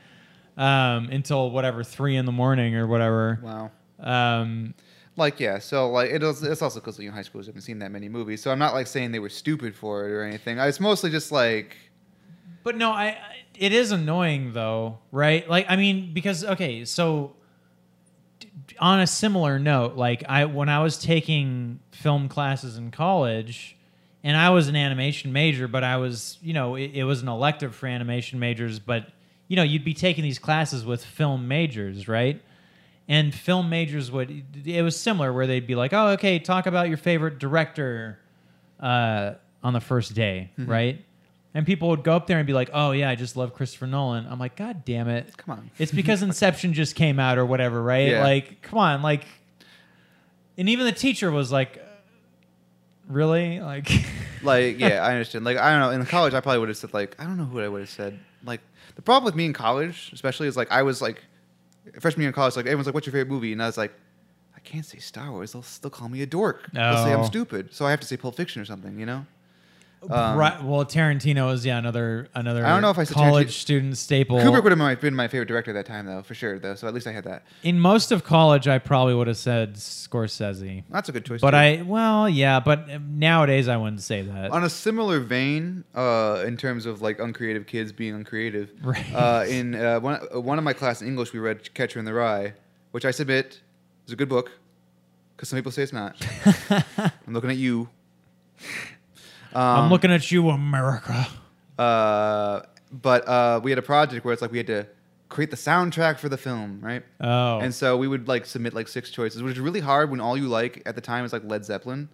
S2: um, until whatever three in the morning or whatever.
S1: wow.
S2: Um,
S1: Like yeah, so like it was, it's also because you know high schoolers haven't seen that many movies, so I'm not like saying they were stupid for it or anything. It's mostly just like
S2: But no, I I- it is annoying though, right? Like I mean because okay, so d- d- on a similar note, like I when I was taking film classes in college and I was an animation major, but I was, you know, it, it was an elective for animation majors, but you know, you'd be taking these classes with film majors, right? And film majors would it was similar where they'd be like, "Oh, okay, talk about your favorite director." uh, on the first day, right? And people would go up there and be like, "Oh yeah, I just love Christopher Nolan." I'm like, "God damn it!"
S1: Come on.
S2: It's because Inception just came out or whatever, right?
S1: Yeah.
S2: Like, come on, like. And even the teacher was like, uh, "Really?" Like,
S1: Like, yeah, I understand. Like, I don't know. In college, I probably would have said, like, I don't know what I would have said. Like, the problem with me in college, especially, is like, I was like, freshman year in college, like, everyone's like, what's your favorite movie? And I was like, I can't say Star Wars. They'll, they'll call me a dork. They'll say
S2: Oh.
S1: I'm stupid. So I have to say Pulp Fiction or something, you know?
S2: *laughs*
S1: Um,
S2: right, well, Tarantino is yeah another another.
S1: I don't know if I said
S2: college
S1: Tarantino-
S2: student staple.
S1: Kubrick would have my- been my favorite director at that time, though, for sure, though. So at least I had that.
S2: In most of college, I probably would have said Scorsese,
S1: That's a good choice.
S2: but
S1: too.
S2: I well yeah, but nowadays I wouldn't say that.
S1: on a similar vein, uh, in terms of like uncreative kids being uncreative,
S2: Right.
S1: uh, in uh, one uh, one of my class in English, we read Catcher in the Rye, which I submit is a good book, because some people say it's not. I'm looking at you. Um,
S2: I'm looking at you, America.
S1: Uh, but uh, we had a project where it's like we had to create the soundtrack for the film, right?
S2: Oh,
S1: And so we would like submit like six choices, which is really hard when all you like at the time is like Led Zeppelin.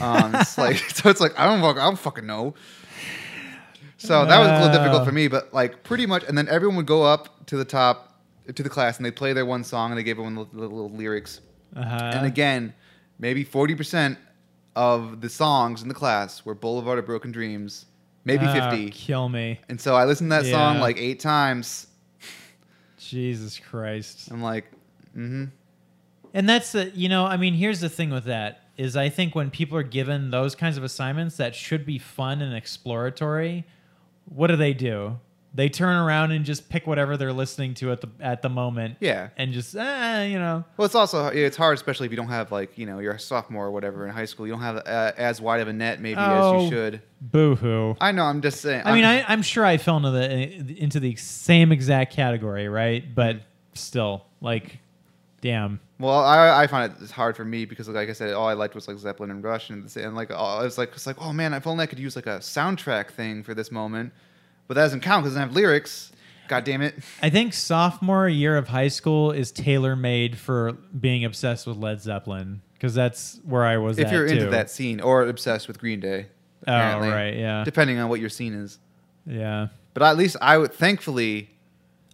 S1: Um,
S2: *laughs*
S1: it's like *laughs* so it's like I don't fuck, I don't fucking know. So that was a little difficult
S2: Uh.
S1: for me, but like pretty much, and then everyone would go up to the top to the class and they play their one song and they gave everyone the little, little lyrics.
S2: uh-huh.
S1: and again, maybe forty percent of the songs in the class were Boulevard of Broken Dreams, maybe
S2: Ah,
S1: fifty.
S2: Kill me,
S1: And so I listened to that song
S2: Yeah.
S1: like eight times.
S2: Jesus Christ.
S1: I'm like, mm-hmm.
S2: And that's the you know I mean here's the thing with that is I think when people are given those kinds of assignments that should be fun and exploratory, what do they do? They turn around and just pick whatever they're listening to at the at the moment.
S1: Yeah.
S2: And just ah, you know.
S1: Well, it's also it's hard, especially if you don't have like you know you're a sophomore or whatever in high school. You don't have uh, as wide of a net maybe as
S2: Oh.
S1: you should.
S2: Boo hoo.
S1: I know. I'm just saying.
S2: I mean, I, I'm sure I fell into the into the same exact category, right? But still, like, damn.
S1: well, I I find it hard for me because like I said, all I liked was like Zeppelin and Rush and, and like all, I was like it's like oh man, if only I could use like a soundtrack thing for this moment, but that doesn't count because I have lyrics. God damn it!
S2: I think sophomore year of high school is tailor made for being obsessed with Led Zeppelin because that's where I was.
S1: if
S2: at,
S1: you're into
S2: too.
S1: that scene or obsessed with Green Day,
S2: oh
S1: apparently,
S2: right, yeah,
S1: depending on what your scene is.
S2: yeah.
S1: But at least I would thankfully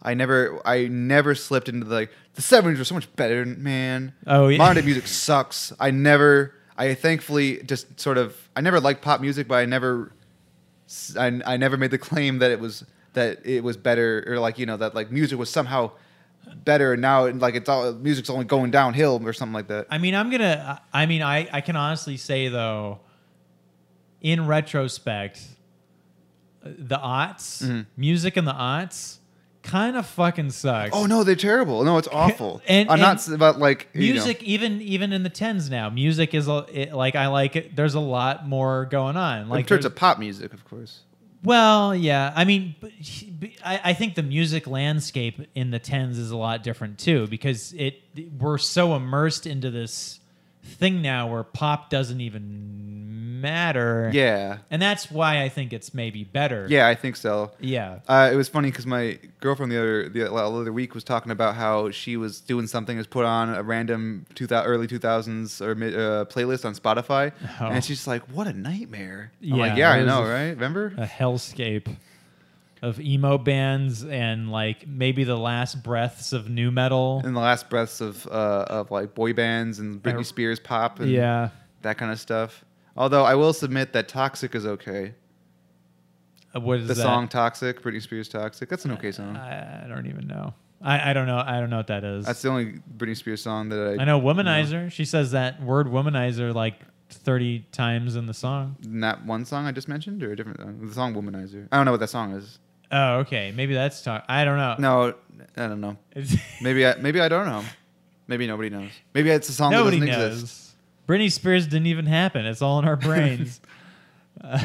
S1: I never I never slipped into the like the seventies were so much better, man.
S2: Oh, yeah.
S1: Modern day music sucks. I never I thankfully just sort of I never liked pop music, but I never s- I, I never made the claim that it was that it was better or like you know that like music was somehow better, and now like it's all music's only going downhill or something like that.
S2: I mean, I'm gonna. I I mean, I I can honestly say though, in retrospect, the aughts
S1: Mm-hmm.
S2: music in the aughts kind of fucking sucks.
S1: Oh no, they're terrible. No, it's awful.
S2: And-
S1: I'm
S2: and
S1: not s- about like you know.
S2: music even even in the tens now, music is a- it, like I like it. There's a lot more going on. Like
S1: in terms
S2: there's-
S1: of pop music, of course.
S2: Well, yeah. I mean, but he- but I, I think the music landscape in the tens is a lot different too because it we're so immersed into this thing now where pop doesn't even matter.
S1: Yeah,
S2: and that's why I think it's maybe better.
S1: yeah, I think so.
S2: yeah.
S1: Uh, it was funny because my girlfriend the other the other week was talking about how she was doing something was put on a random 2000, early two thousands or mid, uh, playlist on Spotify,
S2: Oh.
S1: and she's like, "What a nightmare!" I'm
S2: Yeah,
S1: like, "Yeah,
S2: it
S1: I
S2: was Uh.
S1: know,
S2: a-
S1: right?
S2: *laughs*
S1: Remember?"
S2: A hellscape of emo bands and like maybe the last breaths of new metal.
S1: In the last breaths of uh, of like boy bands and
S2: I-
S1: Britney Spears pop and
S2: yeah.
S1: that kind of stuff. Although I will submit that "Toxic" is okay.
S2: Uh, What is
S1: The
S2: that? Uh,
S1: song "Toxic," Britney Spears "Toxic," that's an okay song.
S2: I, I don't even know. I, I don't know. I don't know what that is.
S1: That's the only Britney Spears song that I,
S2: I know womanizer. She says that word womanizer like 30 times in the song.
S1: That one song I just mentioned, or a different song? the song "Womanizer." I don't know what that song is.
S2: Oh, okay. Maybe that's talk. I don't know.
S1: No, I don't know.
S2: *laughs* It's-
S1: Maybe I maybe I don't know. Maybe nobody knows. Maybe it's a song
S2: nobody
S1: that doesn't
S2: knows.
S1: exist.
S2: Britney Spears didn't even happen. It's all in
S1: *laughs*
S2: our brains. *laughs* Uh,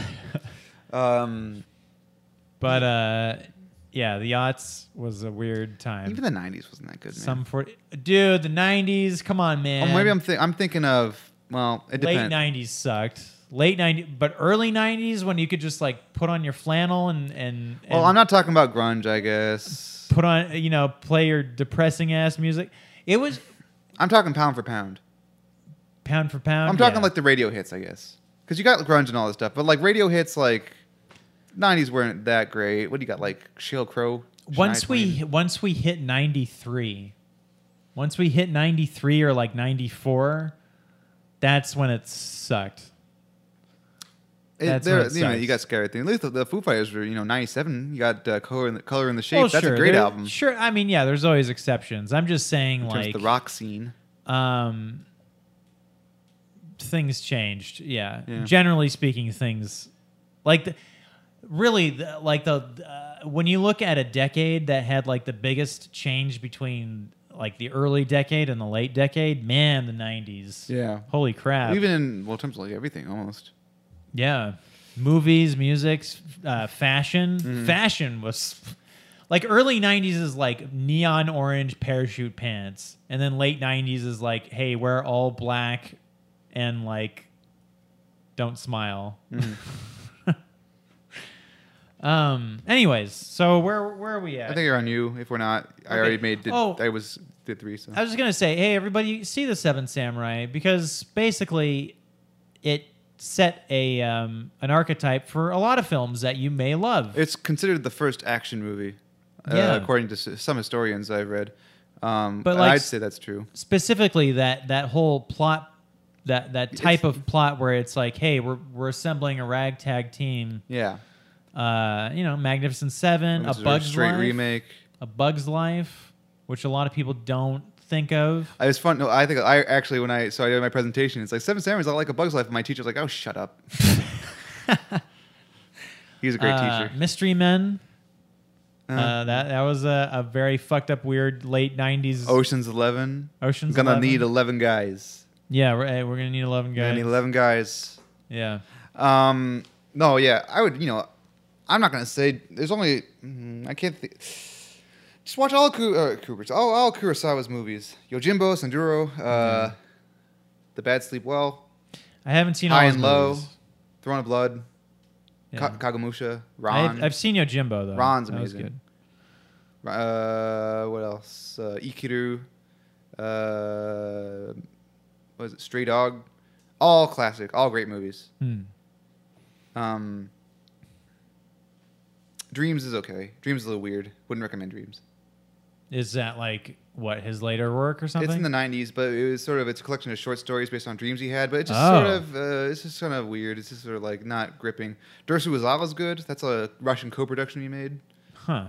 S1: Um,
S2: but uh, yeah, the yachts was a weird time.
S1: even the '90s wasn't that good. Man.
S2: Some for dude, the 90s. Come on,
S1: oh,
S2: man.
S1: maybe I'm think I'm thinking of well, it
S2: late
S1: depends.
S2: 90s sucked. Late 90s, but early 90s when you could just like put on your flannel and and, and
S1: Well, I'm not talking about grunge. I guess
S2: put on you know play your depressing ass music it was
S1: I'm talking pound for pound.
S2: pound for pound
S1: I'm talking
S2: yeah.
S1: like the radio hits, I guess, because you got grunge and all this stuff. But like radio hits, like '90s weren't that great. What do you got? Like Sheryl Crow. Shania
S2: once we
S1: Twain?
S2: once we hit 93 once we hit 93 or like 94 that's when it sucked
S1: It-
S2: that's
S1: there-
S2: when it
S1: you know,
S2: sucks.
S1: you got scary thing. At least the, the Foo Fighters were, you know, '97. You got uh, color in the color in the shape.
S2: Well,
S1: That's
S2: sure,
S1: a great
S2: there-
S1: album.
S2: sure i mean yeah there's always exceptions i'm just saying
S1: in terms
S2: like
S1: of the rock scene.
S2: um things changed yeah,
S1: Yeah.
S2: generally speaking things like the, really the, like the uh, when you look at a decade that had like the biggest change between like the early decade and the late decade man the 90s
S1: Yeah.
S2: holy crap
S1: Even in well, in terms of like everything, almost.
S2: yeah movies music uh, fashion
S1: Mm-hmm.
S2: fashion was *laughs* like early 90s is like neon orange parachute pants and then late 90s is like hey wear all black and like don't smile
S1: Mm-hmm.
S2: *laughs* um anyways so where where are we at
S1: I think you're on you. If we're not, I
S2: Okay.
S1: already made. Did,
S2: Oh.
S1: I was did three. So
S2: I was just gonna say, hey, everybody, see the Seven Samurai because basically, it set a um, an archetype for a lot of films that you may love.
S1: it's considered the first action movie,
S2: Yeah.
S1: uh, according to s- some historians I've read. Um,
S2: But,
S1: and
S2: like,
S1: I'd say that's true.
S2: Specifically, that that whole plot, that that type of plot where it's like, hey, we're we're assembling a ragtag team.
S1: Yeah,
S2: Uh, you know, Magnificent Seven,
S1: This
S2: a
S1: is
S2: Bug's
S1: straight
S2: Life,
S1: remake.
S2: a Bug's Life, which a lot of people don't think of.
S1: I was fun. No, I think I actually when I so I did my presentation, it's like Seven Samurais. I like a Bug's Life. And my teacher's like, oh, shut
S2: *laughs*
S1: up. He's a great
S2: Uh,
S1: teacher.
S2: Mystery Men.
S1: Uh,
S2: Uh, that that was a, a very fucked up, weird late '90s
S1: Ocean's Eleven.
S2: Ocean's
S1: gonna
S2: 11.
S1: need eleven guys.
S2: Yeah, we're, eh, we're gonna need eleven
S1: Gonna
S2: guys.
S1: need eleven guys.
S2: Yeah,
S1: Um, no, yeah, I would. You know, I'm not gonna say. There's only mm, I can't. think just watch all Ku- uh, Kubrick's, all, all Kurosawa's movies: Yojimbo, Sanduro, uh,
S2: Mm-hmm.
S1: The Bad Sleep Well,
S2: I haven't seen
S1: High
S2: all his
S1: and Low,
S2: movies.
S1: Throne of Blood,
S2: Yeah.
S1: Ka- Kagamusha, Ron.
S2: I've, I've seen Yojimbo though.
S1: Ron's
S2: That was
S1: amazing. uh, what else? Uh, Ikiru. Uh, what is it? Stray Dog. All classic. All great movies.
S2: good. Hmm.
S1: Um, Dreams is okay. Dreams is a little weird. Wouldn't recommend Dreams.
S2: Is that like what his later work or something?
S1: It's in the '90s, but it was sort of it's a collection of short stories based on dreams he had. But it's just sort
S2: Oh.
S1: of uh, it's just kind of weird. It's just sort of like not gripping. Dursu Azala's good. That's a Russian co-production he made.
S2: huh?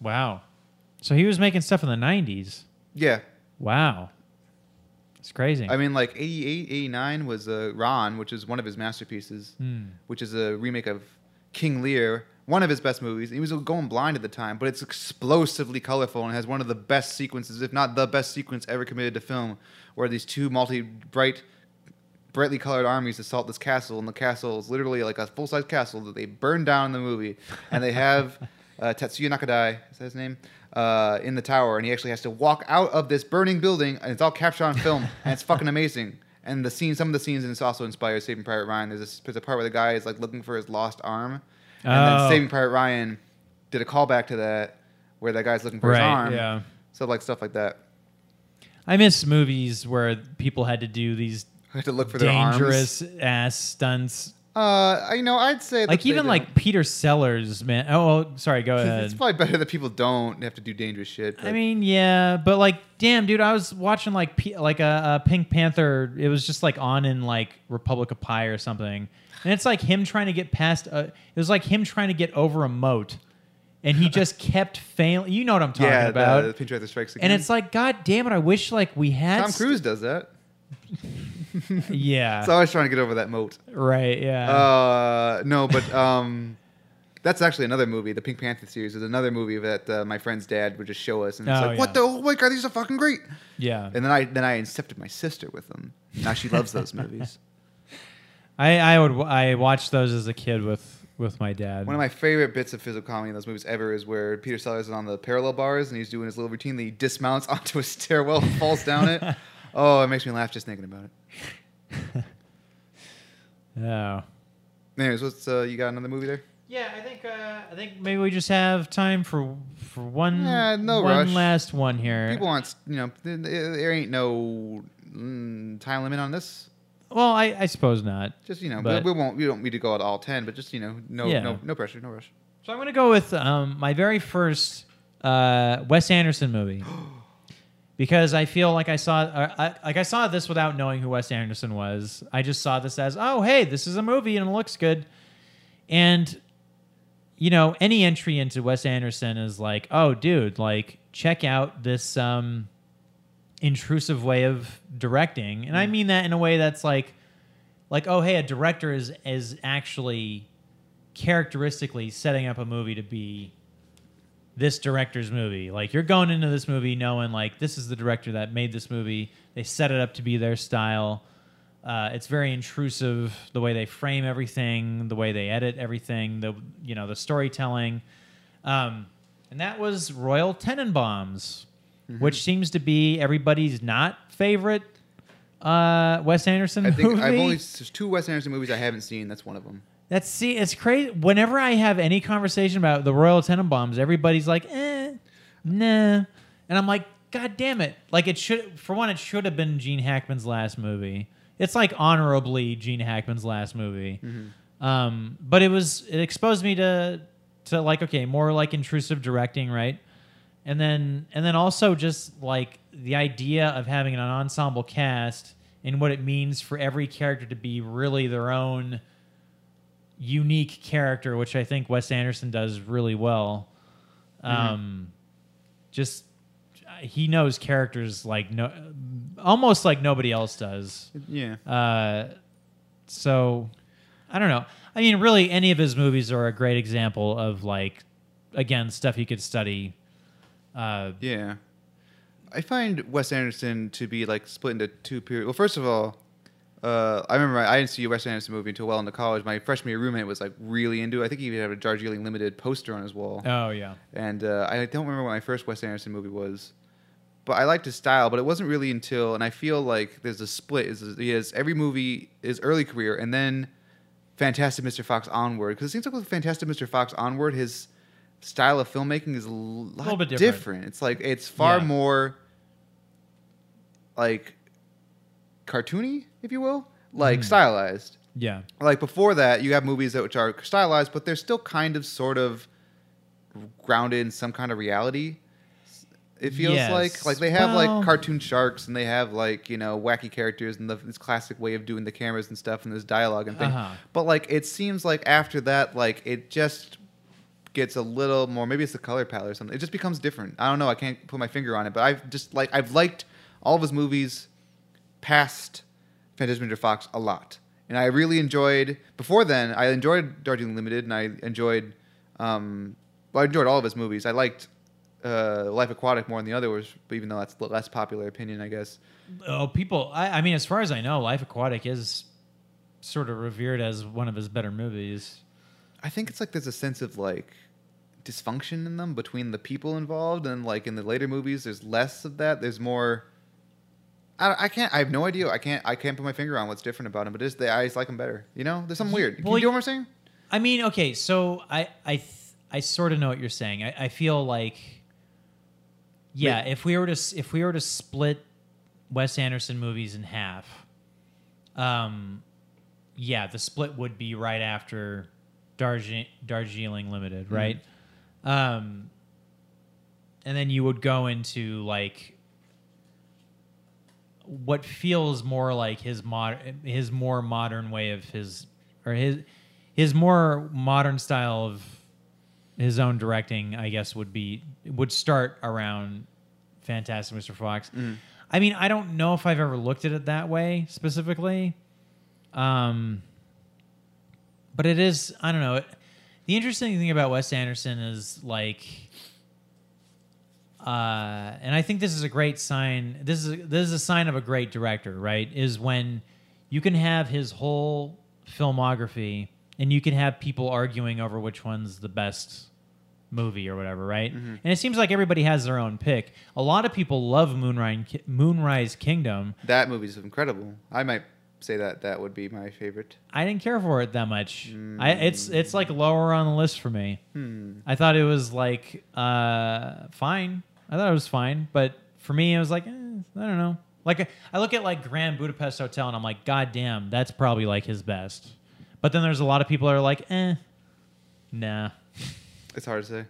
S2: Wow. So he was making stuff in the 90s.
S1: Yeah.
S2: Wow. It's crazy.
S1: I mean, like 88, 89 was uh, Ron, which is one of his masterpieces, which is a remake of King Lear, one of his best movies. He was going blind at the time, but it's explosively colorful and has one of the best sequences, if not the best sequence ever committed to film, where these two multi bright, brightly colored armies assault this castle, and the castle is literally like a full size castle that they burn down in the movie, and they
S2: *laughs*
S1: have. Uh, Tetsuya Nakadai, is that his name? Uh, in the tower, and he actually has to walk out of this burning building, and it's all captured on film, and it's fucking
S2: *laughs*
S1: amazing. And the scene, some of the scenes, and it's also inspired Saving Private Ryan. There's, this, there's a part where the guy is like looking for his lost arm, and
S2: Oh.
S1: then Saving Private Ryan did a callback to that, where that guy's looking for his
S2: Right,
S1: arm.
S2: yeah.
S1: So like stuff like that. *laughs*
S2: I miss movies where people had to do these
S1: I had to look for their arms.
S2: dangerous ass stunts.
S1: Uh, I- you know, I'd say that
S2: Like
S1: they
S2: even
S1: don't.
S2: like Peter Sellers, man. Oh, oh, sorry, go
S1: *laughs* it's
S2: ahead.
S1: probably better that people don't have to do dangerous shit.
S2: I
S1: but-
S2: mean, yeah, but like, damn, dude, I was watching like P- like a, a Pink Panther. It was just like on in like Republic of Pie or something, and it's like him trying to get past. A, it was like him trying to get over a moat, and he
S1: *laughs*
S2: just kept failing. You know what I'm talking
S1: yeah,
S2: about?
S1: the, the Pink Panther strikes again.
S2: and it's like, god damn it! I wish like we had
S1: Tom
S2: s-
S1: Cruise does that.
S2: *laughs* Yeah,
S1: *laughs* So I was trying to get over that moat.
S2: right. Yeah.
S1: Uh, no, but um, that's actually another movie. The Pink Panther series is another movie that uh, my friend's dad would just show us, and it's
S2: Oh,
S1: like, "What
S2: yeah.
S1: the? Oh my god, these are fucking great!"
S2: yeah.
S1: And then I then I incepted my sister with them. Now she loves those
S2: *laughs*
S1: movies.
S2: I, I would I watched those as a kid with with my dad.
S1: One of my favorite bits of physical comedy in those movies ever is where Peter Sellers is on the parallel bars and he's doing his little routine. That he dismounts *laughs* onto a stairwell, and falls down
S2: *laughs*
S1: it. Oh, it makes me laugh just thinking about it.
S2: oh.
S1: Anyways, what's uh, you got another movie there?
S2: Yeah, I think uh, I think maybe we just have time for for one
S1: Yeah, no
S2: one
S1: rush.
S2: last one here.
S1: People want, you know, th- th- there ain't no mm, time limit on this.
S2: well, I, I suppose not.
S1: Just you know,
S2: But-
S1: we, we won't. We don't need to go at all ten, but just you know, no,
S2: Yeah.
S1: no, no pressure, no
S2: *laughs*
S1: rush.
S2: So I'm gonna go with um, my very first uh, Wes Anderson movie because I feel like I saw uh, I, like I saw this without knowing who Wes Anderson was. I just saw this as oh hey this is a movie and it looks good, and you know any entry into Wes Anderson is like oh dude like check out this um, intrusive way of directing, and I mean that in a way that's like like oh hey a director is is actually characteristically setting up a movie to be this director's movie. Like you're going into this movie knowing like this is the director that made this movie. They set it up to be their style. Uh, it's very intrusive the way they frame everything, the way they edit everything, the you know the storytelling, um, and that was Royal Tenenbaums,
S1: Mm-hmm.
S2: which seems to be everybody's not favorite uh, Wes Anderson
S1: I think
S2: movie.
S1: I've only there's two Wes Anderson movies I haven't seen. That's one of them.
S2: That's see, it's crazy. Whenever I have any conversation about the Royal Tenenbaums, everybody's like, "Eh, nah," and I'm like, "God damn it!" Like it should. For one, it should have been Gene Hackman's last movie. It's like honorably Gene Hackman's last movie. Um, but it was it exposed me to to like okay, more like intrusive directing, right? and then and then also just like the idea of having an ensemble cast and what it means for every character to be really their own unique character which i think wes anderson does really well um just he knows characters like no almost like nobody else does
S1: Yeah,
S2: uh, so I don't know. I mean, really, any of his movies are a great example of like, again, stuff you could study. Uh,
S1: yeah. I find Wes Anderson to be like split into two periods. Well, first of all, uh, I remember I, I didn't see a Wes Anderson movie until well into college. My freshman year roommate was like really into. it. I think he even had a Darjeeling Limited poster on his wall.
S2: oh yeah,
S1: and uh, I don't remember what my first Wes Anderson movie was, but I liked his style. But it wasn't really until, and I feel like there's a split. Is is every movie is early career, and then Fantastic Mr. Fox onward, because it seems like with Fantastic Mr. Fox onward, his style of filmmaking is a lot
S2: little bit
S1: different.
S2: different.
S1: It's like it's far
S2: Yeah.
S1: more like cartoony, if you will, like
S2: Mhm.
S1: stylized
S2: yeah,
S1: like before that, you have movies that which are stylized, but they're still kind of sort of grounded in some kind of reality. It feels
S2: Yes.
S1: like like they have
S2: Well-
S1: like cartoon sharks and they have like you know wacky characters and the, this classic way of doing the cameras and stuff and this dialogue and things.
S2: Uh-huh.
S1: But like it seems like after that, like it just gets a little more. Maybe it's the color palette or something. It just becomes different. I don't know. I can't put my finger on it, but I've just like I've liked all of his movies past Fantastic Mr. Fox a lot, and I really enjoyed. Before then, I enjoyed Darjeeling Limited, and I enjoyed. Um, well, I enjoyed all of his movies. I liked uh, Life Aquatic more than the other was, even though that's the less popular opinion, I guess.
S2: Oh, people. I, I mean, as far as I know, Life Aquatic is sort of revered as one of his better movies.
S1: I think it's like there's a sense of like dysfunction in them between the people involved, and like in the later movies, there's less of that. There's more. I, I can't. I have no idea. I can't. I can't put my finger on what's different about him. But it's the I just like him better. You know, there's something weird.
S2: Well,
S1: you know what I'm saying?
S2: I mean, okay, so I I th- I sort of know what you're saying. I, I feel like yeah, if we were to s- if we were to split Wes Anderson movies in half, um, yeah, the split would be right after Darje- Darjeeling Limited, right? Um, and then you would go into like what feels more like his mod- his more modern way of his or his his more modern style of his own directing, I guess would be would start around Fantastic Mr. Fox. I mean, I don't know if I've ever looked at it that way specifically. Um but it is, I don't know. It, the interesting thing about Wes Anderson is like uh, and I think this is a great sign. This is this is a sign of a great director, right? Is when you can have his whole filmography, and you can have people arguing over which one's the best movie or whatever, right? And it seems like everybody has their own pick. A lot of people love Moonrise Moonrise Kingdom.
S1: That movie's incredible. I might say that that would be my favorite.
S2: I didn't care for it that much. I, it's it's like lower on the list for me. I thought it was like uh, fine. I thought it was fine, but for me, it was like eh, I don't know. Like I look at like Grand Budapest Hotel, and I'm like, God damn, that's probably like his best. But then there's a lot of people that are like, eh, nah,
S1: It's hard to say.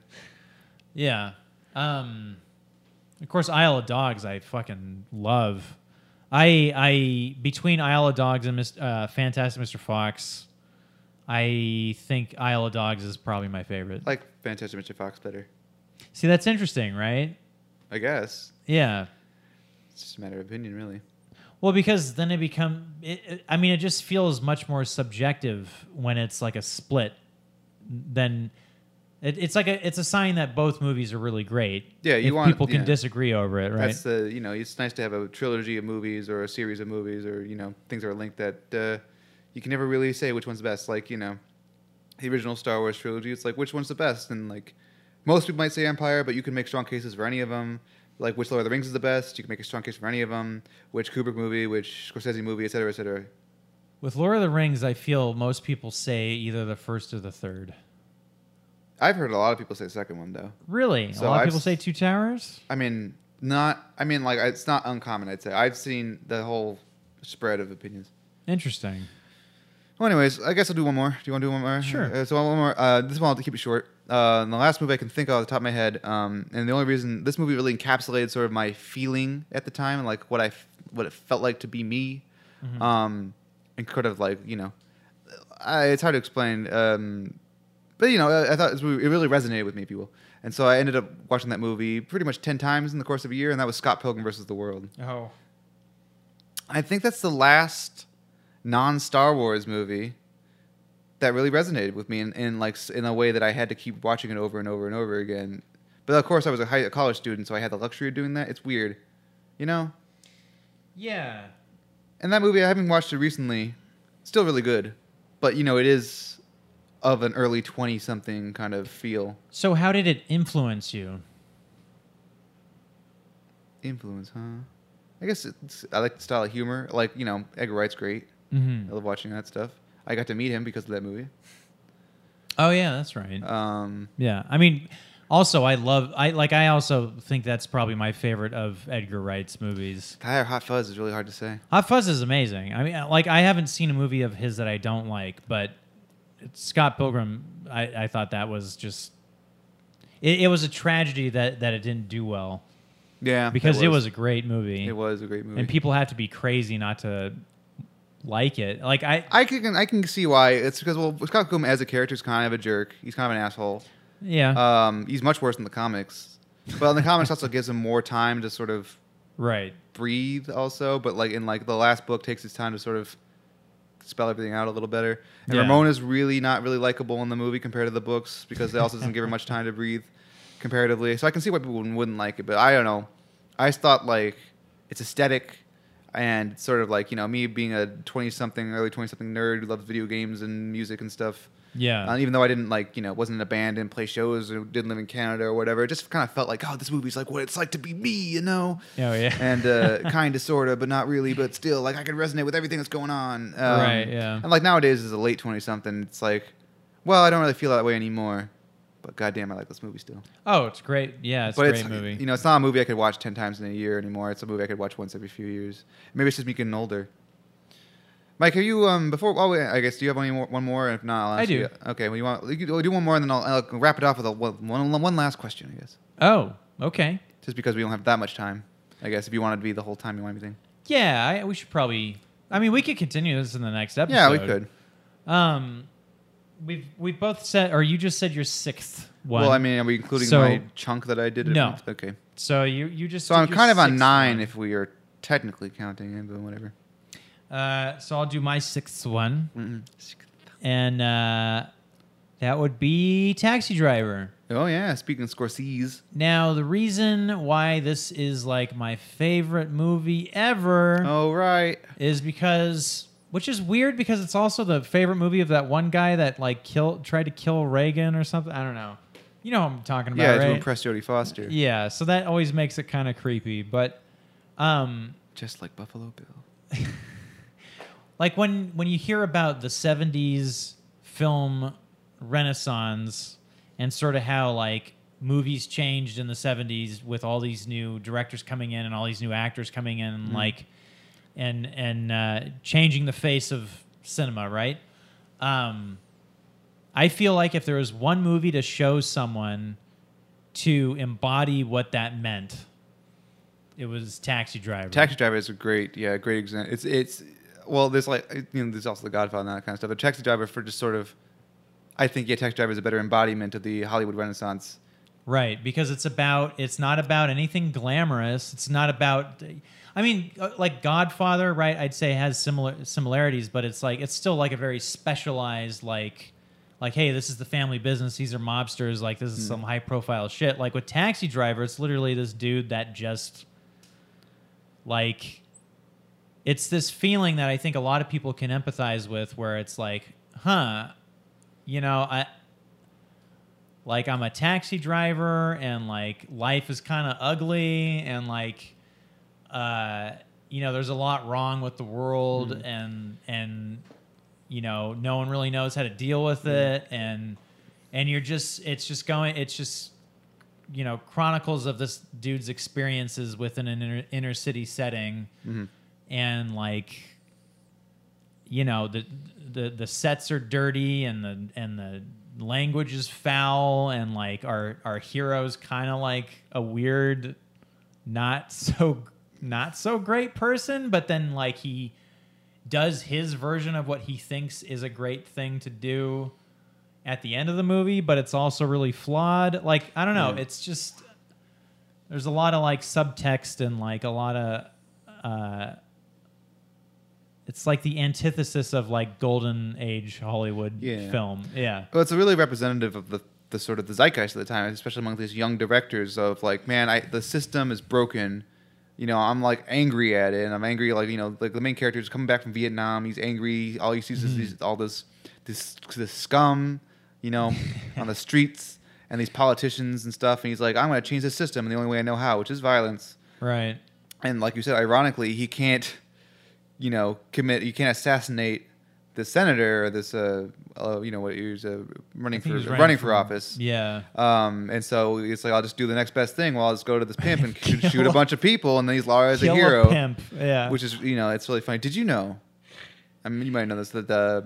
S2: yeah. Um, of course, Isle of Dogs, I fucking love. I I between Isle of Dogs and Mr., uh, Fantastic Mr. Fox, I think Isle of Dogs is probably my favorite.
S1: Like Fantastic Mr. Fox better,
S2: See, that's interesting, right?
S1: I guess.
S2: Yeah.
S1: It's just a matter of opinion, really.
S2: Well, because then it become. It, it- I mean, it just feels much more subjective when it's like a split. Than it, it's like a it's a sign that both movies are really great.
S1: Yeah, you
S2: if
S1: want-
S2: people can
S1: yeah.
S2: disagree over it, right?
S1: That's the you know it's nice to have a trilogy of movies or a series of movies or you know things that are linked that uh, you can never really say which one's the best. Like you know, the original Star Wars trilogy, it's like which one's the best, and like most people might say Empire, but you can make strong cases for any of them. Like which Lord of the Rings is the best, you can make a strong case for any of them. Which Kubrick movie, which Scorsese movie, et cetera, et cetera.
S2: With Lord of the Rings, I feel most people say either the first or the third.
S1: I've heard a lot of people say the second one though.
S2: Really, a
S1: So
S2: lot of
S1: I've
S2: people
S1: s-
S2: say Two Towers.
S1: I mean, not. I mean, like it's not uncommon. I'd say I've seen the whole spread of opinions.
S2: Interesting.
S1: Well, anyways, I guess I'll do one more. Do you want to do one more?
S2: Sure.
S1: Uh, so one more. Uh, this one I'll keep it short. Uh, and the last movie I can think of off the top of my head, um, and the only reason this movie really encapsulated sort of my feeling at the time, and like what I f- what it felt like to be me, um, and kind of like you know, I, it's hard to explain. Um, but you know, I, I thought this movie, it really resonated with me, people, and so I ended up watching that movie pretty much ten times in the course of a year, and that was Scott Pilgrim versus the World.
S2: Oh,
S1: I think that's the last non Star Wars movie that really resonated with me in, in like s- in a way that I had to keep watching it over and over and over again. But of course, I was a, high, a college student, so I had the luxury of doing that. It's weird, you know.
S2: yeah.
S1: And that movie, I haven't watched it recently. Still really good, but you know, it is of an early twenty something kind of feel
S2: So, how did it influence you?
S1: influence, huh? I guess it's, I like the style of humor. Like you know, Edgar Wright's great. I
S2: Mm-hmm.
S1: love watching that stuff. I got to meet him because of that movie.
S2: Oh, yeah, that's right.
S1: Um,
S2: Yeah, I mean, also I love I like I also think that's probably my favorite of Edgar Wright's movies.
S1: High or Hot Fuzz is really hard to say.
S2: Hot Fuzz is amazing. I mean, like I haven't seen a movie of his that I don't like, but Scott Pilgrim, I, I thought that was just it, it was a tragedy that that it didn't do well
S1: Yeah,
S2: because it was a great movie,
S1: it was a great movie.
S2: and people have to be crazy not to like it. Like I
S1: I can I can see why it's because well Scott Pilgrim as a character is kind of a jerk. He's kind of an asshole.
S2: Yeah.
S1: Um, he's much worse in the comics. But in the comics also gives him more time to sort of
S2: right.
S1: breathe also, but like in like the last book takes its time to sort of spell everything out a little better. And
S2: Yeah.
S1: Ramona's really not really likable in the movie compared to the books because they also doesn't give her much time to breathe comparatively. So I can see why people wouldn't- wouldn't like it, but I don't know. I just thought like it's aesthetic and sort of like, you know, me being a 20 something, early 20 something nerd who loves video games and music and stuff.
S2: Yeah.
S1: Uh, even though I didn't like, you know, wasn't in a band, didn't play shows, or didn't live in Canada or whatever, it just kind of felt like, oh, this movie's like what it's like to be me, you know?
S2: oh yeah.
S1: and uh, kind of, sort of, but not really, but still, like I can resonate with everything that's going on. Um,
S2: Right, yeah.
S1: And like nowadays, as a late twenty something, it's like, well, I don't really feel that way anymore. But goddamn, I like this movie still.
S2: *laughs* oh, it's great. Yeah, it's
S1: but
S2: a great
S1: it's
S2: movie.
S1: you know, it's not a movie I could watch ten times in a year anymore. It's a movie I could watch once every few years. Maybe it's just me getting older. Mike, have you um before? Oh, wait, I guess do you have any more, one more? If not, I'll
S2: I
S1: ask you-
S2: do.
S1: Okay, well, you want you, we'll do one more, and then I'll, I'll wrap it off with a one, one, one last question, I guess.
S2: oh, okay.
S1: Just because we don't have that much time, I guess. If you wanted to be the whole time, you want anything.
S2: Yeah, I, we should probably. I mean, we could continue this in the next episode.
S1: Yeah, we could.
S2: Um, we've we've both said, or you just said your sixth one.
S1: Well, I mean, are we including
S2: So-
S1: my chunk that I did? it
S2: No.
S1: with? Okay.
S2: so you you just
S1: So
S2: did
S1: I'm
S2: your
S1: kind of on
S2: sixth
S1: nine
S2: one.
S1: if we are technically counting in, but whatever.
S2: Uh, so I'll do my sixth one,
S1: Mm-mm.
S2: and uh, that would be Taxi Driver.
S1: Oh yeah, speaking of Scorsese,
S2: Now, the reason why this is like my favorite movie ever
S1: oh right,
S2: is because, which is weird because it's also the favorite movie of that one guy that like killed, tried to kill Reagan or something. I don't know. You know what I'm talking about,
S1: yeah, to
S2: right?
S1: impress Jodie Foster,
S2: Yeah, so that always makes it kind of creepy. But um,
S1: just like Buffalo Bill.
S2: like when when you hear about the 70s film renaissance and sort of how like movies changed in the 70s with all these new directors coming in and all these new actors coming in and like and and uh, changing the face of cinema right um i feel like if there was one movie to show someone to embody what that meant it was taxi driver
S1: Taxi Driver is a great, yeah, great example. It's it's well, there's like you know, there's also The Godfather and that kind of stuff. But Taxi Driver for just sort of, I think yeah, Taxi Driver is a better embodiment of the Hollywood Renaissance.
S2: Right, because it's about it's not about anything glamorous. It's not about I mean, uh, like Godfather, right? I'd say has similar similarities, but it's like it's still like a very specialized like like hey, this is the family business. These are mobsters. Like this is some high profile shit. Like with Taxi Driver, it's literally this dude that just like it's this feeling that I think a lot of people can empathize with where it's like, huh, you know, I like I'm a taxi driver and like life is kind of ugly and like uh you know, there's a lot wrong with the world and and you know, no one really knows how to deal with it and and you're just it's just going it's just you know, chronicles of this dude's experiences within an inner, inner city setting and like you know the the the sets are dirty and the and the language is foul and like our our hero's kind of like a weird not so not so great person but then like he does his version of what he thinks is a great thing to do at the end of the movie but it's also really flawed like i don't know
S1: Yeah.
S2: it's just there's a lot of like subtext and like a lot of uh it's like the antithesis of like golden age Hollywood
S1: Yeah.
S2: film. Yeah.
S1: Well, it's really representative of the, the sort of the zeitgeist of the time, especially among these young directors. Of like, man, I, the system is broken. You know, I'm like angry at it, and I'm angry. Like, you know, like the main character is coming back from Vietnam. He's angry. All he sees is these, all this, this, this scum. You know, on the streets and these politicians and stuff. And he's like, I'm going to change the system, and the only way I know how, which is violence
S2: Right.
S1: and like you said, ironically, he can't, you know, commit. You can't assassinate the senator or this, uh, uh you know, what he was uh, running for
S2: he was
S1: running, for office.
S2: Yeah.
S1: Um, and so it's like I'll just do the next best thing. Well, I'll just go to this pimp
S2: *laughs*
S1: and shoot,
S2: Kill
S1: shoot a
S2: a-
S1: bunch of people, and then he's lauded as a
S2: Kill
S1: hero,
S2: pimp. Yeah.
S1: which is you know, it's really funny. Did you know? I mean, you might know this that uh,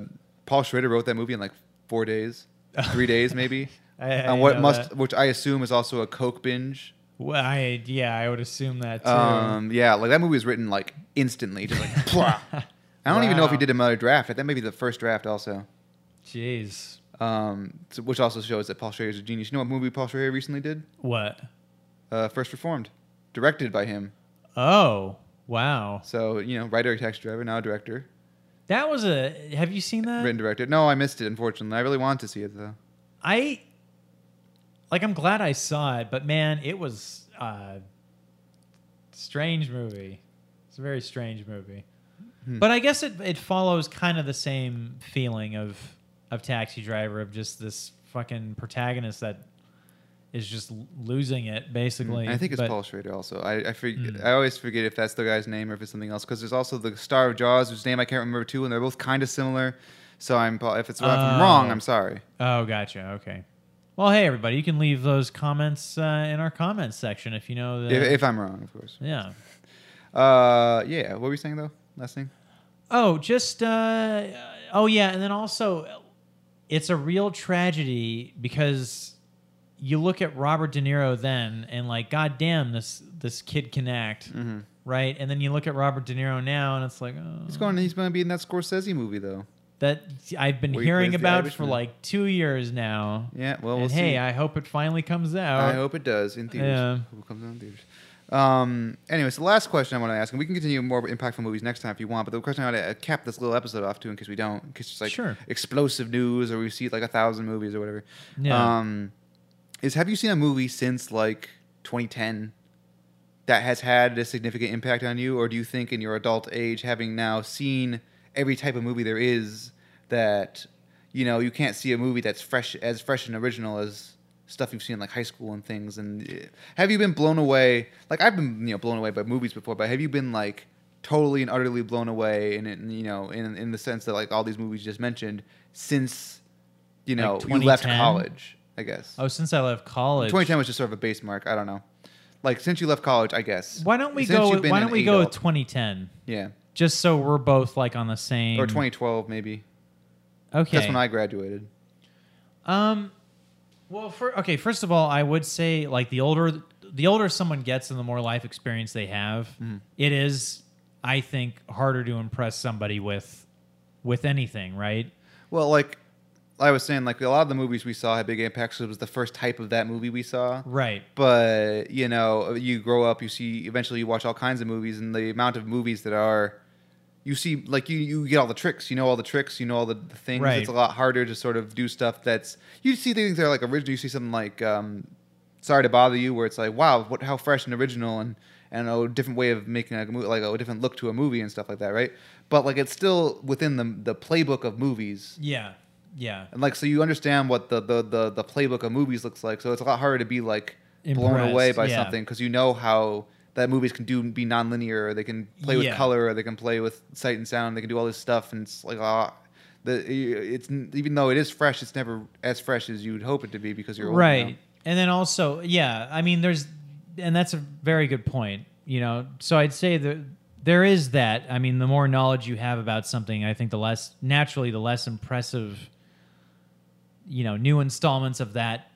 S1: Paul Schrader wrote that movie in like four days, three days maybe.
S2: *laughs* I- I
S1: and what
S2: know
S1: must,
S2: that.
S1: which I assume is also a coke binge.
S2: well, I yeah, I would assume that too.
S1: Um, yeah, like that movie was written like instantly, just like *laughs* plop. I don't even know if he
S2: Wow.
S1: did another draft. That may be the first draft, also.
S2: Jeez.
S1: um, so- which also shows that Paul Schrader is a genius. You know what movie Paul Schrader recently did?
S2: What?
S1: Uh, First Reformed, directed by him.
S2: Oh, wow.
S1: So you know, writer, taxi driver, now a director,
S2: That was a. Have you seen that?
S1: written, directed. No, I missed it. Unfortunately, I really wanted to see it though.
S2: I like I'm glad I saw it, but man, it was a strange movie. It's a very strange movie.
S1: Hmm.
S2: But I guess it it follows kind of the same feeling of of Taxi Driver of just this fucking protagonist that is just l- losing it basically.
S1: And I think it's
S2: but,
S1: Paul Schrader also. I I, forg
S2: Mm.
S1: I always forget if that's the guy's name or if it's something else because there's also the star of Jaws whose name I can't remember too, and they're both kind of similar. So I'm Paul. If it's if I'm
S2: Oh.
S1: wrong, I'm sorry.
S2: Oh, gotcha. Okay. Well, hey everybody, you can leave those comments uh, in our comments section if you know the
S1: If, if I'm wrong, of course.
S2: yeah.
S1: Uh, yeah. What were you saying though? Last thing.
S2: Oh, just uh, oh yeah, and then also, it's a real tragedy because you look at Robert De Niro then, and like, goddamn, this this kid can act,
S1: Mm-hmm.
S2: right? And then you look at Robert De Niro now, and it's like, oh,
S1: He's going. He's going to be in that Scorsese movie though.
S2: that I've been
S1: Where he
S2: hearing
S1: plays the
S2: about for
S1: Irishman.
S2: like two years now.
S1: Yeah. Well, we'll
S2: and
S1: see.
S2: hey, I hope it finally comes out.
S1: I hope it does in theaters.
S2: Yeah.
S1: Hope it comes out in theaters. Um, anyway, so the last question I want to ask, and we can continue more impactful movies next time if you want. But the question I want to uh, cap this little episode off to, in case we don't, in case it's like
S2: Sure.
S1: explosive news or we see like a thousand movies or whatever.
S2: Yeah.
S1: Um, is have you seen a movie since like 2010 that has had a significant impact on you, or do you think in your adult age, having now seen every type of movie there is, that you know you can't see a movie that's fresh as fresh and original as stuff you've seen like high school and things? And eh, have you been blown away? Like I've been you know blown away by movies before, but have you been like totally and utterly blown away? And in, you know, in in the sense that like all these movies you just mentioned since you know
S2: Like
S1: you left
S2: 2010?
S1: college, I guess.
S2: oh, since I left college,
S1: 2010 was just sort of a base mark. I don't know. Like since you left college, I guess.
S2: why don't we
S1: Since
S2: go?
S1: you've
S2: With,
S1: been
S2: why
S1: an
S2: don't we go with
S1: adult.
S2: 2010?
S1: yeah,
S2: Just so we're both like on the same
S1: or 2012 maybe.
S2: Okay.
S1: That's when I graduated.
S2: Um, well, for okay, first of all, I would say like the older the older someone gets and the more life experience they have,
S1: Mm-hmm.
S2: it is, I think, harder to impress somebody with with anything, right?
S1: Well, like I was saying, like a lot of the movies we saw had big impacts. 'cause It was the first type of that movie we saw.
S2: Right.
S1: But you know, you grow up, you see. Eventually, you watch all kinds of movies, and the amount of movies that are. You see, like you, you get all the tricks. You know all the tricks. You know all the, the things.
S2: Right.
S1: It's a lot harder to sort of do stuff that's. You see things that are like original. You see something like um, "Sorry to Bother You," where it's like, wow, what how fresh and original and and a different way of making a movie, like a different look to a movie and stuff like that, right? But like it's still within the the playbook of movies.
S2: Yeah. Yeah.
S1: And like so you understand what the the the, the playbook of movies looks like. So it's a lot harder to be like blown
S2: Impressed,
S1: away by
S2: yeah.
S1: something because you know how that movies can do be nonlinear or they can play with
S2: Yeah.
S1: color or they can play with sight and sound. They can do all this stuff and it's like ah. The, it's even though it is fresh, it's never as fresh as you'd hope it to be because you're older now.
S2: right and then also yeah i mean there's and that's a very good point you know so i'd say that there is that i mean the more knowledge you have about something i think the less naturally the less impressive you know new installments of that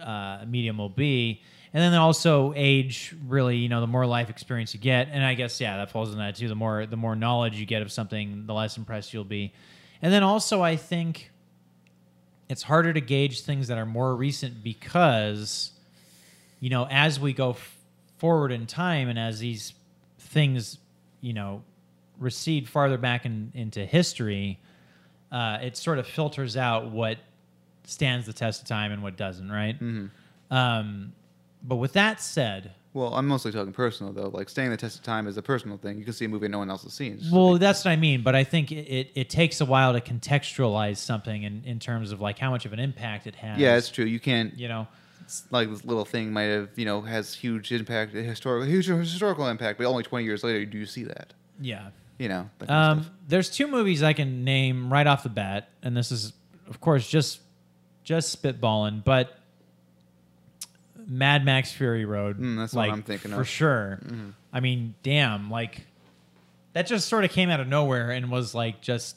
S2: uh, medium will be and then also age really you know the more life experience you get and i guess yeah that falls in that too the more the more knowledge you get of something the less impressed you'll be and then also i think it's harder to gauge things that are more recent because you know as we go f- forward in time and as these things you know recede farther back in, into history uh, it sort of filters out what stands the test of time and what doesn't right
S1: Mm-hmm.
S2: um, but with that said
S1: Well, I'm mostly talking personal though. Like staying the test of time is a personal thing. You can see a movie no one else has seen. It's just
S2: Well, that's what I mean, but I think it, it, it takes a while to contextualize something in, in terms of like how much of an impact it has.
S1: like- yeah, it's true. You can't
S2: you know,
S1: like this little thing might have you know has huge impact, historical huge historical impact, but only 20 years later do you see that.
S2: yeah.
S1: You know. that kind of
S2: Um,
S1: stuff.
S2: there's two movies I can name right off the bat, and this is, of course, just just spitballing, but Mad Max Fury Road.
S1: Mm, that's what
S2: like,
S1: I'm thinking
S2: for
S1: of. Mm-hmm.
S2: sure. I mean, damn, like that just sort of came out of nowhere and was like just.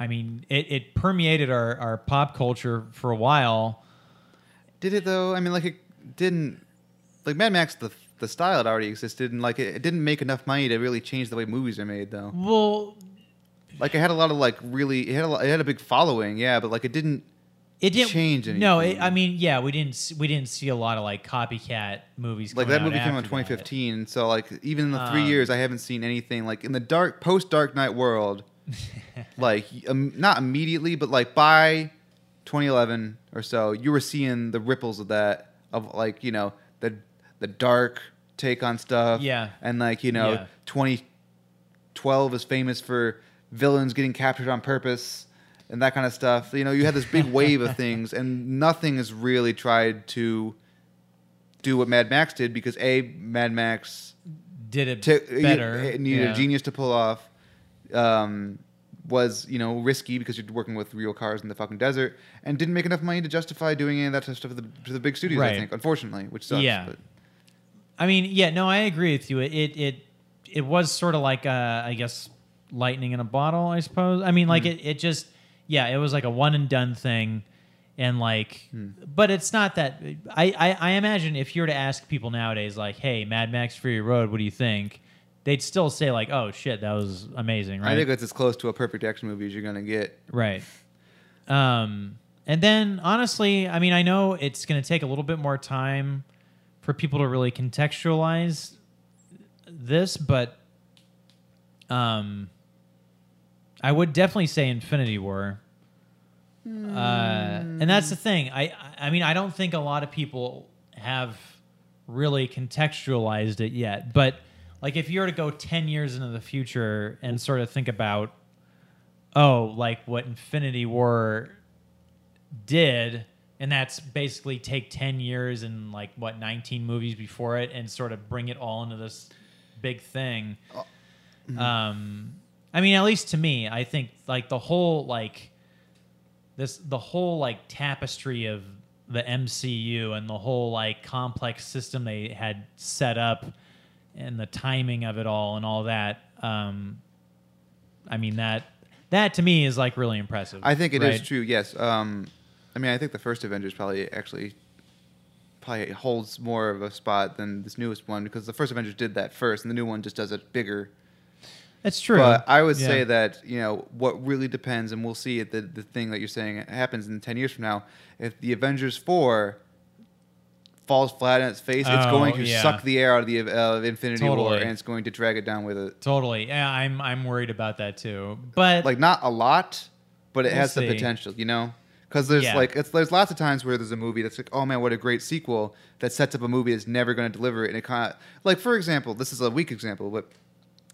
S2: I mean, it, it permeated our, our pop culture for a while.
S1: Did it though? I mean, like it didn't. Like Mad Max, the the style had already existed, and like it, it didn't make enough money to really change the way movies are made though.
S2: Well,
S1: Like it had a lot of like really it had a, lot, it had a big following, yeah, but like it didn't.
S2: It didn't
S1: change
S2: No,
S1: anything.
S2: it, I mean, yeah, we didn't s- we didn't see a lot of like copycat movies.
S1: Like
S2: coming
S1: that
S2: out
S1: movie came out in
S2: after that.
S1: 2015, and so like even in the three
S2: Um,
S1: years, I haven't seen anything like in the dark post Dark Knight
S2: *laughs*
S1: world. like um, not immediately, but like by 2011 or so, you were seeing the ripples of that of like you know the the dark take on stuff.
S2: Yeah.
S1: and like you know
S2: Yeah.
S1: 2012 is famous for villains getting captured on purpose and that kind of stuff. You know, you had this
S2: *laughs*
S1: big wave of things, and nothing has really tried to do what Mad Max did because a Mad Max
S2: did it
S1: to, uh,
S2: better.
S1: It needed
S2: yeah.
S1: a genius to pull off. Um, was you know risky because you're working with real cars in the fucking desert, and didn't make enough money to justify doing any of that type of stuff to the, to the big studios. I
S2: Right.
S1: think, unfortunately, which sucks.
S2: Yeah.
S1: but-
S2: I mean, yeah, no, I agree with you. It it it, it was sort of like uh, I guess lightning in a bottle, I suppose. I mean, like
S1: Hmm.
S2: it it just yeah, it was like a one and done thing, and like,
S1: Hmm.
S2: but it's not that. I, I I imagine if you were to ask people nowadays, like, hey, Mad Max Fury Road, what do you think? They'd still say like, oh shit, that was amazing, right?
S1: I think that's as close to a perfect action movie as you're gonna get.
S2: Right. Um, and then honestly, I mean, I know it's going to take a little bit more time for people to really contextualize this, but um, I would definitely say Infinity War. Uh, and that's the thing. I I- I mean, I don't think a lot of people have really contextualized it yet. But like, if you were to go ten years into the future and sort of think about, oh, like what Infinity War did, and that's basically take ten years and like what nineteen movies before it, and sort of bring it all into this big thing.
S1: Uh, mm-hmm.
S2: Um, I mean, at least to me, I think like the whole like this the whole like tapestry of the MCU and the whole like complex system they had set up and the timing of it all and all that um I mean that that to me is like really impressive.
S1: I think it is
S2: right?
S1: true. Yes. Um, I mean, I think the first Avengers probably actually probably holds more of a spot than this newest one because the first Avengers did that first, and the new one just does it bigger.
S2: That's true.
S1: But I would
S2: Yeah.
S1: say that you know what really depends, and we'll see it. The, the thing that you're saying happens in ten years from now. If the Avengers four falls flat on its face, it's
S2: Oh,
S1: going to
S2: yeah.
S1: suck the air out of the uh, of Infinity War,
S2: Totally.
S1: and it's going to drag it down with it.
S2: totally. Yeah, I'm I'm worried about that too. But
S1: like not a lot, but it
S2: We'll
S1: has
S2: see.
S1: the potential, you know. Because there's
S2: Yeah.
S1: like it's, there's lots of times where there's a movie that's like, oh man, what a great sequel that sets up a movie that's never going to deliver it, and it kind of like for example, this is a weak example, but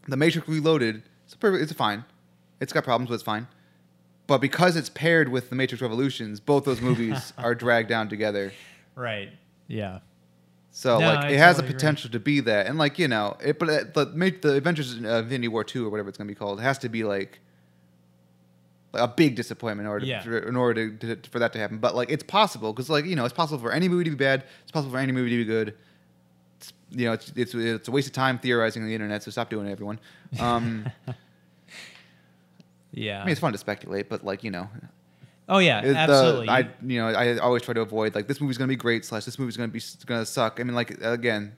S1: The Matrix Reloaded, it's a perfect, it's fine, it's got problems, but it's fine. But because it's paired with The Matrix Revolutions, both those
S2: *laughs*
S1: movies are dragged down together.
S2: right. Yeah.
S1: So
S2: No,
S1: like
S2: I
S1: it has
S2: totally
S1: the
S2: agree.
S1: potential to be that, and like you know, it but it, the make the Adventures of Infinity War two or whatever it's gonna be called has to be like a big disappointment in order to,
S2: Yeah.
S1: for- in order to, to- for that to happen. But like it's possible because like you know it's possible for any movie to be bad. It's possible for any movie to be good. It's, you know it's, it's it's a waste of time theorizing on the internet. So stop doing it, everyone. Um,
S2: Yeah.
S1: I mean it's fun to speculate, but like you know,
S2: oh yeah,
S1: it- the-
S2: absolutely.
S1: I you know I always try to avoid like this movie's gonna be great slash this movie's gonna be gonna suck. I mean like again,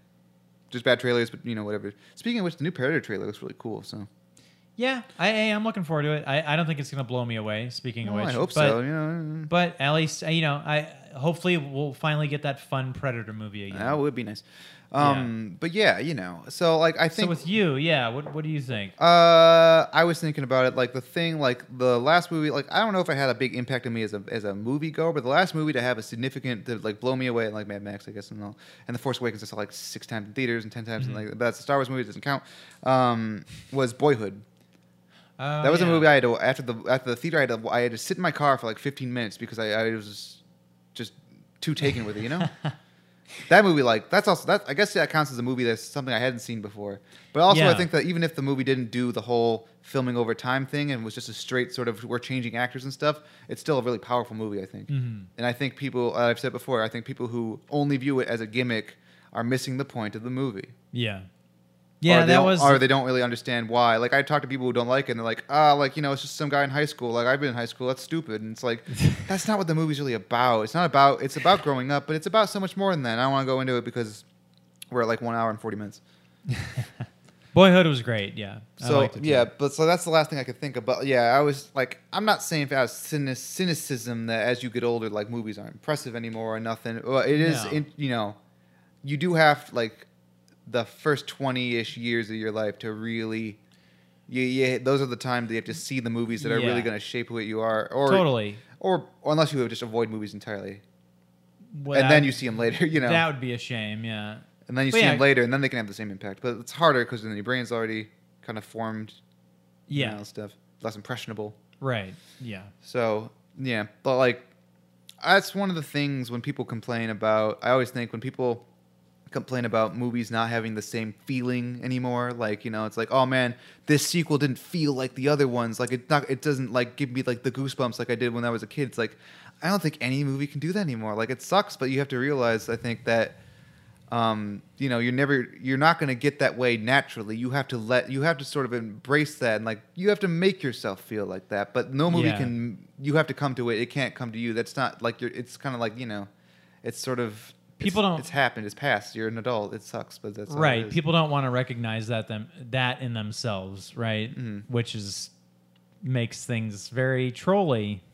S1: just bad trailers, but you know whatever. Speaking of which, the new Predator trailer looks really cool. So
S2: Yeah, I, I am looking forward to it. I, I don't think it's going to blow me away. Speaking
S1: Well,
S2: of
S1: Oh, I
S2: which,
S1: hope
S2: but,
S1: so. You know,
S2: But at least uh, you know, I hopefully we'll finally get that fun Predator movie again.
S1: that would be nice. Um, but yeah, you know, so like I
S2: so
S1: think
S2: with you, yeah. What what do you think?
S1: Uh, I was thinking about it. Like the thing, like the last movie. Like I don't know if it had a big impact on me as a as a movie goer, but the last movie to have a significant to like blow me away, like Mad Max, I guess, and all, and the Force Awakens. I saw like six times in theaters and ten times, and like that's a Star Wars movie. It doesn't count. Um, was Boyhood.
S2: Oh,
S1: that was
S2: yeah.
S1: a movie I had to after the after the theater. I had to, I had to sit in my car for like fifteen minutes because I, I was just too taken with it. You
S2: *laughs*
S1: know. That movie, like that's also that I guess that counts as a movie that's something I hadn't seen before. But also, I
S2: Yeah.
S1: think that even if the movie didn't do the whole filming over time thing and was just a straight sort of we're changing actors and stuff, it's still a really powerful movie. I think,
S2: Mm-hmm.
S1: and I think people uh, I've said before, I think people who only view it as a gimmick are missing the point of the movie.
S2: Yeah,
S1: Or
S2: yeah.
S1: they
S2: That
S1: don't-
S2: was
S1: or they don't really understand why. Like I talk to people who don't like it, and they're like, ah, like you know, it's just some guy in high school. Like I've been in high school. That's stupid. And it's
S2: *laughs*
S1: like, that's not what the movie's really about. It's not about. It's about growing up, but it's about so much more than that. And I don't want to go into it because we're at like one hour and forty minutes.
S2: Boyhood was great. Yeah. I
S1: So
S2: liked it too.
S1: yeah, but so that's the last thing I could think about. Yeah, I was like, I'm not saying if I was cynic- cynicism that as you get older, like movies aren't impressive anymore or nothing. Well, it is,
S2: No.
S1: in, you know, you do have like the first twenty ish years of your life to really, you, you, those are the times that you have to see the movies that are
S2: Yeah.
S1: really going to shape who you are, or
S2: totally.
S1: or, or unless you just avoid movies entirely,
S2: Well,
S1: and then you see them later, *laughs* you know,
S2: that would be a shame. Yeah.
S1: and then you
S2: but
S1: see
S2: yeah.
S1: them later, and then they can have the same impact. But it's harder because then your brain's already kind of formed
S2: Yeah.
S1: and stuff less impressionable
S2: Right. Yeah.
S1: so yeah but like that's one of the things when people complain about i always think when people complain about movies not having the same feeling anymore like you know it's like oh man this sequel didn't feel like the other ones like it not it doesn't like give me like the goosebumps like i did when i was a kid it's like i don't think any movie can do that anymore like it sucks but you have to realize i think that um, you know, you're never, you're not going to get that way naturally. You have to let, you have to sort of embrace that, and like, you have to make yourself feel like that. But no movie
S2: Yeah.
S1: can, you have to come to it. It can't come to you. That's not like you're. It's kind of like you know, it's sort of it's-
S2: People don't-
S1: It's happened. It's past. You're an adult. It sucks, but that's all it
S2: right.
S1: is.
S2: People don't want to recognize that them that in themselves. Right. Which is makes things very trolly.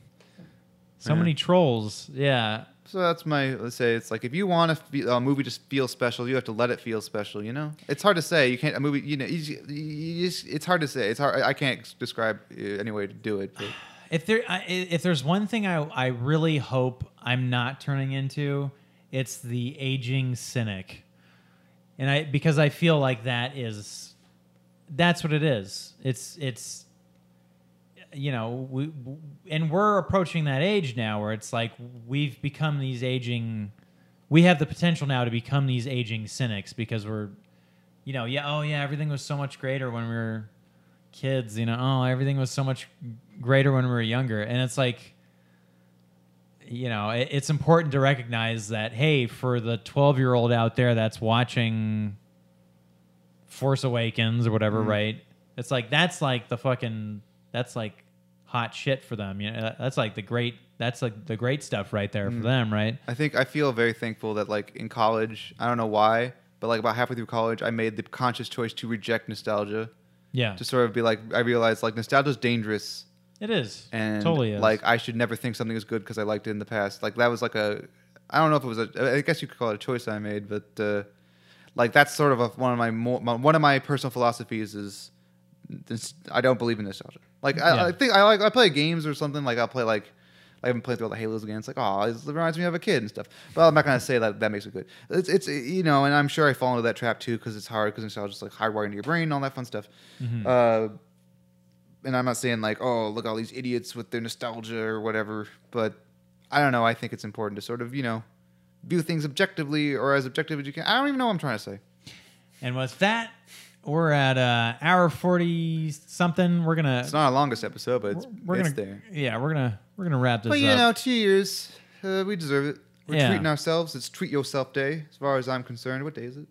S2: So
S1: Yeah.
S2: many trolls. Yeah.
S1: So that's my let's say. It's like if you want to fe- a movie just feel special, you have to let it feel special. You know, it's hard to say. You can't a movie. You know, you, just- you just, it's hard to say. It's hard. I I can't describe uh, any way to do it. But.
S2: If there I, if there's one thing I I really hope I'm not turning into, it's the aging cynic. And I because I feel like that is that's what it is. It's it's you know, we and we're approaching that age now where it's like we've become these aging we have the potential now to become these aging cynics because we're you know, yeah, oh yeah, everything was so much greater when we were kids, you know, oh, everything was so much greater when we were younger. And it's like, you know, it, it's important to recognize that, hey, for the 12 year old out there that's watching Force Awakens or whatever,
S1: Mm-hmm.
S2: right? It's like, that's like the fucking, that's like hot shit for them. You know, that's like the great, that's like the great stuff right there
S1: Mm-hmm.
S2: for them, right?
S1: I think I feel very thankful that like in college, I don't know why, but like about halfway through college, I made the conscious choice to reject nostalgia.
S2: Yeah.
S1: To sort of be like, I realized like nostalgia's dangerous,
S2: it is.
S1: and
S2: totally is.
S1: like I should never think something is good because I liked it in the past. Like that was like a, I don't know if it was a, I guess you could call it a choice I made, but uh, like that's sort of a, one of my, more, my one of my personal philosophies is this, I don't believe in nostalgia. Like I,
S2: Yeah.
S1: I think I like I play games or something. Like I'll play like I haven't played through all the Halos again. It's like oh, it reminds me of a kid and stuff. But I'm not gonna say that that makes it good. It's it's you know, and I'm sure I fall into that trap too because it's hard because nostalgia is like hardwired into your brain and all that fun stuff.
S2: Mm-hmm.
S1: Uh, and I'm not saying like oh look all these idiots with their nostalgia or whatever, but I don't know. I think it's important to sort of you know view things objectively or as objective as you can. I don't even know what I'm trying to say.
S2: And with that, we're at uh, hour forty something. We're gonna
S1: It's not our longest episode, but it's,
S2: we're
S1: it's
S2: gonna
S1: there.
S2: yeah we're gonna we're gonna wrap this
S1: But you
S2: up.
S1: know, two years, uh, we deserve it. We're
S2: Yeah.
S1: treating ourselves. It's treat yourself day, as far as I'm concerned. What day is it?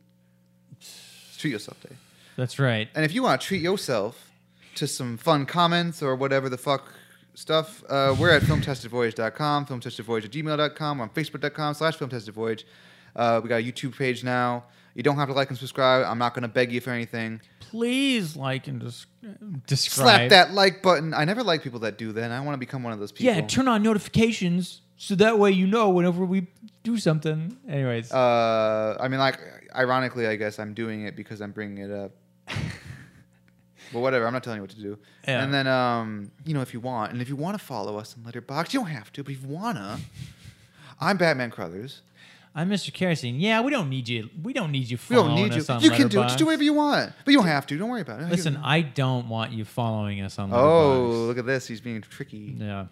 S1: It's treat yourself day.
S2: That's right.
S1: And if you want to treat yourself to some fun comments or whatever the fuck stuff, uh, we're at filmtestedvoyage.com, filmtestedvoyage at gmail.com, on facebook.com slash filmtestedvoyage. Uh, we got a YouTube page now. You don't have to like and subscribe. I'm not going to beg you for anything.
S2: Please like and just
S1: Slap
S2: describe
S1: that like button. I never like people that do that. and I want to become one of those people.
S2: Yeah, turn on notifications so that way you know whenever we do something. Anyways,
S1: Uh, I mean, like, ironically, I guess I'm doing it because I'm bringing it
S2: *laughs*
S1: up. but whatever, I'm not telling you what to do.
S2: Yeah.
S1: And then, um, you know, if you want, and if you want to follow us on Letterboxd, you don't have to, but if you wanna, I'm Batman Crothers.
S2: I'm Mr. Kerosene. Yeah, we don't need you. We don't need you.
S1: We don't
S2: Following
S1: need you.
S2: us on
S1: You can do it.
S2: Letterboxd.
S1: Just do whatever you want, but you don't have to. Don't worry about it.
S2: Listen, I don't want you following us on.
S1: Oh,
S2: Letterboxd.
S1: look at this. He's being tricky.
S2: Yeah.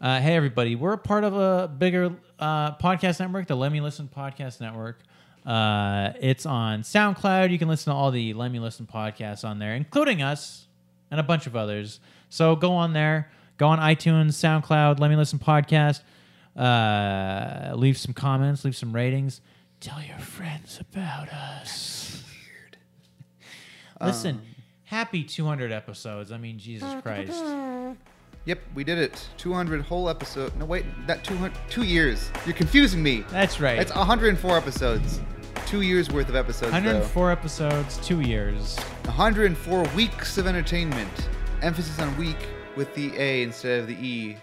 S2: Uh, hey, everybody. We're a part of a bigger uh, podcast network, the Let Me Listen Podcast Network. Uh, it's on SoundCloud. You can listen to all the Let Me Listen podcasts on there, including us and a bunch of others. So go on there. Go on iTunes, SoundCloud, Let Me Listen Podcast. Uh, leave some comments, leave some ratings. Tell your friends about us. Weird. Oh, Listen, happy 200 episodes. I mean, Jesus Christ.
S1: Yep, we did it. 200 whole episode. No, wait, not 200. Two years. You're confusing me.
S2: That's right.
S1: It's 104 episodes. Two years worth of episodes. though.
S2: 104 episodes, two years.
S1: 104 weeks of entertainment. Emphasis on week with the A instead of the E